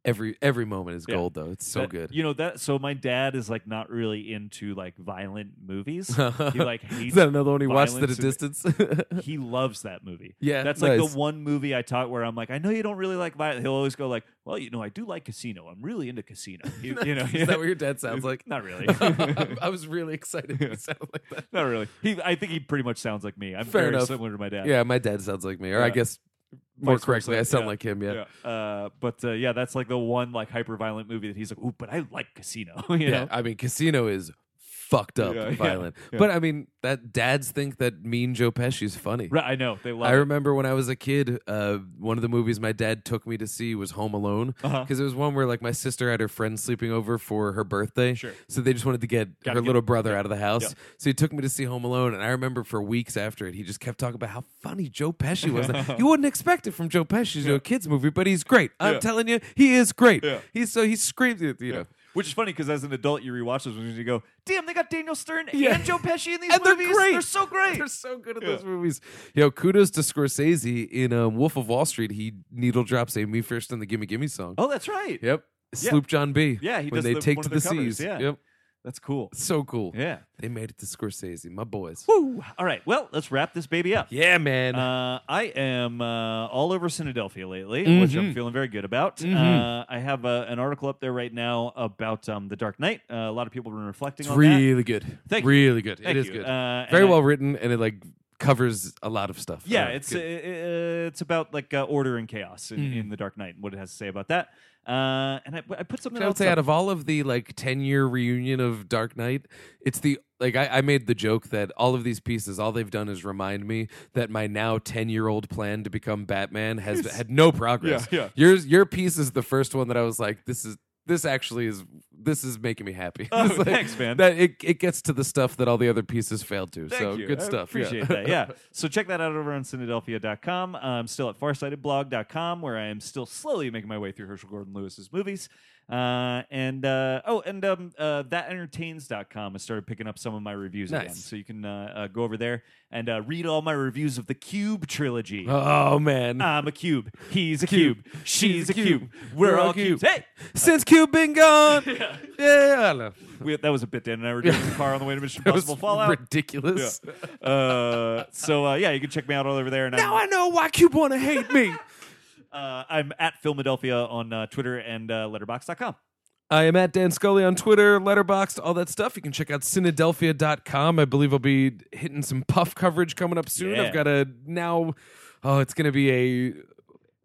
Every every moment is Yeah. gold though. It's so good. You know that. So my dad is like not really into like violent movies. he like is hates. that another one he watched at a violence and- distance? he loves that movie. yeah, That's like nice. the one movie I taught where I'm like, I know you don't really like violent. He'll always go like, Well, you know, I do like Casino. I'm really into Casino. You, you know, Is that what your dad sounds like? Not really. I was really excited. when He sounded like that. not really. He, I think he pretty much sounds like me. I'm Fair very enough. similar to my dad. Yeah. my dad sounds like me, or I Yeah. guess my More score correctly, is- I sound yeah. like him. Yeah. Uh, but uh, yeah, that's like the one like hyper violent movie that he's like, ooh, but I like Casino. you Yeah, know? I mean, Casino is fucked up Yeah, and yeah, violent. yeah. But I mean, that dads think that mean Joe Pesci's funny. Right, I know they love. I it. remember when I was a kid, uh, one of the movies my dad took me to see was Home Alone Uh-huh. because it was one where like my sister had her friend sleeping over for her birthday, Sure. so they just wanted to get Gotta her get- little brother out of the house. yeah. So he took me to see Home Alone, and I remember for weeks after it, he just kept talking about how funny Joe Pesci was. Like, you wouldn't expect it from Joe Pesci, you know, a kids movie, but he's great. I'm Yeah. telling you, he is great. Yeah. He's so he screams it, you know. Which is funny because as an adult, you rewatch those movies and you go, "Damn, they got Daniel Stern Yeah. and Joe Pesci in these And they're movies. great. They're so great. They're so good at Yeah. those movies. Yo, kudos to Scorsese in um, Wolf of Wall Street. He needle drops a "Me First and the Gimme Gimme" song. oh, that's right. Yep, Sloop John B. Yeah, he when does they the- take one to of the their covers, seas. yeah. Yep, That's cool. so cool. Yeah. they made it to Scorsese, my boys. Woo. All right. Well, let's wrap this baby up. Yeah, man. Uh, I am uh, all over Cynadelphia lately, which Mm-hmm. I'm feeling very good about. Uh, I have uh, an article up there right now about um, the Dark Knight. Uh, a lot of people have been reflecting it's on that. really good. Thank you. really good. Thank it is you. good. Uh, Very and I- well written, and it like covers a lot of stuff. Yeah, Uh, it's uh, good. Hmm. it's about like uh, order and chaos in, in the Dark Knight and what it has to say about that. Uh, and I, I put something I would else say up. out of all of the like ten year reunion of Dark Knight, it's the like I, I made the joke that all of these pieces, all they've done is remind me that my now ten year old plan to become Batman has had no progress. Yeah, yeah. Yours your piece is the first one that I was like, this is this actually is this is making me happy. Oh, It's like- thanks, man. That it, it gets to the stuff that all the other pieces failed to. Thank so you. good I stuff. yeah. Appreciate that. Yeah. So check that out over on Cynadelphia.com. I'm still at farsightedblog.com where I am still slowly making my way through Herschel Gordon Lewis's movies. Uh, and uh, oh, and um, uh, thatentertains.com has started picking up some of my reviews again. Nice. So you can uh, uh, go over there and uh, read all my reviews of the Cube trilogy. Oh man. I'm a cube. He's a cube. She's a cube. We're all cubes. Hey, Since Cube been gone. yeah. I know. we, that was a bit. Dan and I were doing the car on the way to Mission Impossible Fallout. ridiculous. Yeah. Uh, so uh, yeah, you can check me out all over there. And I'm, know why Cube want to hate me. Uh, I'm at Philadelphia on uh, Twitter and uh, letterbox.com. I am at Dan Scully on Twitter, Letterboxd, all that stuff. You can check out Cynadelphia.com. I believe I'll be hitting some puff coverage coming up soon. Yeah. I've got a now, oh, it's going to be a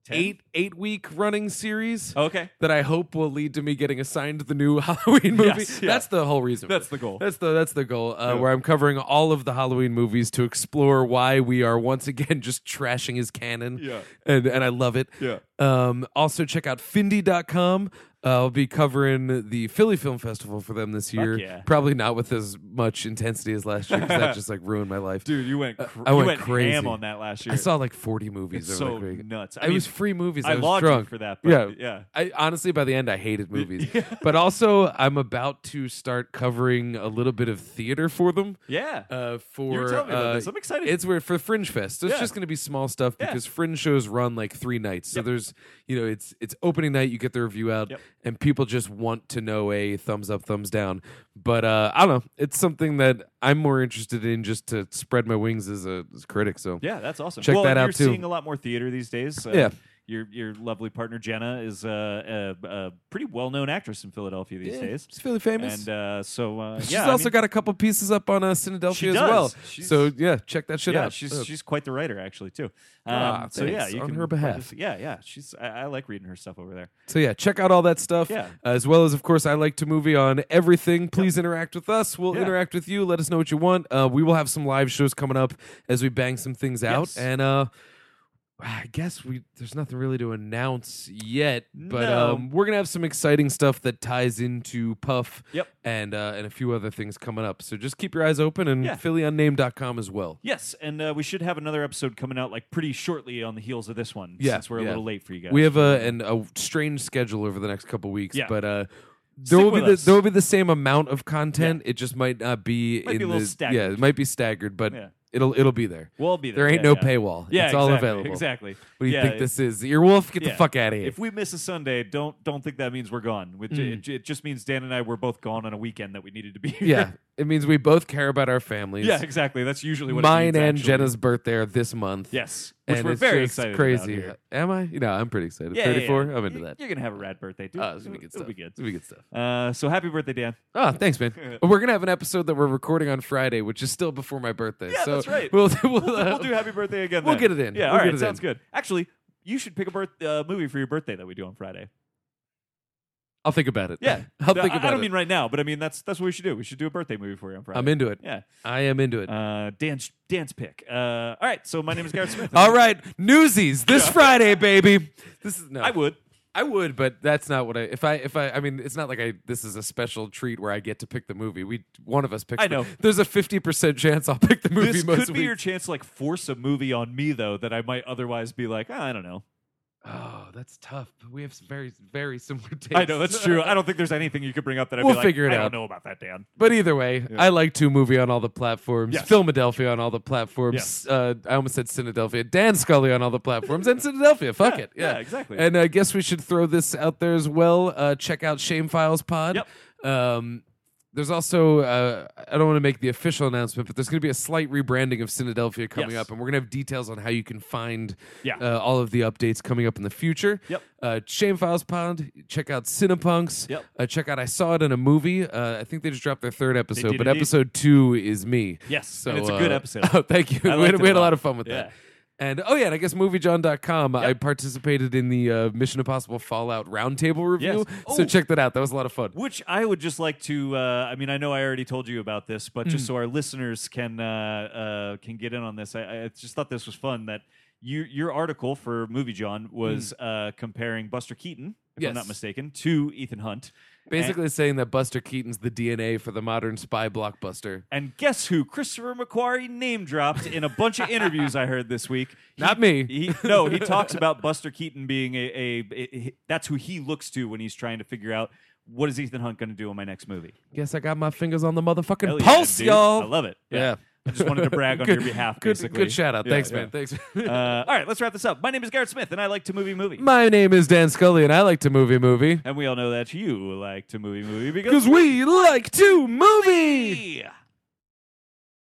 Ten? Oh, eight eight week running series Okay. that I hope will lead to me getting assigned the new Halloween movie. Yes, yeah. That's the whole reason. That's the goal. That's the that's the goal. Uh, Where I'm covering all of the Halloween movies to explore why we are once again just trashing his canon. Yeah. and and I love it. Yeah. Um, also check out Findy.com. Uh, I'll be covering the Philly Film Festival for them this year. yeah. Probably not with as much intensity as last year because that just like ruined my life. Dude, you went, cr- I you went Uh, went ham crazy. on that last year. I saw like 40 movies. It's so over that week. nuts. I it mean, was free movies. I I, was lauded you drunk for that, but yeah. I honestly, by the end, I hated movies. But also, I'm about to start covering a little bit of theater for them. yeah. Uh, for were telling me about uh, this. I'm excited. It's weird for Fringe Fest. So it's Yeah. just going to be small stuff Yeah. because Fringe shows run like three nights. So Yep. there's you know it's it's opening night. You get the review out, Yep. and people just want to know a thumbs up, thumbs down. But uh, I don't know. It's something that I'm more interested in just to spread my wings as a, as a critic. So yeah, that's awesome. check well, that you're out, too. seeing a lot more theater these days. Uh, Yeah. Your, your lovely partner Jenna is uh, a, a pretty well known actress in Philadelphia these days. it's fairly famous. And uh, so, uh, She's yeah, I also mean- got a couple pieces up on uh, Cynadelphia She as does. well. She's- so yeah, check that shit yeah, out. she's Uh, she's quite the writer actually too. Um, Ah, so yeah, thanks. you On can her find behalf. us- Yeah, yeah, she's I, I like reading her stuff over there. so yeah, check out all that stuff. uh, Yeah. As well as of course, I like to movie on everything. Please interact with us. We'll Yeah. interact with you. Let us know what you want. Uh, we will have some live shows coming up as we bang some things out. Yes. And uh, I guess we there's nothing really to announce yet, but No. um, we're gonna have some exciting stuff that ties into Puff. Yep. And uh, and a few other things coming up. So just keep your eyes open and Yeah. PhillyUnnamed.com as well. Yes, and uh, we should have another episode coming out like pretty shortly on the heels of this one. Yeah, since we're a yeah. little late for you guys. We have a an, a strange schedule over the next couple weeks, Um, Yeah. but uh, Stick there will be with the, us. there will be the same amount of content. It just might not be Might be in a little the staggered. yeah, it might be staggered, but Yeah. it'll it'll be there. we'll be there. there ain't Yeah, no yeah. paywall. Yeah, it's all exactly, available. Exactly. What do you Yeah, think this is? Earwolf, get the yeah. fuck out of here. If we miss a Sunday, don't don't think that means we're gone. It, Mm. it, it just means Dan and I were both gone on a weekend that we needed to be here. yeah, it means we both care about our families. yeah, exactly. That's usually what it Mine means, and actually. Jenna's birthday are this month. Yes, which and we're it's very just excited. about Crazy. here. Am I? You know, I'm pretty excited. Yeah, yeah, yeah. 34. I'm into You- that. You're gonna have a rad birthday, dude. Oh, it's gonna be good It'll stuff. be good. It's gonna be good stuff. Uh, so happy birthday, Dan. Oh, thanks, man. We're gonna have an episode that we're recording on Friday, which is still before my birthday. Yeah, so that's right. We'll we'll, We'll, do- uh, we'll do happy birthday again. we'll then. get it in. Yeah, We'll all right, get it sounds in. good. Actually, You should pick a birth, uh, movie for your birthday that we do on Friday. I'll think about it. Yeah, I'll No, think I- about I don't it. mean right now, but I mean that's that's what we should do. We should do a birthday movie for you on Friday. I'm into it. Yeah, I am into it. uh, dance dance pick. Uh, all right, so my name is Garrett Smith. All right, Newsies this Friday, baby. This is no. I would. I would, but that's not what I. If I, if I, I mean, it's not like I. This is a special treat where I get to pick the movie. We one of us picks. I the- know. there's a fifty percent chance I'll pick the movie. This most could be your weeks. chance to like force a movie on me though that I might otherwise be like, "Ah, I don't know. Oh, that's tough. We have some very, very similar tastes. I know that's true. I don't think there's anything you could bring up that I'd be We'll like, figure it I don't out." know about that, Dan. But either way, I like Two Movie on all the platforms, Yes. Philadelphia on all the platforms. Yes. Uh, I almost said Cinedelphia. Dan Scully on all the platforms and Cinedelphia. Fuck it. yeah, exactly. And I guess we should throw this out there as well. Uh, check out Shame Files Pod. Yep. Um, there's also, uh, I don't want to make the official announcement, but there's going to be a slight rebranding of Cinedelphia coming Yes. up, and we're going to have details on how you can find Yeah. uh, all of the updates coming up in the future. Yep. Uh, Shame Files Pod. Check out Cinepunks. Yep. Uh, check out I Saw It in a Movie. Uh, I think they just dropped their third episode, did but indeed. episode two is me. Yes, and it's a good episode. Oh, thank you. I we liked had, it we had a a lot. lot of fun with Yeah. that. And oh yeah, and I guess moviejohn.com. I participated in the uh, Mission Impossible Fallout roundtable review. Yes. So Oh. check that out. That was a lot of fun. Which I would just like to. Uh, I mean, I know I already told you about this, but just so our listeners can uh, uh, can get in on this, I, I just thought this was fun. That you your article for Movie John was uh, comparing Buster Keaton, if I'm Yes. not mistaken, to Ethan Hunt. Basically saying that Buster Keaton's the DNA for the modern spy blockbuster. And guess who? Christopher McQuarrie name dropped in a bunch of interviews I heard this week. He- Not me. He, no, he talks about Buster Keaton being a, a, a- that's who he looks to when he's trying to figure out what is Ethan Hunt going to do in my next movie. Guess I got my fingers on the motherfucking Hell yeah, pulse, dude. y'all. I love it. Yeah. I just wanted to brag on Good- your behalf, good, basically. Good shout out. Yeah, Thanks, yeah. man. Thanks. Uh, all right, let's wrap this up. My name is Garrett Smith, and I like to movie movie. my name is Dan Scully, and I like to movie movie and we all know that you like to movie movie because because we like to movie. we.